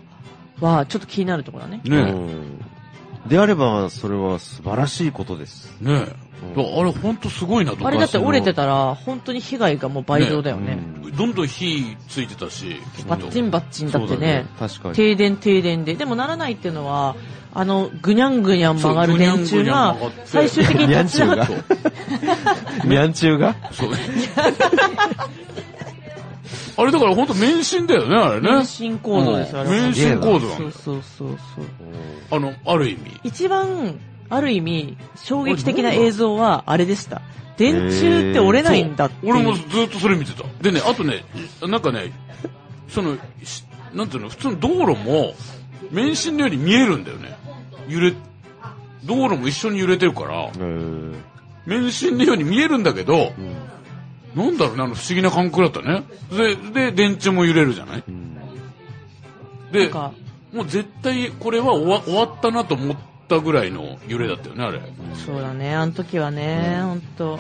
Speaker 1: は、ちょっと気になるところだね。
Speaker 3: え
Speaker 2: ね
Speaker 3: であれば、それは素晴らしいことです。
Speaker 2: え、ねえ。だからあれほんとすごいなと
Speaker 1: あれだって折れてたら、本当に被害がもう倍増だよね。
Speaker 2: どんどん火ついてたし、きっと
Speaker 1: バッチンバッチンだって
Speaker 3: そう
Speaker 1: ね、
Speaker 3: 確かに。
Speaker 1: 停電停電で。でもならないっていうのは、あの、ぐにゃんぐにゃん曲がる電柱が
Speaker 2: そうぐにゃんぐにゃん曲が
Speaker 1: 最終的に立ち上が
Speaker 2: っ、て
Speaker 3: [LAUGHS]
Speaker 1: っ
Speaker 2: そう
Speaker 3: ニャン中が
Speaker 2: そう。あれだからほんと免震だよね、あれ
Speaker 1: て、
Speaker 2: ね
Speaker 1: 免。震構造ですよ、あれは
Speaker 2: 免震構造な
Speaker 1: そ
Speaker 2: ん
Speaker 1: う
Speaker 2: だ
Speaker 1: そうそうそう。
Speaker 2: あの、ある意味。
Speaker 1: 一番、ある意味、衝撃的な映像は、あれでした。電柱って折れないんだっていう。
Speaker 2: 俺もずっとそれ見てた。でね、あとね、なんかね、その、しなんていうの、普通の道路も、免震のように見えるんだよね。揺れ、道路も一緒に揺れてるから、
Speaker 3: えー
Speaker 2: 免震のように見えるんだけど、
Speaker 3: うん
Speaker 2: なんだろうね、あの不思議な感覚だったね。で、で、電柱も揺れるじゃない
Speaker 3: うん
Speaker 1: な
Speaker 2: で
Speaker 1: ん、か、
Speaker 2: もう絶対これは終わ終わったなと思ったぐらいの揺れだったよね、あれ。
Speaker 1: そうだね、あの時はね、ほんと、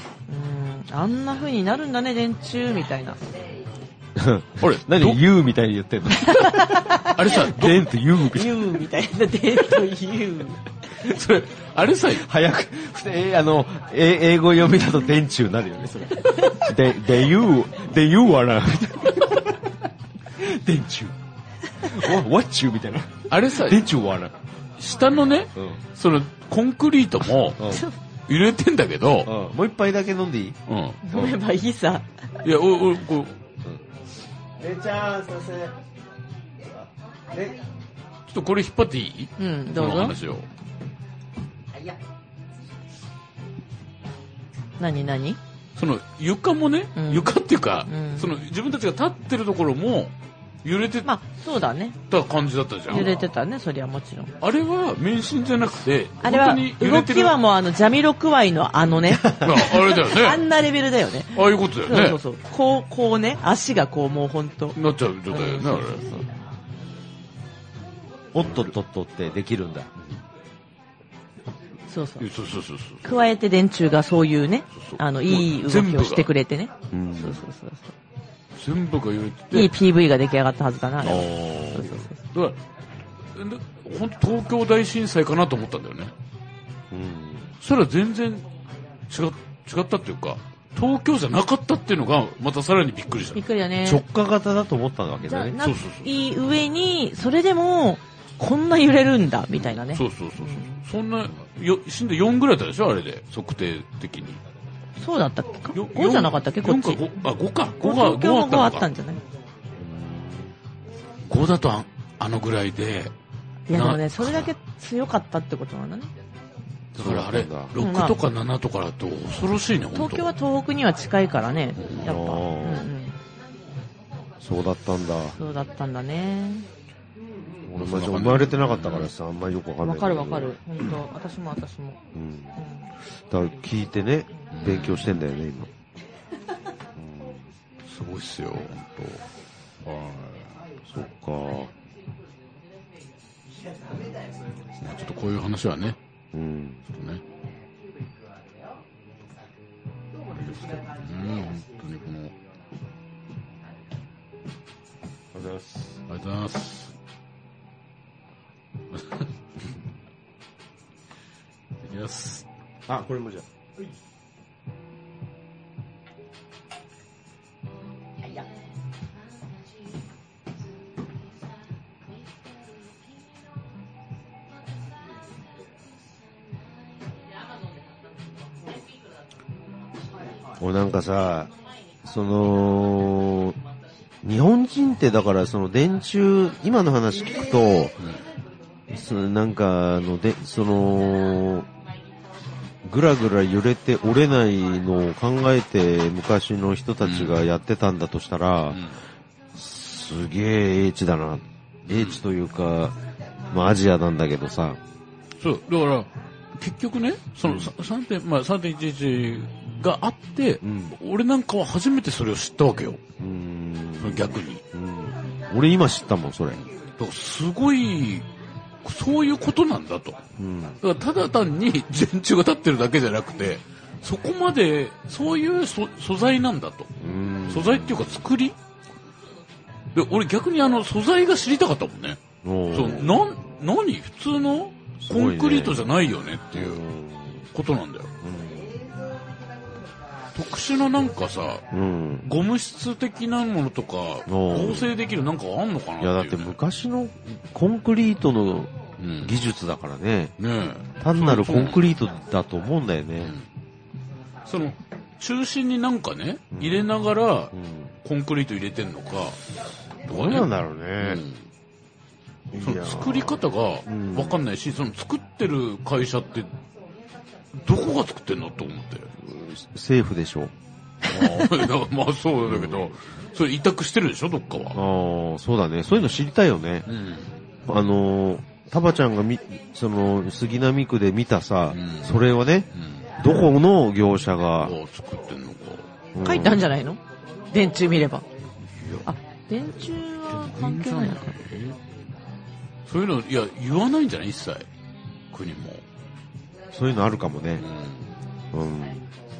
Speaker 1: うん、あんな風になるんだね、電柱、みたいな。
Speaker 2: あれ、ど
Speaker 3: 何言うみたいに言ってんの
Speaker 2: あれさ、ど
Speaker 3: 電って言うみたいな。
Speaker 1: ユーみたいな、デートユ
Speaker 2: [LAUGHS]
Speaker 1: ー。
Speaker 2: それ、あれさ、
Speaker 3: 早く、えーあの、え英語読みだと電柱になるよね、それ。で、で言う、で言うわな、みたいな。 [LAUGHS] 電柱。わ、わっちゅうみたいな。
Speaker 2: あれさ、
Speaker 3: 電柱わな。
Speaker 2: 下のね、
Speaker 3: うん。うん。
Speaker 2: その、コンクリートも揺れてんだけど、
Speaker 3: うんもう一杯だけ飲んでいい
Speaker 2: うん。
Speaker 1: 飲めばいいさ。
Speaker 2: いや、お、お、こう、
Speaker 3: 姉ちゃん、すいません。
Speaker 2: ちょっとこれ引っ張っていい
Speaker 1: うん、どう
Speaker 2: この
Speaker 1: ぞ。
Speaker 2: 話を。
Speaker 1: 何何
Speaker 2: その床もね、
Speaker 1: うん
Speaker 2: 床っていうか、
Speaker 1: うん
Speaker 2: その自分たちが立ってるところも揺れて
Speaker 1: まあ、そうだね。
Speaker 2: た感じだったじゃん。
Speaker 1: 揺れてたね、そりゃもちろん。
Speaker 2: あれは免震じゃなくて、
Speaker 1: あれは、
Speaker 2: 本当に揺れ
Speaker 1: 動
Speaker 2: て
Speaker 1: き
Speaker 2: る。
Speaker 1: はもうあの、ジャミロクワイのあの
Speaker 2: [LAUGHS]
Speaker 1: ね、
Speaker 2: ああれだよね。
Speaker 1: あんなレベルだよね。
Speaker 2: ああいうことだよ
Speaker 1: そう
Speaker 2: ね。
Speaker 1: そうそう。こう、こうね、足がこうもうほんと。
Speaker 2: なっちゃう状態だよね、あれ。
Speaker 3: おっとっとっとってできるんだ。
Speaker 1: そうそう。
Speaker 2: そうそうそうそう。
Speaker 1: 加えて電柱がそういうね
Speaker 2: そうそう、
Speaker 1: あの、いい動
Speaker 2: 全部
Speaker 1: き
Speaker 2: が
Speaker 1: をしてくれてね。
Speaker 3: うん
Speaker 1: そうそうそうそう。
Speaker 2: 全部が揺れてて。
Speaker 1: いい PV が出来上がったはずだな、あ
Speaker 2: あ
Speaker 1: れはそう
Speaker 2: ー
Speaker 1: そうそう
Speaker 2: だから、で本当東京大震災かなと思ったんだよね。
Speaker 3: うん
Speaker 2: それは全然違違ったっていうか、東京じゃなかったっていうのが、またさらにびっくりし。
Speaker 1: びったくりだね。
Speaker 3: 直下型だと思ったわけ
Speaker 1: じ
Speaker 3: だ
Speaker 1: ゃ
Speaker 3: ね。
Speaker 1: な
Speaker 2: そうそうそう
Speaker 1: い上に、それでも、こんな揺れるんだ、みたいなね。
Speaker 2: そうそうそうそう。そんな、よ死んで4ぐらいだったでしょあれで、測定的に。
Speaker 1: そうだったっけか
Speaker 2: よ
Speaker 1: ?5 じゃなかったっけこっ
Speaker 2: 四
Speaker 1: ち。
Speaker 2: か五あ、5か。5が、
Speaker 1: 東京も
Speaker 2: 5
Speaker 1: 5
Speaker 2: あ
Speaker 1: あ
Speaker 2: っ
Speaker 1: ったた
Speaker 2: の
Speaker 1: んじ
Speaker 2: か。
Speaker 1: ゃない
Speaker 2: 5だとああのぐらいで、
Speaker 1: いやでも
Speaker 2: な
Speaker 1: ね、それだけ強かったってことなんだね。
Speaker 2: だからあれ、
Speaker 3: そうなんだ
Speaker 2: 6とか7とかだと恐ろしいね、本当
Speaker 1: 東京は東北には近いからね、やっぱ。
Speaker 3: あ
Speaker 1: うん
Speaker 3: ー
Speaker 1: うん。
Speaker 3: そうだったんだ。
Speaker 1: そうだったんだね。
Speaker 3: 俺まあ生まれてなかったからさ、あんまりよくわかんな
Speaker 1: わ
Speaker 3: い。
Speaker 1: かるわかる。。本当私も私も。
Speaker 3: うん。だか
Speaker 1: うん
Speaker 3: ら聞いてね、勉強してんだよね、今。
Speaker 2: すごいっすよ、本当はい。
Speaker 3: そっか。
Speaker 2: まあちょっとこういう話はね、
Speaker 3: うん。
Speaker 2: ちょっとね。あれですけどね、本当にこの、
Speaker 3: ありがとうございます。
Speaker 2: ありがとうございます。いきます。
Speaker 3: あ、これもじゃ俺なんかさ、その、日本人ってだからその電柱、今の話聞くと、そのなんかあの、で、その、ぐらぐら揺れて折れないのを考えて昔の人たちがやってたんだとしたら、すげえ英知だな。英知というか、まあアジアなんだけどさ、
Speaker 2: そう、だから、結局ね、そのさ3点、まあ3.11があって、
Speaker 3: ん
Speaker 2: 俺なんかは初めてそれを知ったわけよ。
Speaker 3: うーん、
Speaker 2: 逆に。
Speaker 3: うん俺今知ったもん、それ。
Speaker 2: だからすごい、そういうことなんだと。
Speaker 3: うん。
Speaker 2: だからただ単に電柱が立ってるだけじゃなくて、そこまで、そういう素素材なんだと。
Speaker 3: うん。
Speaker 2: 素材っていうか作りで、俺逆にあの素材が知りたかったもんね。
Speaker 3: おー
Speaker 2: そう、なん、何普通の
Speaker 3: す
Speaker 2: コ
Speaker 3: ごいね
Speaker 2: ンクリートじゃないよねっていうことなんだよ。特殊ななんかさ、
Speaker 3: うん。
Speaker 2: ゴム質的なものとか、
Speaker 3: おー
Speaker 2: 合成できるなんかあんのかなっていう、ね。
Speaker 3: いやだって昔のコンクリートの
Speaker 2: うん
Speaker 3: 技術だからね、
Speaker 2: ねえ
Speaker 3: 単なるコンク
Speaker 2: リ
Speaker 3: リートだと思うんだよね。
Speaker 2: その、中心になんかね、入れながら
Speaker 3: う、ん。
Speaker 2: コンクリート入れてんのか、
Speaker 3: どうなんだろうね
Speaker 2: う。んそ
Speaker 3: いや
Speaker 2: の作り方がわかんないし、その作ってる会社って、どこが作ってんのと思 [LAUGHS] って。
Speaker 3: 政府でしょ。
Speaker 2: だからまあそうだけど、それ委託してるでしょ、どっかは。
Speaker 3: ああ、そうだね。そういうの知りたいよね。
Speaker 2: うん。
Speaker 3: あのー、タバちゃんがみ、その、杉並区で見たさ、
Speaker 2: うん
Speaker 3: それをね、
Speaker 2: うん。
Speaker 3: どこの業者が、
Speaker 2: あ作ってんのか。
Speaker 3: うん
Speaker 1: 書いてあるんじゃないの電柱見れば。あ、電柱は関係ないのか。
Speaker 2: そういうの、いや、言わないんじゃない一切。国も。
Speaker 3: そういうのあるかもね
Speaker 2: う。ん。
Speaker 3: うん。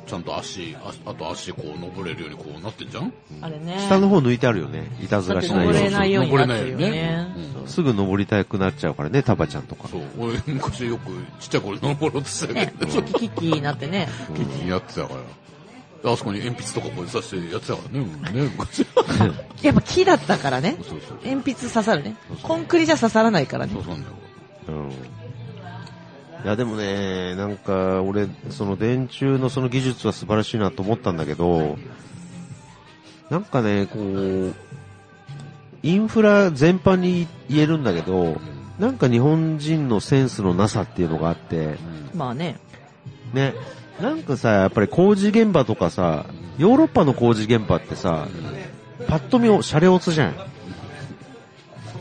Speaker 2: ちゃんと足、ああと足こう登れるようにこうなってんじゃん
Speaker 1: あれね。
Speaker 3: 下の方抜いてあるよね。いたずらしないよう
Speaker 1: 登れ
Speaker 3: に。
Speaker 1: ないようになってるよ
Speaker 2: 登れないよ
Speaker 1: ね
Speaker 2: ねうん。
Speaker 1: そう
Speaker 3: すぐ登りたくなっちゃうからね、タバちゃんとか。
Speaker 2: そう。俺、昔よくちっちゃい頃登ろうとしてた
Speaker 1: ね
Speaker 2: けど、、
Speaker 1: キキキになってね。
Speaker 2: 気にやってたから。あそこに鉛筆とかこう刺してやってた
Speaker 3: [LAUGHS]
Speaker 2: からね、うんね、昔。
Speaker 1: やっぱ木だったからね。
Speaker 2: そうそう。
Speaker 3: [LAUGHS]
Speaker 1: 鉛筆刺さるね
Speaker 2: そう。そう
Speaker 1: コンクリじゃ刺さらないからね
Speaker 2: そ。うなんだよ。
Speaker 3: うん。いやでもね、なんか俺、その電柱のその技術は素晴らしいなと思ったんだけど、なんかね、こう、インフラ全般に言えるんだけど、なんか日本人のセンスのなさっていうのがあって、
Speaker 1: まあね。
Speaker 3: ね。なんかさ、やっぱり工事現場とかさ、ヨーロッパの工事現場ってさ、パッと見お、シャレオツじゃん。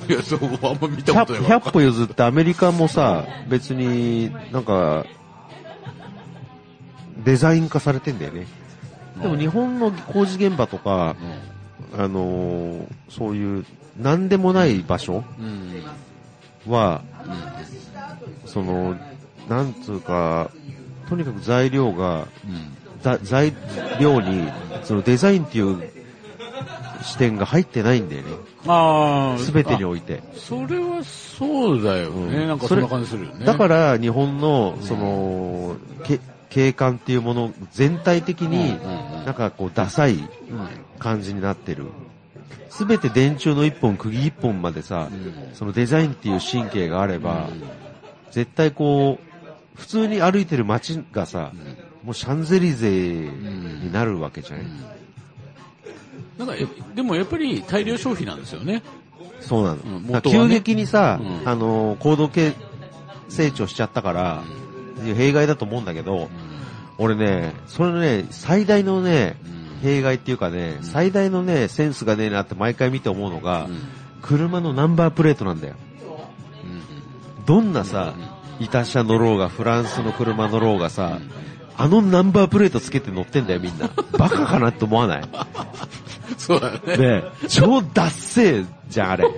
Speaker 2: いや、そう、あんま見たことない
Speaker 3: 100,
Speaker 2: わ。
Speaker 3: 100歩譲ってアメリカもさ、別になんか、デザイン化されてんだよね。でも日本の工事現場とか、あのーそういう何でもない場所
Speaker 2: うん。
Speaker 3: は、その、なんつうか、とにかく材料が、
Speaker 2: うん。
Speaker 3: ざ材料に、そのデザインっていう視点が入ってないんだよね。
Speaker 2: ああ。
Speaker 3: すべてにおいて。
Speaker 2: それはそうだよね。
Speaker 3: うん
Speaker 2: なんかそんな感じするよね。
Speaker 3: だから日本の、その、け景観っていうもの全体的に
Speaker 2: うんうんうん
Speaker 3: なんかこうダサい感じになってる。すべて電柱の一本、釘一本までさ、そのデザインっていう神経があれば、絶対こう、普通に歩いてる街がさ、もうシャンゼリゼになるわけじゃない、
Speaker 2: なんか、えでもやっぱり大量消費なんですよね。
Speaker 3: そうなの。
Speaker 2: ん
Speaker 3: だから
Speaker 2: 元は
Speaker 3: 急
Speaker 2: ね
Speaker 3: 激にさ、
Speaker 2: うん
Speaker 3: あの、高度経成長しちゃったから、弊害だと思うんだけど、俺ね、それのね、最大のね、弊害っていうかね、最大のね、センスがねえなって毎回見て思うのが、車のナンバープレートなんだよ。どんなさ、イタ車乗ろうが、フランスの車乗ろうがさ、あのナンバープレートつけて乗ってんだよみ [LAUGHS] んな。バカかなって思わない
Speaker 2: [LAUGHS] そうだよね。
Speaker 3: ねえ、超ダッセーじゃん、あれ。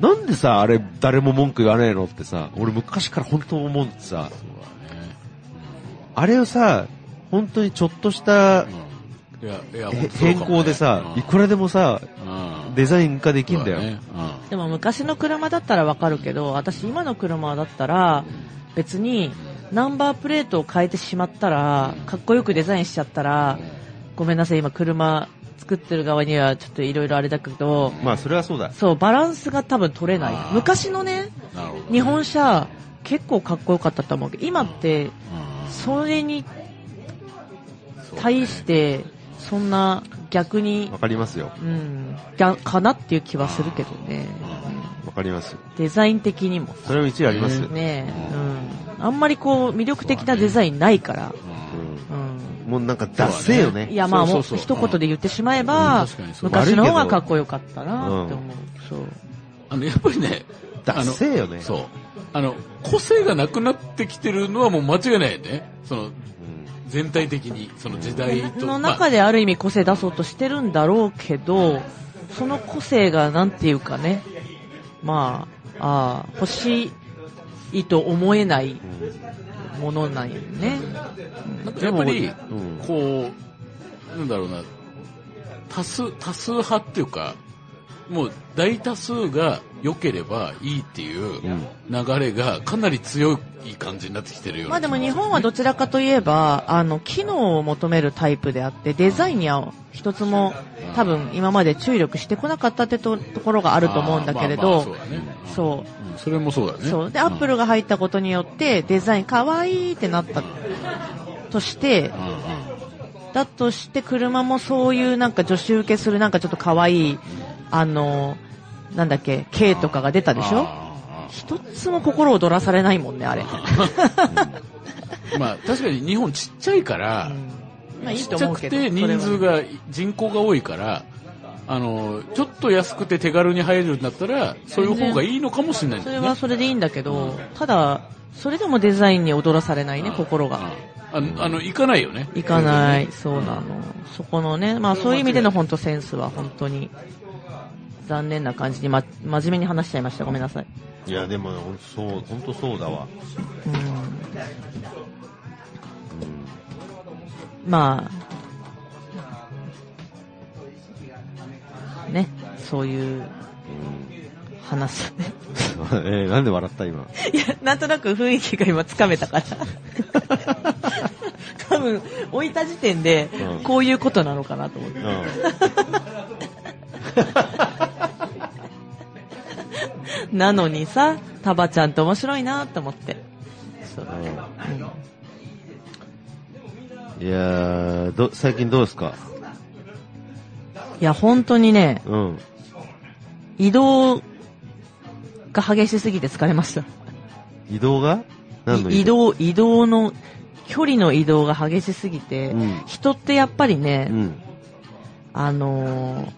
Speaker 3: なんでさ、あれ、誰も文句言わねえのってさ、俺昔から本当思うんでさ、あれをさ、本当にちょっとした
Speaker 2: いや、いや、
Speaker 3: へ変更でさ、いくらでもさ、
Speaker 2: ら
Speaker 3: デザイン化でき
Speaker 2: き
Speaker 3: んだよ。。
Speaker 1: でも昔の車だったらわかるけど、私今の車だったら、別にナンバープレートを変えてしまったら、かっこよくデザインしちゃったら、ごめんなさい、今車作ってる側にはちょっといろいろあれだけど、
Speaker 3: まあ、それはそうだ。
Speaker 1: そう、バランスが多分取れな
Speaker 2: あ
Speaker 1: い。
Speaker 2: ー
Speaker 1: 昔のね、
Speaker 2: なるほど。
Speaker 1: 日本車、結構かっこよかったと思うけど、今って、それに対して、そんな逆に
Speaker 3: わ、かりますよ。
Speaker 1: うん、がかなっていう気はするけどね。
Speaker 3: わかります。
Speaker 1: うんデザイン的にも
Speaker 3: それも一理あります。
Speaker 2: うん
Speaker 1: ねうん。あんまりこう、魅力的なデザインないから。うん。
Speaker 3: うんもうなんかダッセーよね。
Speaker 1: いや、まあ、
Speaker 2: そ
Speaker 1: もう
Speaker 2: うそうそう
Speaker 1: 一言で言ってしまえば
Speaker 2: うん確かに、そう
Speaker 1: 昔の方がかっこよかったなって思う。そう。
Speaker 2: あの、やっぱりね、
Speaker 3: ダッセーよね。
Speaker 2: そう。あの、個性がなくなってきてるのはもう間違いないよね。その、全体的に、その時代と。
Speaker 1: の中である意味個性出そうとしてるんだろうけど、その個性がなんていうかね、まあ、ああ、欲しいと思えないものなんよね。
Speaker 2: なんかやっぱり、
Speaker 3: うん
Speaker 2: こう、なんだろうな、多数、多数派っていうか、もう大多数が良ければいいっていう流れがかなり強い感じになってきてるよね。
Speaker 1: まあでも日本はどちらかといえば、あの、機能を求めるタイプであって、デザインには一つも多分今まで注力してこなかったってとところがあ
Speaker 2: あ
Speaker 1: ると思うんだけれど、
Speaker 2: ーまあまあそうだね。
Speaker 1: そう。
Speaker 2: うんそれもそうだね。
Speaker 1: そう。で、アップルが入ったことによって、デザイン可愛いってなったとして、
Speaker 2: うんうんうん
Speaker 1: だとして車もそういうなんか女子受けするなんかちょっと可愛い、あの、なんだっけ、K とかが出たでしょ
Speaker 2: あ
Speaker 1: 一つも心躍らされないもんね、あれ。
Speaker 2: ーまあ確かに日本ちっちゃいから、
Speaker 1: まあいい
Speaker 2: ち
Speaker 1: と
Speaker 2: っちゃ
Speaker 1: 思う
Speaker 2: く
Speaker 1: けど。
Speaker 2: て人数
Speaker 1: それはね。
Speaker 2: が、人口が多いから、あの、ちょっと安くて手軽に入るんだったら、そういう方がいいのかもしれないん
Speaker 1: そ
Speaker 2: だ
Speaker 1: れ
Speaker 2: よ
Speaker 1: は
Speaker 2: ね。
Speaker 1: それでいいんだけど、ただ、それでもデザインに踊らされないね、心が。
Speaker 2: うんああの、行かないよね。
Speaker 1: いかない、そうなの。そこのね、まあそういう意味での本当センスは本当に残念な感じに、ま、真面目に話しちゃいました。ごめんなさい。
Speaker 3: いや、でも、ほんとそう、ほんとそうだわ。 [LAUGHS]
Speaker 1: うん。まあ、ね、そういう話ね。
Speaker 3: えーなんで笑った今。
Speaker 1: いや、なんとなく雰囲気が今つかめたから。多分、置いた時点で
Speaker 3: うん、
Speaker 1: こういうことなのかなと思って。なのにさ、タバちゃんって面白いなと思って。そう
Speaker 3: いやー、ど、最近どうですか
Speaker 1: いや、本当にね、
Speaker 3: うん。
Speaker 1: 移動が激しすぎて疲れました。
Speaker 3: 移動が何の
Speaker 1: い移動、移動の、距離の移動が激しすぎて、
Speaker 3: うん。
Speaker 1: 人ってやっぱり
Speaker 3: う
Speaker 1: ね、
Speaker 3: ん。
Speaker 1: あのー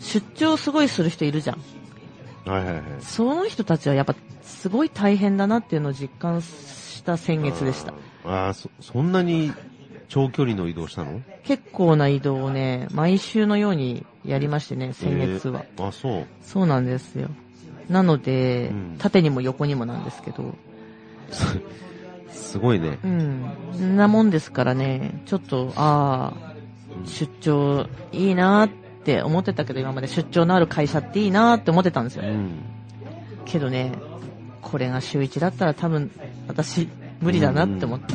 Speaker 1: 出張すごいする人いるじゃん。
Speaker 3: はいはいはい。
Speaker 1: その人たちはやっぱすごい大変だなっていうのを実感した先月でした。
Speaker 3: あー。あーそ、そんなに長距離の移動したの
Speaker 1: 結構な移動をね、毎週のようにやりましてね、先月は。
Speaker 3: あ、そう。
Speaker 1: そうなんですよ。なので、
Speaker 3: うん
Speaker 1: 縦にも横にもなんですけど、
Speaker 3: すすごいね。
Speaker 1: うん。そんなもんですからね、ちょっと、ああ、出張いいなーって思ってたけど、今まで出張のある会社っていいなーって思ってたんですよ。
Speaker 3: うん。
Speaker 1: けどね、これが週1だったら多分、私、無理だなって思った。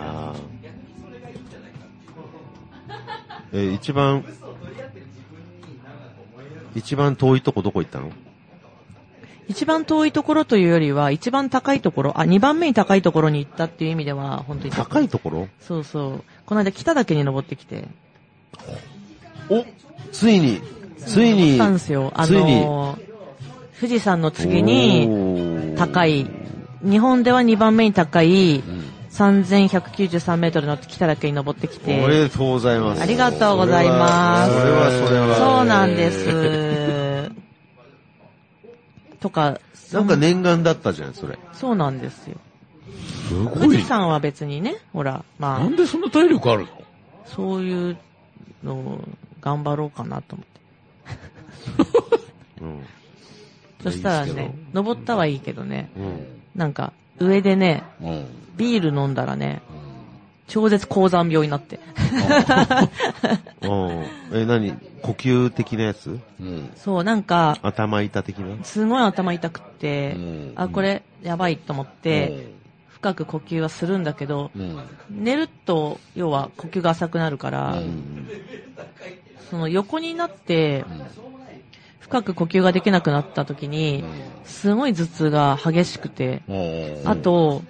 Speaker 3: ああ。えー一番、一番遠いとこどこ行ったの
Speaker 1: 一番遠いところというよりは、一番高いところ、あ、二番目に高いところに行ったっていう意味では、本当に
Speaker 3: 高いところ
Speaker 1: そうそう。この間北岳に登ってきて、
Speaker 3: おついに、つい
Speaker 1: 行
Speaker 3: に、
Speaker 1: ったんですよ。あ
Speaker 3: ついに
Speaker 1: のー富士山の次に、
Speaker 3: に
Speaker 1: 高い。、日本では2番目に高い
Speaker 2: ん、
Speaker 1: 3193メートルの北岳に登ってき
Speaker 3: おめ
Speaker 1: て、
Speaker 3: でとうございます。
Speaker 1: ありがとうございます
Speaker 3: それはそれは。
Speaker 1: そうなん
Speaker 3: [LAUGHS]
Speaker 1: です。とか、
Speaker 3: なんか念願だったじゃん、それ。
Speaker 1: そうなんですよ。
Speaker 2: すご
Speaker 1: 富士
Speaker 2: い。
Speaker 1: 山は別にね、ほら、ま
Speaker 2: なんでそんな体力あるの
Speaker 1: あ、そういうのを頑張ろうかなと思って。
Speaker 3: うん。
Speaker 1: そしたら
Speaker 3: いいです
Speaker 1: ね
Speaker 3: けど、
Speaker 1: 登ったはいいけどね、
Speaker 3: うん。
Speaker 1: なんか、上でね、
Speaker 2: うん。
Speaker 1: ビール飲んだらね、超絶高山病になって。
Speaker 3: うんえ、何呼吸的なやつ
Speaker 2: うん。
Speaker 1: そう、なんか、
Speaker 3: 頭板的な
Speaker 1: すごい頭痛くって、
Speaker 2: うん
Speaker 1: あ、これ、やばいと思って、深く呼吸はするんだけど、
Speaker 2: うん。
Speaker 1: 寝ると、要は呼吸が浅くなるから、
Speaker 2: うん
Speaker 1: その横になって、深く呼吸ができなくなった時に、すごい頭痛が激しくて、
Speaker 2: うん
Speaker 1: あ、と、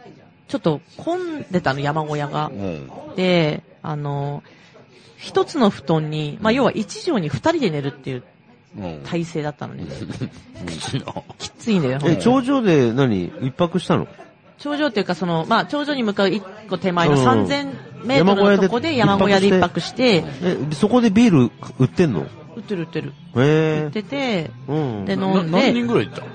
Speaker 1: ちょっと混んでたの、山小屋が
Speaker 2: う。ん。
Speaker 1: で、あの、一つの布団に、まあ、要は一畳に二人で寝るっていう
Speaker 2: うん。
Speaker 1: 体勢だったのね。
Speaker 2: きついな。
Speaker 1: きついんだよ。
Speaker 3: え、頂上で何一泊したの
Speaker 1: 頂上っていうか、その、まあ、頂上に向かう一個手前の
Speaker 3: うん
Speaker 1: 3000メートルのとこで山
Speaker 3: 山
Speaker 1: 小
Speaker 3: 小
Speaker 1: 屋
Speaker 3: 屋
Speaker 1: で
Speaker 3: で
Speaker 1: 一
Speaker 3: 一
Speaker 1: 泊
Speaker 3: 泊
Speaker 1: して、
Speaker 3: え、そこでビール売ってんの
Speaker 1: 売ってる売ってる。売
Speaker 3: へ
Speaker 1: っ
Speaker 3: え。
Speaker 1: てて、
Speaker 3: うん。
Speaker 1: で飲
Speaker 2: なん何人
Speaker 1: で、
Speaker 2: ぐらいいったの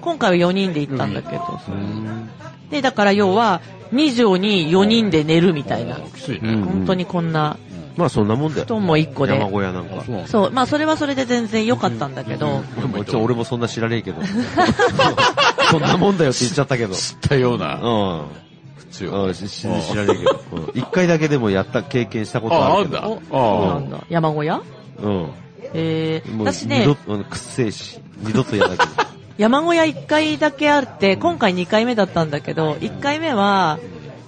Speaker 1: 今回は4人で行ったんだけど、
Speaker 3: うん
Speaker 1: で、だから要は、2畳に4人で寝るみたいな。
Speaker 2: あきついうね。
Speaker 3: ん
Speaker 1: 本当にこんな、
Speaker 3: まあそんなもんだ
Speaker 1: 布
Speaker 3: よ。
Speaker 1: 団も1個で
Speaker 3: 山。小屋なん
Speaker 2: あ
Speaker 3: か
Speaker 2: そ。うなんだ
Speaker 1: そう、まあそれはそれで全然良かったんだけど、
Speaker 2: うん
Speaker 3: 俺も俺もそんな知らねえけど。 [LAUGHS] そんなもんだよって言っちゃったけど。
Speaker 2: 知ったような
Speaker 3: [LAUGHS] う
Speaker 2: 口
Speaker 3: ん。
Speaker 2: を。
Speaker 3: うん、しし知らねえけど。うん一回だけでもやった、経験したこと
Speaker 2: あ、
Speaker 3: あ
Speaker 2: あ
Speaker 3: る
Speaker 2: ん
Speaker 3: け
Speaker 2: だ。
Speaker 3: ど。
Speaker 2: あ
Speaker 1: おそうなんだ。山小屋え
Speaker 3: うん。
Speaker 1: ー、
Speaker 3: もう
Speaker 1: 私
Speaker 3: 二
Speaker 1: ね
Speaker 3: 度、と、うんくっせえし。二度とやだけど。
Speaker 1: 山小屋1回だけあって、今回2回目だったんだけど、1回目は、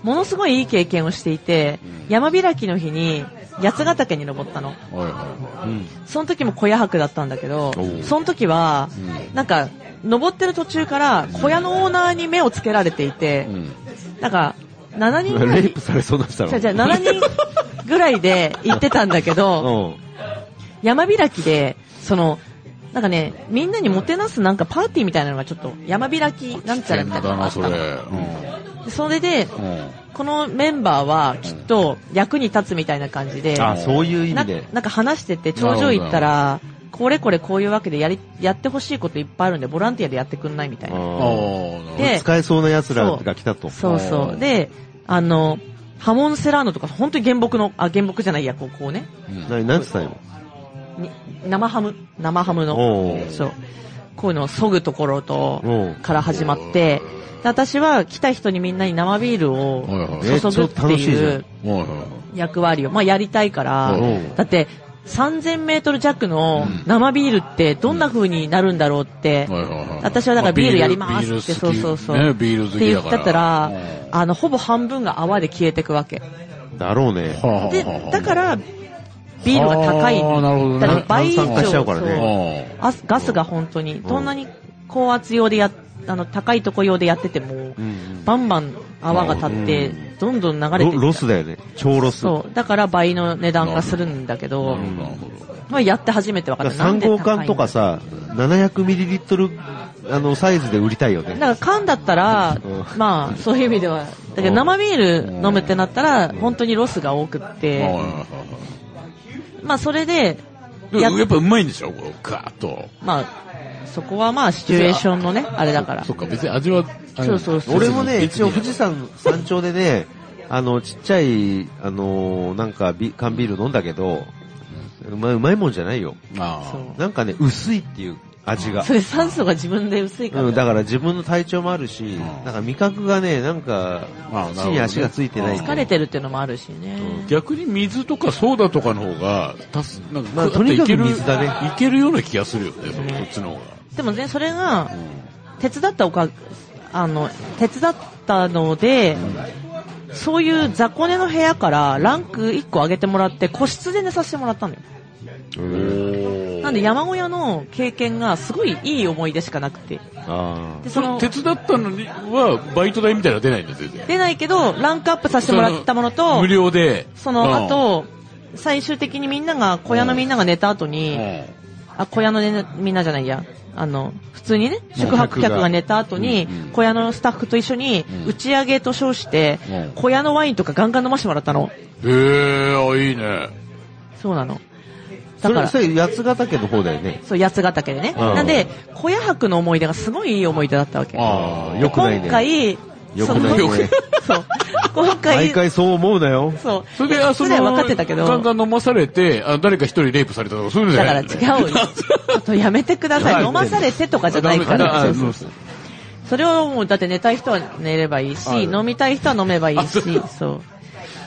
Speaker 1: ものすごいいい経験をしていて、山開きの日に、八ヶ岳に登ったの。
Speaker 2: はいは
Speaker 3: うん。
Speaker 1: その時も小屋泊だったんだけど
Speaker 3: お、う
Speaker 1: その時は、なんか、登ってる途中から小屋のオーナーに目をつけられていて
Speaker 2: い。う、ん。
Speaker 1: なんか、7人ぐら
Speaker 3: [LAUGHS] レイ
Speaker 1: い
Speaker 3: プ、されそうなしたの
Speaker 1: じゃじゃ7人ぐらいで行ってたんだけど、
Speaker 3: [LAUGHS] うん。
Speaker 1: 山開きで、その、なんかね、みんなにもてなすなんかパーティーみたいなのがちょっと山開きなんちゃらみたいな
Speaker 2: だ
Speaker 1: のがあ
Speaker 2: な、
Speaker 1: った
Speaker 2: そ
Speaker 1: の
Speaker 2: れ。う
Speaker 1: でそれで、
Speaker 2: ん。うん。
Speaker 1: このメンバーはきっと役に立つみたいな感じで、な
Speaker 3: あ、そういう意
Speaker 1: なん
Speaker 3: 味で。
Speaker 1: か話してて頂上行ったら、これこれこういうわけでやり、やってほしいこといっぱいあるんで、ボランティアでやってくんないみたいな。
Speaker 2: ああ、
Speaker 3: あ
Speaker 2: なる
Speaker 1: で
Speaker 3: あ。使えそうな奴らが来たと。
Speaker 1: そうそ
Speaker 2: あ
Speaker 1: う。
Speaker 2: ー
Speaker 1: で、あの、ハモンセラーノとか、本当に原木の、あ、原木じゃないや、こうこうね。
Speaker 2: ほどうん。
Speaker 3: 何、何つったんよ。
Speaker 1: に生ハム、生ハム
Speaker 3: お
Speaker 1: の
Speaker 3: う、
Speaker 1: そう。こういうのを削ぐところと、
Speaker 3: おう
Speaker 1: から始まって、で私は来た人にみんなに生ビール
Speaker 2: はい
Speaker 1: を
Speaker 2: はい。
Speaker 1: 注ぐっ
Speaker 3: え
Speaker 1: て
Speaker 3: 超楽し
Speaker 1: い
Speaker 3: いじゃ
Speaker 1: うん
Speaker 2: はいはいはい。
Speaker 1: 役割を、まあやりたいから
Speaker 2: う、
Speaker 3: ん
Speaker 1: だって3000メートル弱の生ビールってどんな風になるんだろうって、
Speaker 2: はいはいはい
Speaker 1: 私はだからビールやります
Speaker 2: ビール
Speaker 1: って
Speaker 2: ビール好き
Speaker 1: そうそうそう
Speaker 2: ね、ビール好
Speaker 1: って
Speaker 2: き
Speaker 1: 言
Speaker 2: だ
Speaker 1: っ
Speaker 2: から。
Speaker 1: たら
Speaker 2: うん、
Speaker 1: あの、ほぼ半分が泡で消えてくわけ。
Speaker 3: だろうね。
Speaker 2: はあはあ
Speaker 1: で
Speaker 2: はあ、
Speaker 1: だから、ビールが高い。
Speaker 2: ああ、なるほど
Speaker 1: だから
Speaker 2: ね。
Speaker 1: 倍以上
Speaker 3: 炭酸化しちゃうからね
Speaker 1: そう
Speaker 2: う
Speaker 1: あガスが本当に、どんなに高圧用でやっ、あの、高いとこ用でやってても、
Speaker 3: うんうん
Speaker 1: バンバン泡が立って
Speaker 3: うん、
Speaker 1: どんどん流れていっ
Speaker 3: ロ
Speaker 1: た
Speaker 3: ロスだよね。超ロス。
Speaker 1: そう。だから倍の値段がするんだけど、
Speaker 2: なるほど、なるほど。
Speaker 1: まあ、やって初めて分か
Speaker 3: だ
Speaker 1: っ
Speaker 3: か
Speaker 1: た。
Speaker 3: ら
Speaker 1: なん
Speaker 3: 3
Speaker 1: で高
Speaker 3: 号
Speaker 1: いの
Speaker 3: 缶とかさ、700ml、あの、サイズで売りたいよ
Speaker 1: だ
Speaker 3: ね。
Speaker 1: から缶だったら
Speaker 3: う、
Speaker 1: まあ、そういう意味では、だけど生ビール飲むってなったら、本当にロスが多くって、まあ、それで、
Speaker 2: で
Speaker 1: やっ
Speaker 2: やっぱうまいんでしょこう、ガーッと。
Speaker 1: まあ、そこはまあ、シチュエーションのね、あれだから
Speaker 2: そ。っか、別に味は、あれ
Speaker 1: そうそうそう
Speaker 3: 俺もね、一応富士
Speaker 2: 山。
Speaker 3: 山山頂でね、あの、ちっちゃい、あの、なんかビ、缶ビール飲んだけど、うまいうまいもんじゃないよ。
Speaker 2: あ
Speaker 1: そう
Speaker 3: なんかね、薄いっていう味が
Speaker 1: そ。れ酸素が自分で薄いから。
Speaker 3: うん、だから自分の体調もあるし、なんか味覚がね、なんか
Speaker 2: ああ、なるほどね
Speaker 3: 地に足がついてない。
Speaker 1: 疲れてるっていうのもあるしね。
Speaker 2: あ逆に水とかソーダとかの方が、たす、なんか、
Speaker 3: まあ
Speaker 2: クワッいける
Speaker 3: とにかく水だね
Speaker 2: いけるような気がするよね、その
Speaker 1: ね
Speaker 2: こっちの方が。
Speaker 1: でもね、それが
Speaker 2: う、ん
Speaker 1: 手伝ったおか、あの、手伝ったので、そういう雑魚寝の部屋からランク1個上げてもらって、個室で寝させてもらったのよ。なんで山小屋の経験がすごいいい思い出しかなくて。
Speaker 3: あ
Speaker 1: で、そ
Speaker 2: それ
Speaker 1: の、
Speaker 2: 手伝ったのには、バイト代みたいなの出ないんだ、全然。
Speaker 1: 出ないけど、ランクアップさせてもらったもの
Speaker 2: その
Speaker 1: と
Speaker 2: 無、料で。
Speaker 1: そうの、
Speaker 2: ん
Speaker 1: あ、と、最終的にみんなが、小屋のみんなが寝た後
Speaker 2: うん
Speaker 1: に、あ、小屋のねみんなじゃないや、あの、普通にね、宿泊客が寝た後に
Speaker 2: うんうん、
Speaker 1: 小屋のスタッフと一緒に
Speaker 2: うん、
Speaker 1: 打ち上げと称して
Speaker 2: うん、
Speaker 1: 小屋のワインとかガンガン飲ましてもらったの。
Speaker 2: へえ、あ、いいね。
Speaker 1: そうなの。
Speaker 3: そ
Speaker 1: だか
Speaker 3: れ、
Speaker 1: ら
Speaker 3: そ、れ八ヶ岳の方だよね。
Speaker 1: そう、八ヶ岳でね。
Speaker 3: ん
Speaker 1: なんで、小屋泊の思い出がすごいいい思い出だったわけ。
Speaker 2: ああ、
Speaker 3: よくない
Speaker 1: 今
Speaker 3: ね。
Speaker 1: 回、
Speaker 3: よ
Speaker 1: そ
Speaker 3: くない
Speaker 1: の、
Speaker 3: ね。
Speaker 1: そう。今
Speaker 3: 毎
Speaker 1: 回、
Speaker 3: 回そう思うなよ。
Speaker 1: そう。
Speaker 2: それで、あ、
Speaker 1: そ
Speaker 2: その、
Speaker 1: れは分かってたけど、
Speaker 2: ガンガン飲まされて、あ、誰か一人レイプされたとか、そういうのじ
Speaker 1: だ
Speaker 2: ゃ
Speaker 1: か
Speaker 2: な
Speaker 1: ら
Speaker 2: い
Speaker 1: 違
Speaker 2: [LAUGHS]
Speaker 1: うよ。ちょっとやめてください。飲まされてとかじゃないか
Speaker 2: あダメ
Speaker 1: ら。
Speaker 2: あそうそう
Speaker 1: それはもう、だって寝たい人は寝ればいい
Speaker 2: あ
Speaker 1: し、飲みたい人は飲めばいいし、そう。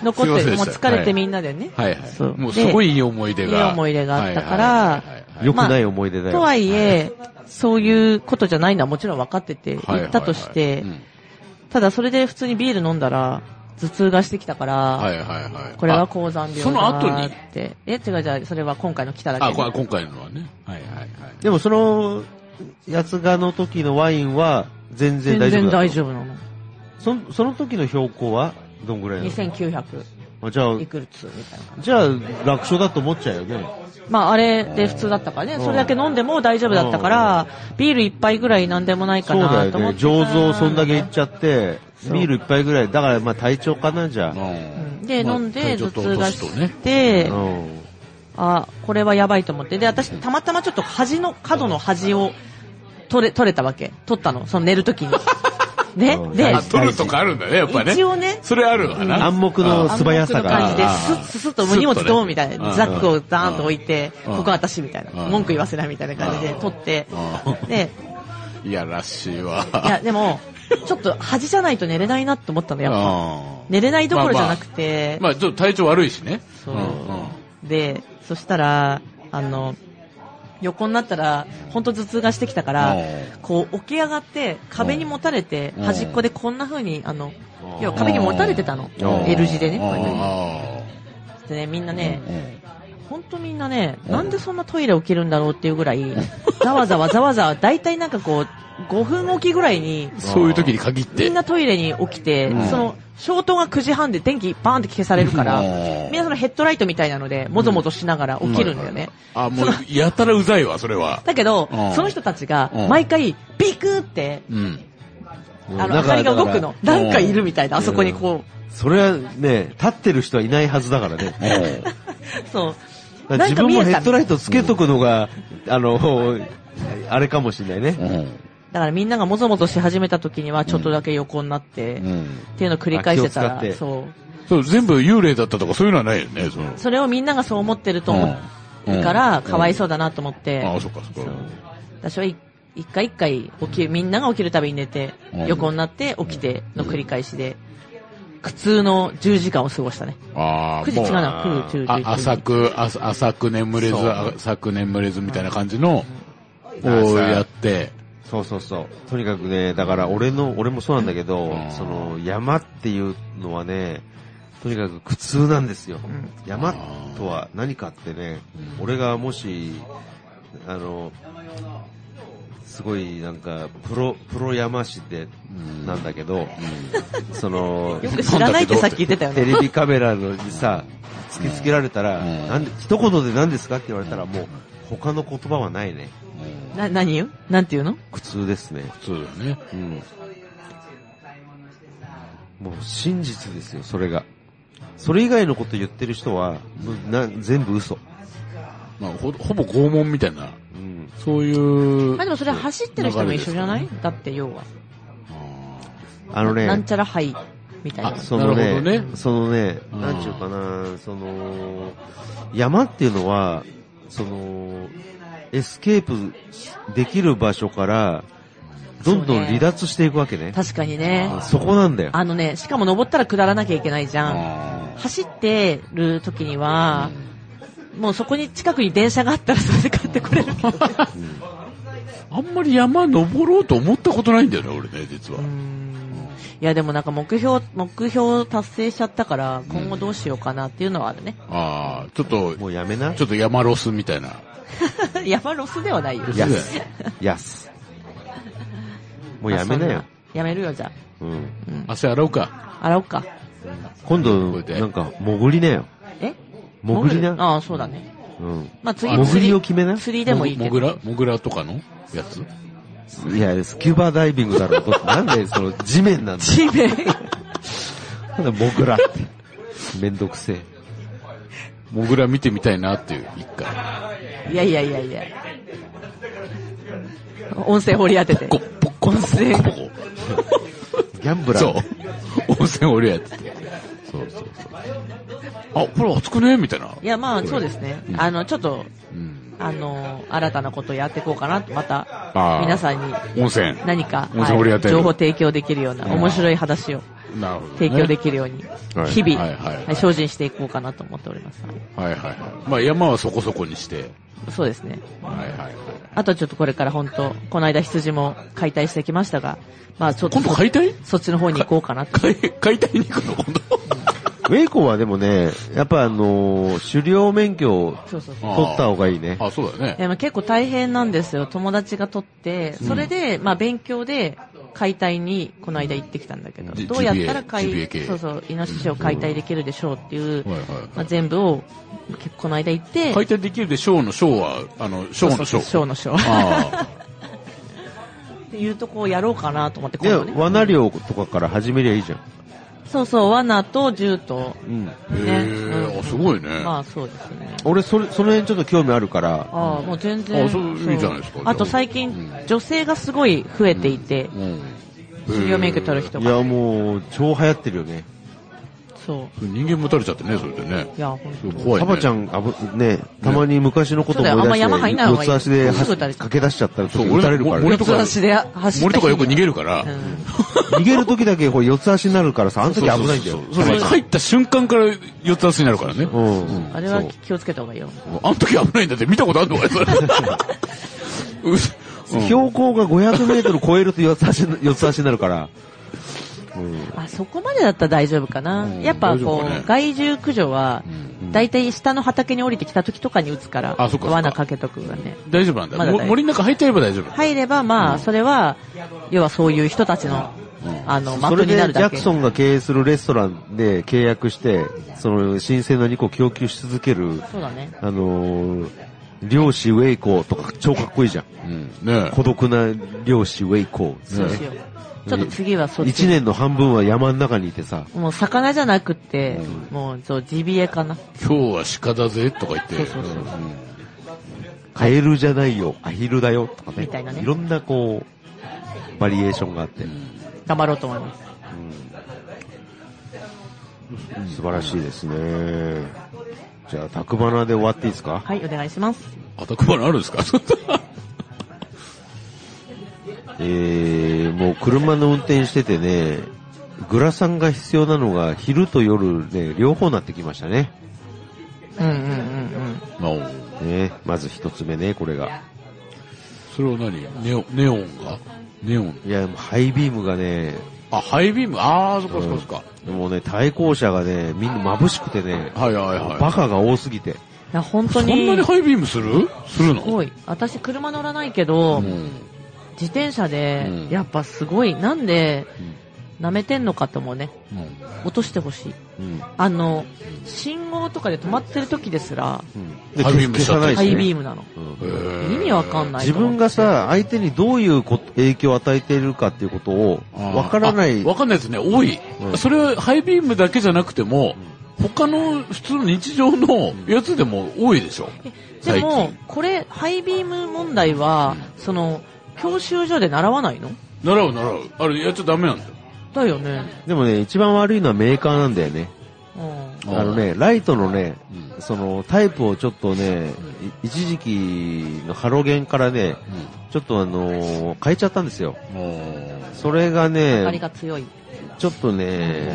Speaker 1: 残っ
Speaker 2: すいませ
Speaker 1: て
Speaker 2: んで
Speaker 1: る、
Speaker 2: した
Speaker 1: もう疲れてみんなでね。
Speaker 2: はいはい。
Speaker 1: そう
Speaker 2: もうすごいいい思い出が。
Speaker 1: いい思い出があったから
Speaker 2: はいはいはいはい
Speaker 3: よくない思い出だ
Speaker 1: と
Speaker 3: よ。
Speaker 1: はいえ、そういうことじゃないのはもちろん分かってて、
Speaker 2: はい
Speaker 1: 言ったとし
Speaker 2: は
Speaker 1: て
Speaker 2: い、
Speaker 1: ただそれで普通にビール飲んだら、頭痛がしてきたから、
Speaker 2: はいはいはい。
Speaker 1: これは
Speaker 2: あ
Speaker 1: 高山病だ
Speaker 2: その後に
Speaker 1: ーって。え、違う違う、それは今回の来ただけ
Speaker 2: あ、
Speaker 1: で
Speaker 2: これ今回のはね。はいはいはい。
Speaker 3: でもその、八ヶの時のワインは全然
Speaker 1: 全
Speaker 3: 大丈夫
Speaker 1: 然
Speaker 3: だ
Speaker 1: 大
Speaker 3: 夫。
Speaker 1: 丈夫なの。
Speaker 3: そのその時の標高はどんぐらいなの
Speaker 1: 2900
Speaker 3: あじゃ
Speaker 1: い
Speaker 3: あ、
Speaker 1: くつみたいな。
Speaker 3: じゃあ楽勝だと思っちゃうよね。
Speaker 1: まあ、あれで普通だったから
Speaker 3: う
Speaker 1: ね、
Speaker 3: ん
Speaker 1: それだけ飲んでも大丈夫だったから、ビール一杯ぐらいなんでもないか
Speaker 3: そうだ
Speaker 1: なと
Speaker 3: よ
Speaker 1: 思
Speaker 3: ね。
Speaker 1: ってた。
Speaker 3: 醸造そんだけいっちゃって、
Speaker 1: そう
Speaker 3: ビール一杯ぐらい。だからまあ体調かな、じゃあ。
Speaker 1: うんで、
Speaker 2: まあ
Speaker 1: 飲んで、
Speaker 2: ちょ
Speaker 1: 頭
Speaker 2: っと
Speaker 1: 痛が
Speaker 2: 年とね
Speaker 1: して、
Speaker 3: うん
Speaker 1: あ、これはやばいと思って。で、私、たまたまちょっと端の、角の端を取れ、取れたわけ。取ったの、その寝るとき
Speaker 2: [LAUGHS]
Speaker 1: に。ね
Speaker 3: うん
Speaker 1: で
Speaker 2: あ、、取るとかあるんだね、やっぱね。
Speaker 1: 一応ね
Speaker 2: それあるわな。
Speaker 3: 暗黙の素早さ
Speaker 1: 暗黙の
Speaker 3: が。
Speaker 1: 感じで、スッスッスッともう荷物どうみたい
Speaker 2: うん
Speaker 1: な。ザックをダーンと置いて、
Speaker 2: うん
Speaker 1: ここ私みたいな
Speaker 2: う。ん
Speaker 1: 文句言わせないみたいな感じで
Speaker 2: うん
Speaker 1: 取って。
Speaker 2: う
Speaker 1: で、
Speaker 2: んいやらしいわ。
Speaker 1: いや、でも、ちょっと端じゃないと寝れないなって思ったの、やっぱ。
Speaker 2: うん
Speaker 1: 寝れないどころじゃなくて、
Speaker 2: まあ、ちょっと体調悪いしね。
Speaker 1: そうん
Speaker 2: ん
Speaker 1: で、そしたら、あの、横になったら、ほんと頭痛がしてきたから
Speaker 2: うん、
Speaker 1: こう起き上がって、壁にもたれて、
Speaker 2: うん
Speaker 1: 端っこでこんな風に、あの、
Speaker 3: うん
Speaker 1: 要は壁にもたれてたの。
Speaker 2: うん
Speaker 1: L 字でね、
Speaker 2: う
Speaker 1: こうやっ
Speaker 2: ん
Speaker 1: てでね、みんなね、
Speaker 2: うん
Speaker 1: ほんとみんなね、
Speaker 2: うん
Speaker 1: なんでそんなトイレ起きるんだろうっていうぐらい、ざわざわざわざわ、だいたいなんかこう、5分おきぐらいに、
Speaker 2: そういう時に限っ
Speaker 1: み
Speaker 2: て
Speaker 1: ん。なトイレに起きて、
Speaker 2: うん
Speaker 1: その、消灯が9時半で電気バーンって消されるから、
Speaker 2: うん
Speaker 1: みんなそのヘッドライトみたいなので、もぞもぞしながら起きるんだよね。
Speaker 2: あ、もう、やたらうざいわ、それは。
Speaker 1: だけど
Speaker 2: うん、
Speaker 1: その人たちが
Speaker 2: うん、
Speaker 1: 毎回、ビクって、
Speaker 2: うん。
Speaker 3: うん
Speaker 1: あの、
Speaker 3: だ
Speaker 1: 明
Speaker 3: か
Speaker 1: からりが動くの。
Speaker 2: だから
Speaker 1: なんかいるみたいな、あそこにこ
Speaker 3: それはね、立ってる人はいないはずだからね。
Speaker 1: う、そう。
Speaker 3: だから
Speaker 1: なん
Speaker 3: 自
Speaker 1: か
Speaker 3: 分
Speaker 1: 見え
Speaker 3: も
Speaker 1: た
Speaker 3: ヘッドライトつけとくのが、あの、あれかもしれないね。
Speaker 2: うん。
Speaker 1: だからみんながもぞもぞし始めた時には、ちょっとだけ横になって、
Speaker 2: う
Speaker 1: っ
Speaker 2: ん。
Speaker 1: ていうのを繰り返してた
Speaker 3: あ
Speaker 1: ら
Speaker 3: 気を使って、
Speaker 1: そう。
Speaker 2: そう、全部幽霊だったとかそういうのはないよね、その。
Speaker 1: それをみんながそう思ってると思うから、かわいそうだなと思って、
Speaker 2: ああ、そっかそっか。
Speaker 1: 私はい一回一回起きる、みんなが起きるたびに寝て
Speaker 2: うん、
Speaker 1: 横になって起きての繰り返しで、苦痛の10時間を過ごしたね。
Speaker 2: ああ、
Speaker 1: 9時違うな、
Speaker 3: もう
Speaker 1: 9、10、
Speaker 2: あ
Speaker 1: 11。
Speaker 2: 浅く、あ浅く眠れず、
Speaker 3: そう
Speaker 2: 浅く眠れずみたいな感じの、
Speaker 3: うん
Speaker 2: をやって、
Speaker 3: そうそうそう。とにかくね、だから俺の、俺もそうなんだけど、
Speaker 2: うん
Speaker 3: その山っていうのはね、とにかく苦痛なんですよ。
Speaker 1: ん
Speaker 3: 山とは何かってね、俺がもし、あの、すごいなんか、プロ、プロ山市で、なんだけど、その、
Speaker 1: よく知らないってさっき言ってたよ
Speaker 3: テ
Speaker 1: ね。
Speaker 3: レビカメラの
Speaker 1: [LAUGHS]
Speaker 3: にさ、突きつけられたら、
Speaker 2: うん
Speaker 3: なんで、一言で何ですかって言われたら、もう、他の言葉はないね。
Speaker 1: な、何言うなんて言うの
Speaker 3: 苦痛ですね。
Speaker 2: そうだね。
Speaker 3: うん。もう真実ですよ、それが。それ以外のこと言ってる人は、もうな全部嘘。
Speaker 2: まあ、ほほぼ拷問みたいな、
Speaker 3: うん。
Speaker 2: そういう。
Speaker 1: まあでもそれ走ってる人も一緒じゃない、
Speaker 2: 流れです
Speaker 1: だって要は。
Speaker 3: あのね、
Speaker 1: なんちゃら杯みたいな
Speaker 2: あ。
Speaker 3: そのね、
Speaker 2: なるほどね
Speaker 3: そのね、
Speaker 2: うん
Speaker 3: なんちゅうかな、その、山っていうのは、その、エスケープできる場所から、どんどん離脱していくわけね。
Speaker 1: 確かにね。
Speaker 3: そこなんだよ。
Speaker 1: あのね、しかも登ったら下らなきゃいけないじゃん。
Speaker 2: あ
Speaker 1: 走ってる時には、もうそこに近くに電車があったらそれで買ってこれるけど。
Speaker 2: ーあんまり山登ろうと思ったことないんだよね、俺ね、実は
Speaker 1: う。んいやでもなんか目標、目標達成しちゃったから、今後どうしようかなっていうのはあるね。
Speaker 2: ああ、ちょっと、
Speaker 3: もうやめな
Speaker 2: ち。ょっと山ロスみたいな。
Speaker 1: [LAUGHS] 山ロスではないよ。
Speaker 2: い
Speaker 3: や
Speaker 2: そう
Speaker 3: す。やす。もうやめなよ。
Speaker 1: やめるよ、じゃ
Speaker 3: うん。
Speaker 2: 汗洗うか。
Speaker 1: あ。洗おうか。
Speaker 3: 今度、
Speaker 2: これで
Speaker 3: なんか、潜りなよ。
Speaker 1: え
Speaker 3: 潜りな。
Speaker 1: ああ、そうだね。
Speaker 3: うん。
Speaker 1: まあ次、
Speaker 3: 潜りを
Speaker 1: 釣
Speaker 3: 決めな。
Speaker 1: 釣りでもいいけ
Speaker 2: もぐ
Speaker 1: ど。
Speaker 2: ら、もぐらとかのやつ
Speaker 3: いや、スキューバダイビングだろうと。なんで、その、地面なんだよ
Speaker 1: 地面。
Speaker 3: なんだ、僕らって。めんどくせえ。
Speaker 2: もぐら見てみたいなっていう、一回。
Speaker 1: [LAUGHS] いやいやいやいや。音声掘り当てて。
Speaker 2: こ、ぽっこ、
Speaker 1: 音声
Speaker 2: ぽっこ。
Speaker 3: ギャンブラー。
Speaker 2: そう。温泉俺やってて。そうそうそう。あ、これ熱くねみたいな。
Speaker 1: いや、まあそうですね。あの、ちょっと、
Speaker 2: うん。
Speaker 1: あの、新たなことやっていこうかなと、また、
Speaker 2: あー
Speaker 1: 皆さんに
Speaker 2: 温泉。
Speaker 1: 何か、
Speaker 2: 温泉掘り当てる
Speaker 1: 情報提供できるような、面白い話を
Speaker 2: なるほど、ね。
Speaker 1: 提供できるように、
Speaker 3: はい
Speaker 1: 日々、
Speaker 2: はいはいはい
Speaker 1: はい精進していこうかなと思っております。
Speaker 2: はいはいはい。まあ山はそこそこにして。
Speaker 1: そうですね。
Speaker 2: はいはいはい。
Speaker 1: あとはちょっとこれから本当、この間羊も解体してきましたが、まあちょっと
Speaker 2: 今度解体
Speaker 1: そっちの方に行こうかなと。
Speaker 2: 解解体に行くの今
Speaker 3: ウェイコンはでもね、やっぱあのー、狩猟免許を
Speaker 1: そうそうそう。
Speaker 2: 度。
Speaker 3: 取った方がいいね。
Speaker 2: あ、そうだよね。
Speaker 1: でも結構大変なんですよ。友達が取って、それで、まあ勉強で解体にこの間行ってきたんだけど、
Speaker 2: じ
Speaker 1: どうやったら
Speaker 2: GBA
Speaker 1: 解
Speaker 2: 系、
Speaker 1: そうそう、イノシシを解体できるでしょうっていう、
Speaker 2: はいはい
Speaker 1: ま
Speaker 2: は
Speaker 1: あ
Speaker 2: い。
Speaker 1: 全部を、結構この間行って、
Speaker 2: 解体できるで、ショーのショーは、あの、ショーのショー。
Speaker 1: ショーのショー。
Speaker 2: あ
Speaker 1: っていうとこをやろうかなと思って、今
Speaker 3: で、
Speaker 1: 度ね。
Speaker 3: 罠漁とかから始めりゃいいじゃん。
Speaker 1: そうそう、罠と銃と。
Speaker 3: うん。
Speaker 2: あ。へえ、あ、すごいね。
Speaker 1: まあそうですね。
Speaker 3: 俺、それ、その辺ちょっと興味あるから、
Speaker 1: ああ、もう全然。
Speaker 2: あそういいじゃないですか
Speaker 1: あと最近、女性がすごい増えていて、
Speaker 2: うん。
Speaker 1: 狩猟免許取る [LAUGHS] 人
Speaker 3: い
Speaker 1: が。
Speaker 3: やもう、超流行ってるよね。
Speaker 1: そ
Speaker 2: 人間もたれちゃってね、それでね
Speaker 1: う。い。や、ほん
Speaker 2: すご
Speaker 1: と。
Speaker 2: い怖い、
Speaker 3: パ
Speaker 2: ね。
Speaker 3: パちゃん、あぶ、ね、たまに昔のこと思い出
Speaker 1: そうだよあんま山入ん
Speaker 3: して、
Speaker 1: ない方がい
Speaker 3: 四
Speaker 1: い
Speaker 3: つ足で走
Speaker 1: すぐ撃たれちゃう
Speaker 3: 駆け出しちゃったら、
Speaker 2: そう
Speaker 3: 撃たれるから
Speaker 2: 俺
Speaker 3: ね
Speaker 2: も。とか
Speaker 1: 四つ足で走った
Speaker 2: 森とかよく逃げるから、
Speaker 1: うん
Speaker 3: 逃げる時だけこう四つ足になるからさ、あの時危ないんだよ。
Speaker 2: そうそうそう入った瞬間から四つ足になるからね。
Speaker 3: うん。
Speaker 1: あれは気をつけた方がいいよ。
Speaker 2: あの時危ないんだって見たことあるのか
Speaker 1: [LAUGHS]
Speaker 2: よ、それ。うすうん
Speaker 3: 標高が500メートル超えると四つ足に、四つ足になるから。
Speaker 1: あ、そこまでだったら大丈夫かな。
Speaker 2: うん
Speaker 1: やっぱ
Speaker 2: 大丈夫
Speaker 1: こ
Speaker 2: かね
Speaker 1: う、害獣駆除は、だいたい下の畑に降りてきた時とかに撃つから、
Speaker 2: あそっかそっか
Speaker 1: 罠かけとくがね。
Speaker 2: 大丈夫なんだ。
Speaker 1: まだ
Speaker 2: も
Speaker 1: 大丈夫
Speaker 2: 森の中入っちゃえば大丈夫。
Speaker 1: 入れば、まあ、それは、要はそういう人たちの、あの、
Speaker 3: そ
Speaker 1: 的
Speaker 3: れ
Speaker 1: に
Speaker 3: でジ
Speaker 1: なる
Speaker 3: ャ
Speaker 1: だ
Speaker 3: ク
Speaker 1: け。
Speaker 3: ソンが経営するレストランで契約して、その新鮮な肉を供給し続ける、
Speaker 1: そうだね。
Speaker 3: あのー漁師ウェイコーとか超かっこいいじゃん。
Speaker 2: うん。ね
Speaker 3: 孤独な漁師ウェイコー。
Speaker 1: そうしよう。ちょっと次はそっち。
Speaker 3: 一年の半分は山の中にいてさ、
Speaker 1: もう魚じゃなくって、もう、そう、ジビエかな。
Speaker 2: 今日は鹿だぜ、とか言って。
Speaker 1: そうそうそう
Speaker 2: うん
Speaker 3: カエルじゃないよ、アヒルだよとかね。
Speaker 1: みたいなね
Speaker 3: ろんなこう、バリエーションがあって、
Speaker 1: 頑張ろうと思います。
Speaker 3: 素晴らしいですね。じゃあ、宅花で終わっていいですか
Speaker 1: はい、お願いします。
Speaker 2: あたくばのあるんで
Speaker 1: [LAUGHS]
Speaker 2: すか
Speaker 3: えー、もう車の運転しててね、グラサンが必要なのが昼と夜ね、両方なってきましたね。
Speaker 1: うんうんうんうん。
Speaker 2: まあ、うん
Speaker 3: ね、まず一つ目ね、これが。
Speaker 2: それは何ネオネオンがネオン。
Speaker 3: いや、もうハイビームがね、
Speaker 2: あ、ハイビームああ、そっかそっかそっか。
Speaker 3: もうね、対向車がね、みんな眩しくてね、
Speaker 2: はいはいはい。
Speaker 3: バカが多すぎて。
Speaker 1: いや、本当
Speaker 2: そんなに
Speaker 1: に、す
Speaker 2: ハイビームするするの
Speaker 1: ごい。私、車乗らないけど、
Speaker 2: うん
Speaker 1: 自転車で
Speaker 2: うん、
Speaker 1: やっぱすごい、なんで
Speaker 2: うん、
Speaker 1: 舐めてんのかと思うね。
Speaker 2: うん
Speaker 1: 落としてほしい。
Speaker 3: うん。
Speaker 1: あの、信号とかで止まってる時ですら、
Speaker 3: で
Speaker 2: ハイビームしちゃったり
Speaker 1: ハ
Speaker 2: そう
Speaker 1: イ
Speaker 2: ね
Speaker 1: ビームなの。
Speaker 3: うん
Speaker 2: へー
Speaker 1: 意味わかんない
Speaker 3: 自分がさ、相手にどういうこと影響を与えているかっていうことを、
Speaker 2: あー
Speaker 3: わからない。
Speaker 2: あわかんないですね、多い。
Speaker 3: うん
Speaker 2: それはハイビームだけじゃなくても、他の普通の日常のやつでも多いでしょ。
Speaker 1: で
Speaker 2: 最
Speaker 1: も
Speaker 2: 近。、
Speaker 1: これ、ハイビーム問題は、その、教習所で習わないの
Speaker 2: 習う習う。あれやっちゃダメなんだよ。
Speaker 1: だよね。
Speaker 3: でもね、一番悪いのはメーカーなんだよね。
Speaker 1: うん。
Speaker 2: あー
Speaker 3: あのね、ライトのね、
Speaker 2: うん
Speaker 3: そのタイプをちょっとね、い一時期のハロゲンからね、ちょっとあのー変えちゃったんですよ。
Speaker 2: うんおー
Speaker 3: それが
Speaker 1: あり
Speaker 3: ね、
Speaker 1: が強い。
Speaker 3: ちょっとね、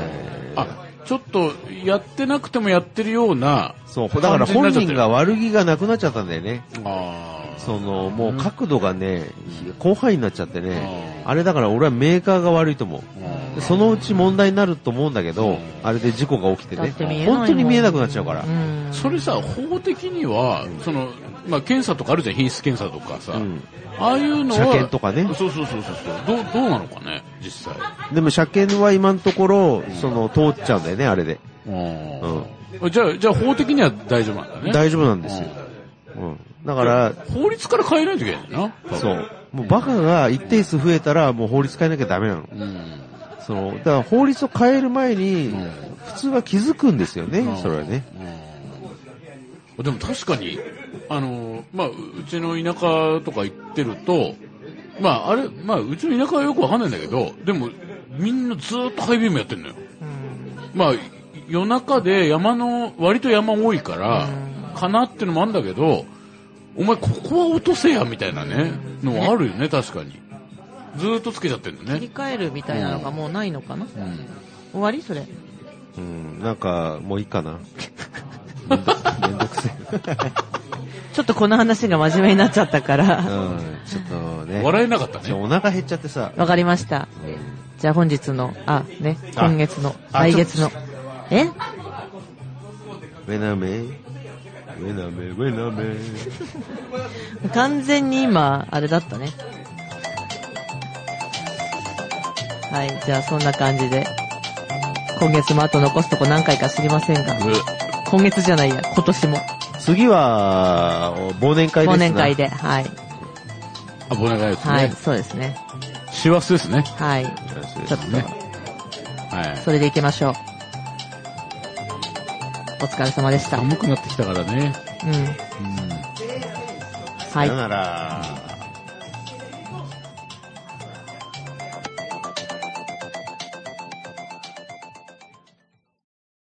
Speaker 2: あ、ちょっとやってなくてもやってるような、
Speaker 3: そう、だから本人が
Speaker 2: あ
Speaker 3: 悪気がなくなっちゃったんだよね。
Speaker 2: あー
Speaker 3: その、も
Speaker 2: う
Speaker 3: うん角度がね、広範囲になっちゃってね、
Speaker 2: あー
Speaker 3: あれだから俺はメーカーが悪いと思う。
Speaker 2: うん
Speaker 3: でそのうち問題になると思うんだけど、あれで事故が起きて
Speaker 1: だ
Speaker 3: ね
Speaker 1: って見えないもん
Speaker 3: 本当に見えなくなっちゃうから
Speaker 1: う。ん。
Speaker 2: それさ、法的には、その、まあ、検査とかあるじゃん、品質検査とかさ。
Speaker 3: うん
Speaker 2: ああいうのは。
Speaker 3: 車検とかね
Speaker 2: そうそうそうそうそう。どう、どうなのかね、実際。
Speaker 3: でも車検は今のところ、その、通っちゃうんだよね、あれで。
Speaker 2: うん。じゃあ、じゃあ法的には大丈夫なんだね。
Speaker 3: 大丈夫なんですよ。うん。だから、
Speaker 2: 法律から変えないといけないんだよな。
Speaker 3: そう。もうバカが一定数増えたら、もう法律変えなきゃダメなの。
Speaker 2: うん。
Speaker 3: その、だから法律を変える前に
Speaker 2: ん、
Speaker 3: 普通は気づくんですよね
Speaker 2: うん、
Speaker 3: それはね。
Speaker 2: うん。でも確かに、あの、まあ、ううちの田舎とか行ってると、まあ、あれ、まあ、うちの田舎はよくわかんないんだけど、でも、みんなずーっとハイビームやってんのよ。まあ、夜中で山の、割と山多いから、かなってのもあるんだけど、お前ここは落とせや、みたいなね、のはあるよね、確かに。ずーっとつけちゃってんの
Speaker 1: 切り
Speaker 2: ね。
Speaker 1: 替えるみたいなのがもうないのかな
Speaker 2: うん。
Speaker 1: 終わりそれ。
Speaker 3: うん、なんか、もういいかな。めんどめんどくせえ。
Speaker 1: ちょっとこの話が真面目になっちゃったか
Speaker 3: う
Speaker 1: ら、
Speaker 3: ん、ちょっとね。
Speaker 2: 笑えなかった
Speaker 3: ちょ
Speaker 2: ね。
Speaker 3: お腹減っちゃってさ。
Speaker 1: わかりました。じゃあ本日の、あ、ね、
Speaker 3: あ
Speaker 1: 今月の、
Speaker 3: あ
Speaker 1: 来月の
Speaker 3: ちょ。
Speaker 1: え
Speaker 3: ウェナメウェナメウェナメ
Speaker 1: 完全に今、あれだったね。はい、じゃあそんな感じで、今月もあと残すとこ何回か知りませんが、今月じゃないや、今年も、
Speaker 3: 次は、忘年会で
Speaker 1: 忘
Speaker 3: すな
Speaker 1: 年会。で、はい、
Speaker 2: あ、忘年会です
Speaker 1: はい、
Speaker 2: ね。
Speaker 1: そうですね。
Speaker 2: 師走ですね。
Speaker 1: はい、ちょっ
Speaker 2: ね
Speaker 1: と、
Speaker 2: はい。
Speaker 1: それで行きましょう。お疲れ様でした。うん。
Speaker 2: 寒くなってきたからね。
Speaker 1: は
Speaker 3: さ
Speaker 1: い
Speaker 3: よ。なら。